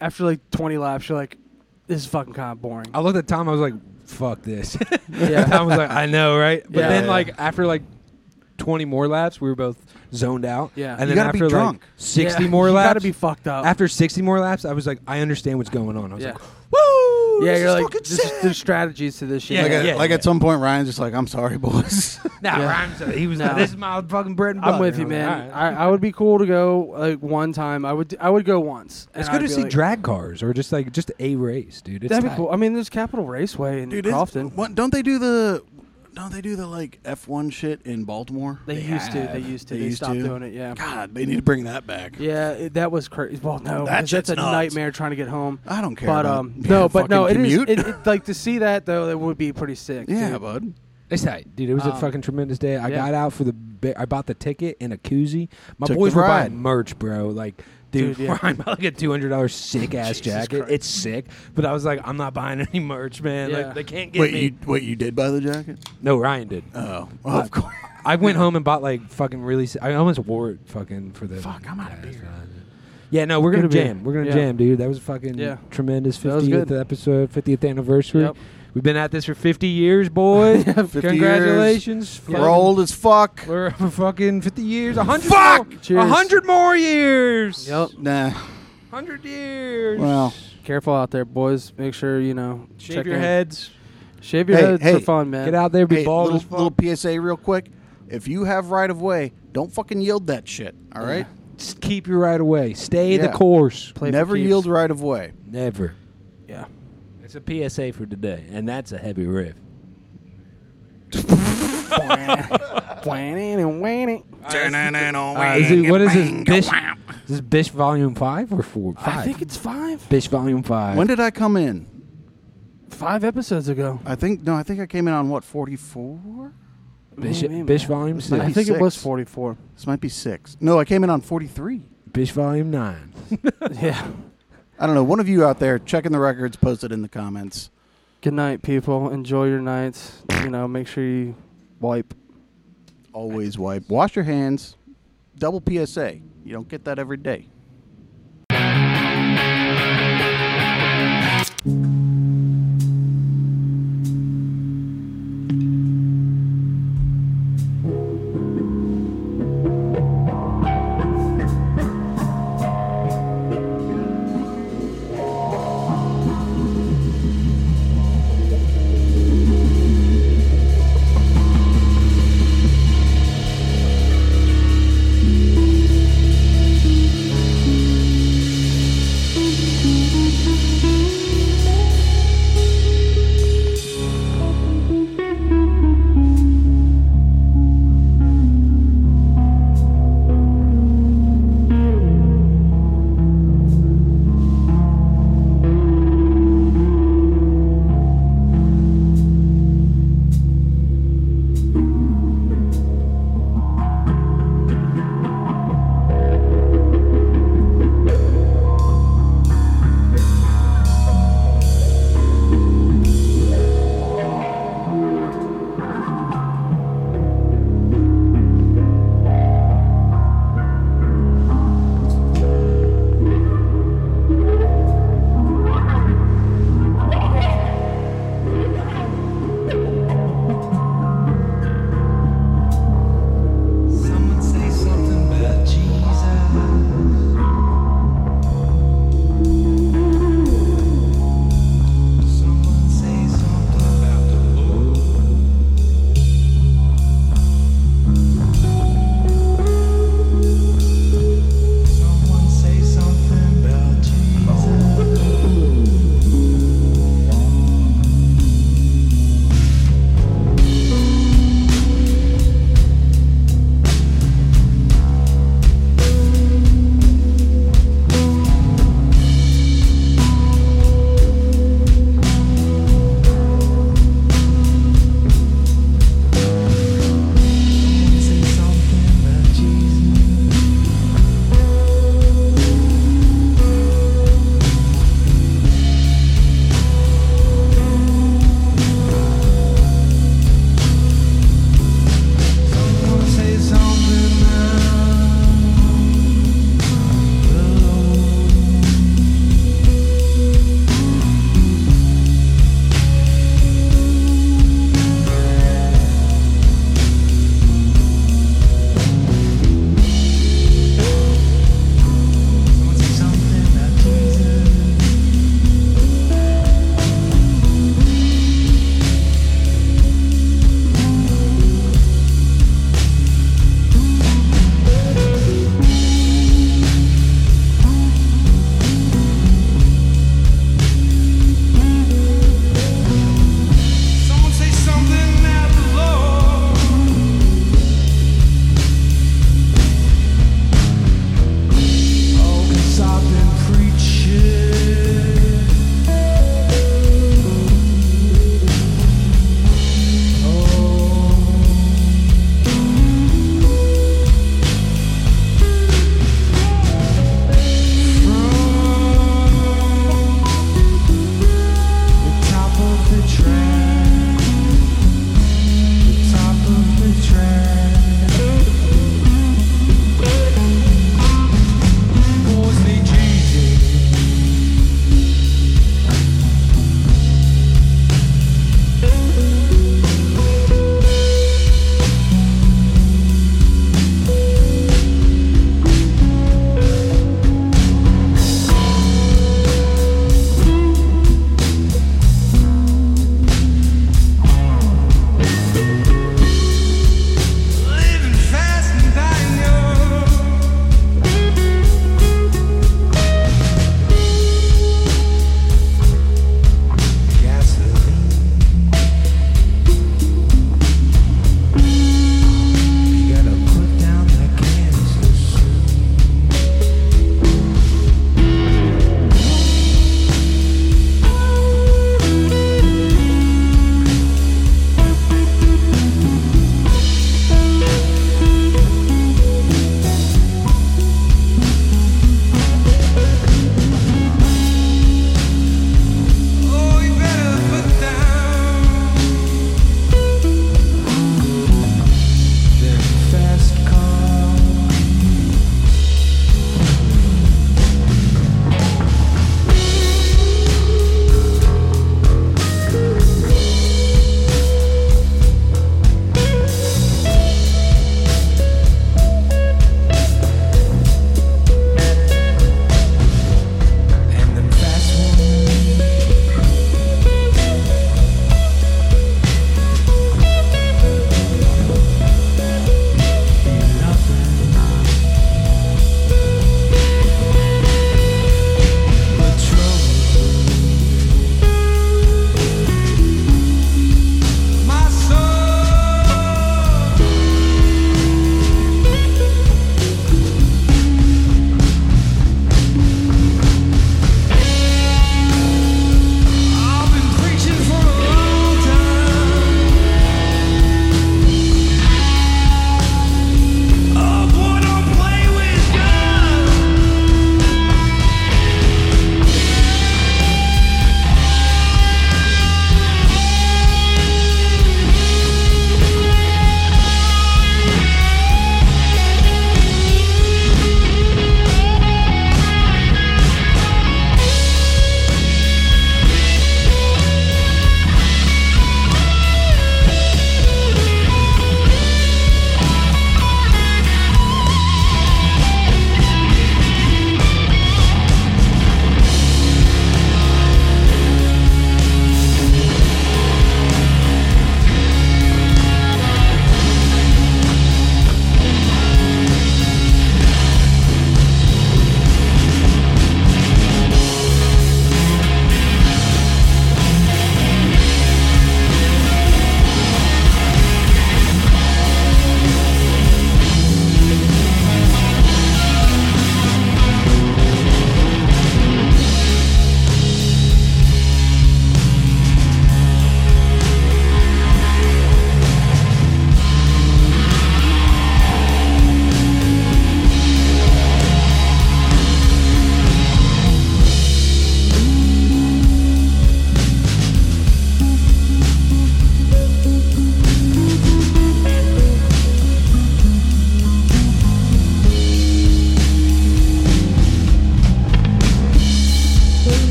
Speaker 1: after like 20 laps, you're like, this is fucking kind of boring.
Speaker 2: I looked at Tom. I was like, "Fuck this."
Speaker 1: yeah,
Speaker 2: Tom was like, "I know, right?" But
Speaker 1: Yeah.
Speaker 2: then,
Speaker 1: Yeah.
Speaker 2: like after like twenty more laps, we were both zoned out.
Speaker 1: Yeah.
Speaker 2: and
Speaker 4: You
Speaker 2: then
Speaker 4: gotta be
Speaker 2: after like
Speaker 4: drunk.
Speaker 2: sixty
Speaker 1: Yeah,
Speaker 2: more
Speaker 1: you
Speaker 2: laps,
Speaker 1: Gotta be fucked up.
Speaker 2: after sixty more laps, I was like, "I understand what's going on." I was
Speaker 1: Yeah.
Speaker 2: like, "Woo!"
Speaker 1: yeah,
Speaker 2: this
Speaker 1: you're
Speaker 2: is
Speaker 1: like,
Speaker 2: fucking
Speaker 1: this is,
Speaker 2: sick."
Speaker 1: there's strategies to this shit.
Speaker 2: Yeah,
Speaker 4: like at,
Speaker 2: yeah,
Speaker 4: like
Speaker 2: yeah.
Speaker 4: at some point, Ryan's just like, "I'm sorry, boys."
Speaker 2: Nah,
Speaker 1: Yeah.
Speaker 2: Ryan's- he was.
Speaker 1: No.
Speaker 2: like, This is my fucking bread and butter.
Speaker 1: I'm with you,
Speaker 2: And I was
Speaker 1: man.
Speaker 2: like, "All right."
Speaker 1: I, I would be cool to go like one time. I would I would go once. and
Speaker 2: It's good
Speaker 1: I'd
Speaker 2: to
Speaker 1: be
Speaker 2: see
Speaker 1: like,
Speaker 2: drag cars or just like just a race, dude. It's
Speaker 1: That'd be
Speaker 2: tight.
Speaker 1: cool. I mean, there's Capital Raceway in
Speaker 4: Dude, it's-
Speaker 1: Crofton.
Speaker 4: what- don't they do the? Don't they do the like F1 shit in Baltimore?
Speaker 1: They, used to. They
Speaker 4: have.
Speaker 1: used to.
Speaker 4: They
Speaker 1: They,
Speaker 4: used
Speaker 1: stopped
Speaker 4: to?
Speaker 1: doing it. Yeah.
Speaker 4: God, they need to bring that back.
Speaker 1: Yeah, it, that was crazy. Well, no,
Speaker 4: That
Speaker 1: 'cause that's
Speaker 4: shit's
Speaker 1: a
Speaker 4: nuts.
Speaker 1: nightmare trying to get home.
Speaker 4: I don't care.
Speaker 1: But
Speaker 4: about
Speaker 1: um, no, but no, it
Speaker 4: fucking
Speaker 1: is.
Speaker 4: commute.
Speaker 1: It, it, like to see that though, that would be pretty sick.
Speaker 4: yeah,
Speaker 1: dude.
Speaker 4: bud.
Speaker 2: It's tight, dude. It was a
Speaker 1: Um,
Speaker 2: fucking tremendous day. I
Speaker 1: yeah.
Speaker 2: got out for the. Ba- I bought the ticket and a koozie. My
Speaker 4: Took
Speaker 2: boys
Speaker 4: the
Speaker 2: were
Speaker 4: ride.
Speaker 2: buying merch, bro. Like, dude,
Speaker 1: Dude, yeah.
Speaker 2: I'm about to get two hundred dollars sick ass
Speaker 1: Jesus
Speaker 2: jacket.
Speaker 1: Christ.
Speaker 2: It's sick, but I was like, I'm not buying any merch, man.
Speaker 1: Yeah.
Speaker 2: Like, they can't get
Speaker 4: Wait,
Speaker 2: me.
Speaker 4: you wait, you did buy the jacket?
Speaker 2: no, Ryan did.
Speaker 4: Oh, well, of course.
Speaker 2: I went home and bought like fucking really. si- I almost wore it fucking for the.
Speaker 4: Fuck, I'm out of
Speaker 2: Yeah, it's
Speaker 4: beer.
Speaker 2: fine. Yeah, no, we're
Speaker 1: Good
Speaker 2: gonna
Speaker 1: to be
Speaker 2: jam.
Speaker 1: here.
Speaker 2: We're gonna
Speaker 1: Yeah.
Speaker 2: jam, dude. That was fucking
Speaker 1: Yeah.
Speaker 2: tremendous.
Speaker 1: That was
Speaker 2: Fiftieth
Speaker 1: good.
Speaker 2: episode, fiftieth anniversary.
Speaker 1: Yep.
Speaker 2: We've been at this for fifty years, boys.
Speaker 4: 50 years.
Speaker 2: Congratulations,
Speaker 4: We're old as fuck.
Speaker 2: We're for fucking fifty years. A hundred.
Speaker 4: Fuck!
Speaker 2: More, a
Speaker 1: Cheers.
Speaker 2: hundred more years.
Speaker 1: Yep.
Speaker 4: Nah.
Speaker 2: Hundred years.
Speaker 4: Well.
Speaker 1: Careful out there, boys. Make sure you know.
Speaker 2: shave
Speaker 1: check
Speaker 2: your
Speaker 1: in.
Speaker 2: heads.
Speaker 1: Shave your
Speaker 4: Hey,
Speaker 1: heads
Speaker 4: hey,
Speaker 1: for fun, man.
Speaker 2: Get out there, be
Speaker 4: Hey,
Speaker 2: bald
Speaker 4: little,
Speaker 2: as fuck.
Speaker 4: little PSA real quick. If you have right of way, don't fucking yield that shit. All right.
Speaker 2: Just keep you right away. Stay the
Speaker 4: Yeah.
Speaker 2: course.
Speaker 1: Play for
Speaker 4: Never
Speaker 1: keeps.
Speaker 4: yield right of way.
Speaker 2: Never.
Speaker 1: Yeah.
Speaker 2: It's a PSA for today, and that's a heavy riff.
Speaker 1: Whining and whining. uh,
Speaker 2: is it, what is this? Bish, is this Bish Volume 5 or 4?
Speaker 1: I think it's five.
Speaker 2: Bish Volume 5.
Speaker 4: When did I come in?
Speaker 1: Five episodes ago.
Speaker 4: I think no. I think I came in on what forty four.
Speaker 2: Bish,
Speaker 1: Maybe,
Speaker 2: Bish
Speaker 1: man.
Speaker 2: Volume
Speaker 4: It's like-
Speaker 1: I think
Speaker 2: 6.
Speaker 1: it was
Speaker 4: 96.
Speaker 1: 44.
Speaker 4: This might be six. No, I came in on forty three.
Speaker 2: Bish Volume 9.
Speaker 1: yeah.
Speaker 4: I don't know. One of you out there checking the records, post it in the comments.
Speaker 1: Good night, people. Enjoy your nights. You know, make sure you wipe.
Speaker 4: Always wipe. Wash your hands. Double PSA. You don't get that every day.
Speaker 2: Oh,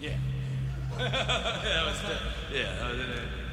Speaker 5: that was, yeah, that was it.